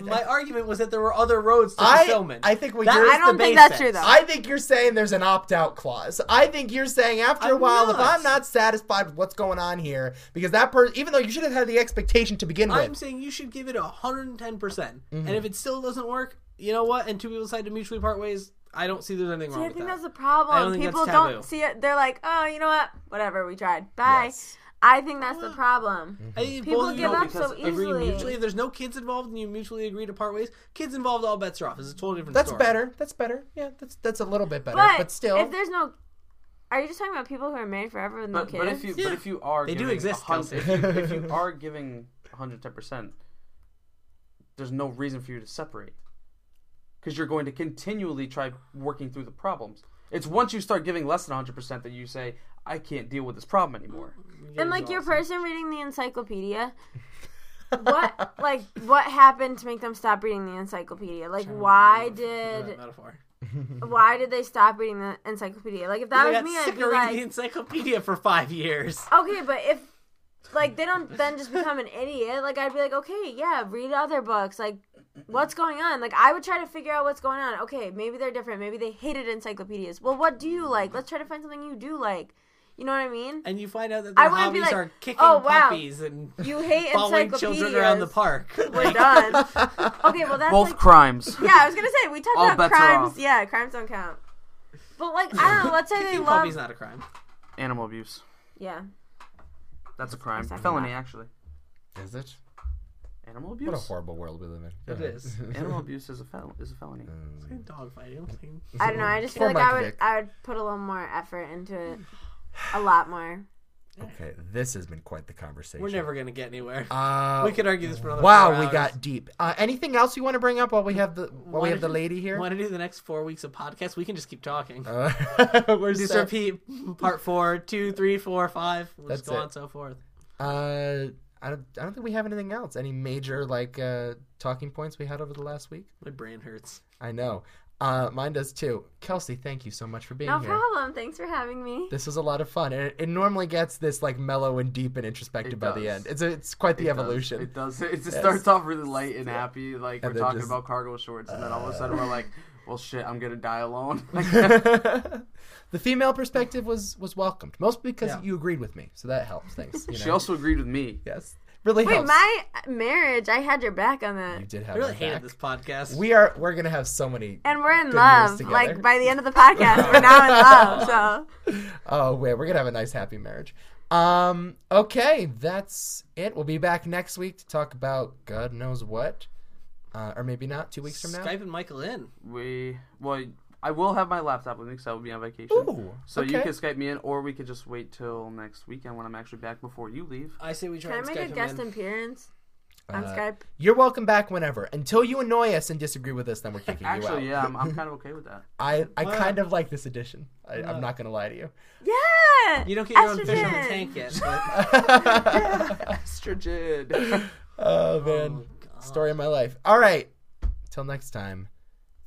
[SPEAKER 2] My argument was that there were other roads to
[SPEAKER 1] I-
[SPEAKER 2] fulfillment.
[SPEAKER 1] I think we-
[SPEAKER 2] That
[SPEAKER 1] I
[SPEAKER 2] is the
[SPEAKER 4] don't
[SPEAKER 2] base
[SPEAKER 4] think that's true, though.
[SPEAKER 1] I think you're saying there's an opt out clause. I think you're saying after a
[SPEAKER 2] I'm
[SPEAKER 1] while, if
[SPEAKER 2] not.
[SPEAKER 1] I'm not satisfied with what's going on here, because that person, even though you should have had the expectation to begin
[SPEAKER 2] I'm
[SPEAKER 1] with,
[SPEAKER 2] saying you should give it 110%. percent
[SPEAKER 4] Mm-hmm.
[SPEAKER 2] And if it still doesn't work, you know what? And two people decide to mutually part ways, I don't see there's anything
[SPEAKER 4] See,
[SPEAKER 2] wrong
[SPEAKER 4] I
[SPEAKER 2] with
[SPEAKER 4] think
[SPEAKER 2] that.
[SPEAKER 4] that's the
[SPEAKER 2] I don't
[SPEAKER 4] problem.
[SPEAKER 2] think that's
[SPEAKER 4] People
[SPEAKER 2] taboo.
[SPEAKER 4] don't see it. They're like, oh, you know what? Whatever, we tried. Bye.
[SPEAKER 1] Yes.
[SPEAKER 4] I think that's the problem.
[SPEAKER 2] I think if
[SPEAKER 4] People
[SPEAKER 2] both of you
[SPEAKER 4] give
[SPEAKER 2] don't
[SPEAKER 4] up so
[SPEAKER 3] because every
[SPEAKER 4] easily.
[SPEAKER 2] mutually, if there's no kids involved and you mutually agree to part ways, kids involved, all bets are off. It's a totally different
[SPEAKER 1] that's
[SPEAKER 2] story.
[SPEAKER 1] better. That's better. Yeah, that's that's a little bit better,
[SPEAKER 4] but,
[SPEAKER 1] but, still.
[SPEAKER 4] if there's no, are you just talking about people who are married forever with no
[SPEAKER 3] But,
[SPEAKER 4] kids?
[SPEAKER 3] but if you
[SPEAKER 2] Yeah.
[SPEAKER 3] but if you are
[SPEAKER 2] They do
[SPEAKER 3] giving
[SPEAKER 2] exist,
[SPEAKER 3] 100
[SPEAKER 2] Kelsey.
[SPEAKER 3] if, you, if you are giving 110 percent, there's no reason for you to separate because you're going to continually try working through the problems. It's once you start giving less than 100 percent that you say I can't deal with this problem anymore.
[SPEAKER 4] and like your person reading the encyclopedia, what like what happened to make them stop reading the encyclopedia? Like why
[SPEAKER 2] That
[SPEAKER 4] did
[SPEAKER 2] metaphor.
[SPEAKER 4] why did they stop reading the encyclopedia? Like if
[SPEAKER 2] I
[SPEAKER 4] that was
[SPEAKER 2] got
[SPEAKER 4] me,
[SPEAKER 2] sick
[SPEAKER 4] I'd
[SPEAKER 2] of
[SPEAKER 4] be
[SPEAKER 2] reading the
[SPEAKER 4] like,
[SPEAKER 2] encyclopedia for five years.
[SPEAKER 4] okay, but if like they don't then just become an idiot, like I'd be like, okay, yeah, read other books. Like what's going on? Like I would try to figure out what's going on. Okay, maybe they're different. Maybe they hated encyclopedias. Well, what do you like? Let's try to find something you do like. You know what I mean?
[SPEAKER 2] And you find out that
[SPEAKER 4] I
[SPEAKER 2] their
[SPEAKER 4] wouldn't be
[SPEAKER 2] hobbies
[SPEAKER 4] like,
[SPEAKER 2] are kicking
[SPEAKER 4] "Oh, wow,
[SPEAKER 2] puppies and
[SPEAKER 4] You hate
[SPEAKER 2] following
[SPEAKER 4] encyclopedias.
[SPEAKER 2] children around the park.
[SPEAKER 4] We're done. Okay, well that's
[SPEAKER 3] Both
[SPEAKER 4] like
[SPEAKER 3] crimes.
[SPEAKER 4] Yeah, I was gonna say we talked
[SPEAKER 3] All
[SPEAKER 4] about
[SPEAKER 3] bets are
[SPEAKER 4] crimes.
[SPEAKER 3] off.
[SPEAKER 4] Yeah, crimes don't count. But like I don't know. Let's say they
[SPEAKER 2] Kicking
[SPEAKER 4] love.
[SPEAKER 2] puppies not a crime.
[SPEAKER 3] Animal abuse.
[SPEAKER 4] Yeah,
[SPEAKER 3] That's a crime.
[SPEAKER 4] second
[SPEAKER 3] Felony
[SPEAKER 4] that.
[SPEAKER 3] actually.
[SPEAKER 1] is it?
[SPEAKER 3] Animal
[SPEAKER 1] What a
[SPEAKER 3] abuse.
[SPEAKER 1] horrible world we live in.
[SPEAKER 2] It is.
[SPEAKER 3] Animal abuse is a fel- is a felony.
[SPEAKER 2] Dog fighting.
[SPEAKER 4] I don't know. I just
[SPEAKER 1] Poor
[SPEAKER 4] feel like I
[SPEAKER 1] Mike
[SPEAKER 4] would
[SPEAKER 1] Vick.
[SPEAKER 4] I would put a little more effort into it, a lot more.
[SPEAKER 1] Okay, this has been quite the conversation.
[SPEAKER 2] We're never gonna get anywhere.
[SPEAKER 1] Uh,
[SPEAKER 2] we could argue this for another.
[SPEAKER 1] wow,
[SPEAKER 2] four
[SPEAKER 1] we
[SPEAKER 2] hours.
[SPEAKER 1] got deep. Uh, anything else you want to bring up while we have the while we have the lady here?
[SPEAKER 2] Want to do the next four weeks of podcast? We can just keep talking.
[SPEAKER 1] Uh, we're
[SPEAKER 2] just
[SPEAKER 1] set.
[SPEAKER 2] repeat part four, two, three, four, five. We'll just
[SPEAKER 1] That's
[SPEAKER 2] go
[SPEAKER 1] it.
[SPEAKER 2] on so forth.
[SPEAKER 1] Uh, I don't, I don't think we have anything else. Any major like uh, talking points we had over the last week?
[SPEAKER 2] My brain hurts.
[SPEAKER 1] I know. Uh, mine does too. Kelsey, thank you so much for being
[SPEAKER 4] No
[SPEAKER 1] here.
[SPEAKER 4] problem. Thanks for having me.
[SPEAKER 1] This was a lot of fun, and it, it normally gets this like mellow and deep and introspective
[SPEAKER 3] It
[SPEAKER 1] by the
[SPEAKER 3] does.
[SPEAKER 1] end. It's a, it's quite the
[SPEAKER 3] It does.
[SPEAKER 1] evolution.
[SPEAKER 3] It does. It just starts off really light and happy, like
[SPEAKER 1] And
[SPEAKER 3] we're
[SPEAKER 1] then
[SPEAKER 3] talking
[SPEAKER 1] just- Uh.
[SPEAKER 3] about cargo shorts, and then all of a sudden we're like, "Well, shit, I'm gonna die alone."
[SPEAKER 1] the female perspective was was welcomed, mostly because
[SPEAKER 2] Yeah.
[SPEAKER 1] you agreed with me, so that helps. Thanks. You know?
[SPEAKER 3] she also agreed with me.
[SPEAKER 1] yes, really
[SPEAKER 4] Wait,
[SPEAKER 1] helps.
[SPEAKER 4] my marriage. I had your back on
[SPEAKER 1] You
[SPEAKER 4] that,
[SPEAKER 1] did
[SPEAKER 2] I
[SPEAKER 1] have
[SPEAKER 2] really
[SPEAKER 1] my
[SPEAKER 2] hated
[SPEAKER 1] back.
[SPEAKER 2] this podcast.
[SPEAKER 1] We are we're gonna have so many.
[SPEAKER 4] and we're in
[SPEAKER 1] years
[SPEAKER 4] love.
[SPEAKER 1] together.
[SPEAKER 4] Like by the end of the podcast, we're now in love. So
[SPEAKER 1] Oh wait, we're gonna have a nice happy marriage. Um, okay, that's it. We'll be back next week to talk about God knows what, uh, or maybe not. Two weeks from now.
[SPEAKER 2] Skype and Michael in.
[SPEAKER 3] We well, I will have my laptop with me because I will be on vacation.
[SPEAKER 1] Ooh,
[SPEAKER 3] so you
[SPEAKER 1] okay.
[SPEAKER 3] can Skype me in, or we could just wait till next weekend when I'm actually back before you leave.
[SPEAKER 2] I say we try
[SPEAKER 4] can I
[SPEAKER 2] and
[SPEAKER 4] make
[SPEAKER 2] Skype
[SPEAKER 4] a
[SPEAKER 2] him
[SPEAKER 4] guest
[SPEAKER 2] in.
[SPEAKER 4] appearance on
[SPEAKER 1] Uh,
[SPEAKER 4] Skype?
[SPEAKER 1] You're welcome back whenever. Until you annoy us and disagree with us, then we're kicking you out.
[SPEAKER 3] Actually, yeah, I'm, I'm kind of okay with that.
[SPEAKER 1] I, I
[SPEAKER 2] Well-
[SPEAKER 1] kind of like this edition. I, I'm not gonna lie to you.
[SPEAKER 4] Yeah.
[SPEAKER 2] You don't get your own fish in the
[SPEAKER 4] Estrogen.
[SPEAKER 2] tank yet. But...
[SPEAKER 3] Estrogen.
[SPEAKER 1] Oh man, story of my life. All right, till next time.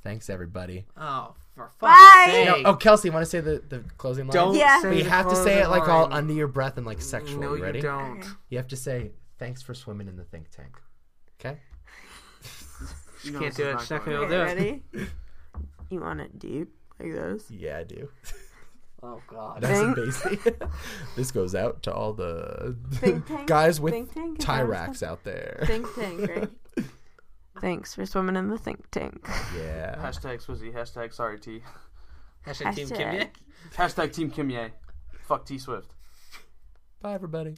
[SPEAKER 1] Thanks everybody.
[SPEAKER 2] Oh, for
[SPEAKER 4] Bye.
[SPEAKER 2] fuck's sake!
[SPEAKER 1] No, oh, Kelsey, want to say the, the closing line?
[SPEAKER 2] Don't
[SPEAKER 4] Yeah.
[SPEAKER 2] say
[SPEAKER 1] We
[SPEAKER 2] the
[SPEAKER 1] have to say it like
[SPEAKER 2] closing
[SPEAKER 1] all
[SPEAKER 2] line.
[SPEAKER 1] under your breath and like sexual.
[SPEAKER 3] no,
[SPEAKER 1] you ready?
[SPEAKER 3] you don't.
[SPEAKER 4] Okay.
[SPEAKER 1] You have to say thanks for swimming in the think tank. Okay.
[SPEAKER 3] You know
[SPEAKER 2] Can't
[SPEAKER 3] this
[SPEAKER 2] do
[SPEAKER 3] is
[SPEAKER 2] it.
[SPEAKER 3] not
[SPEAKER 2] She's not
[SPEAKER 3] going
[SPEAKER 2] gonna
[SPEAKER 3] well.
[SPEAKER 2] do
[SPEAKER 4] Okay,
[SPEAKER 2] it.
[SPEAKER 4] ready? You want it deep like this?
[SPEAKER 1] Yeah, I do.
[SPEAKER 2] Oh god.
[SPEAKER 1] Nice and
[SPEAKER 4] Thanks.
[SPEAKER 1] basic. this goes out to all the
[SPEAKER 4] Think tank?
[SPEAKER 1] guys with
[SPEAKER 4] Think tank is
[SPEAKER 1] tie
[SPEAKER 4] awesome.
[SPEAKER 1] racks out there.
[SPEAKER 4] Think tank, right? Thanks for swimming in the think tank.
[SPEAKER 1] yeah.
[SPEAKER 3] Hashtag Swizzy. Hashtag sorry T.
[SPEAKER 2] Hashtag Team Kim
[SPEAKER 4] Hashtag.
[SPEAKER 2] Yeh.
[SPEAKER 3] Hashtag Team Kim Ye. Fuck T Swift.
[SPEAKER 1] Bye, everybody.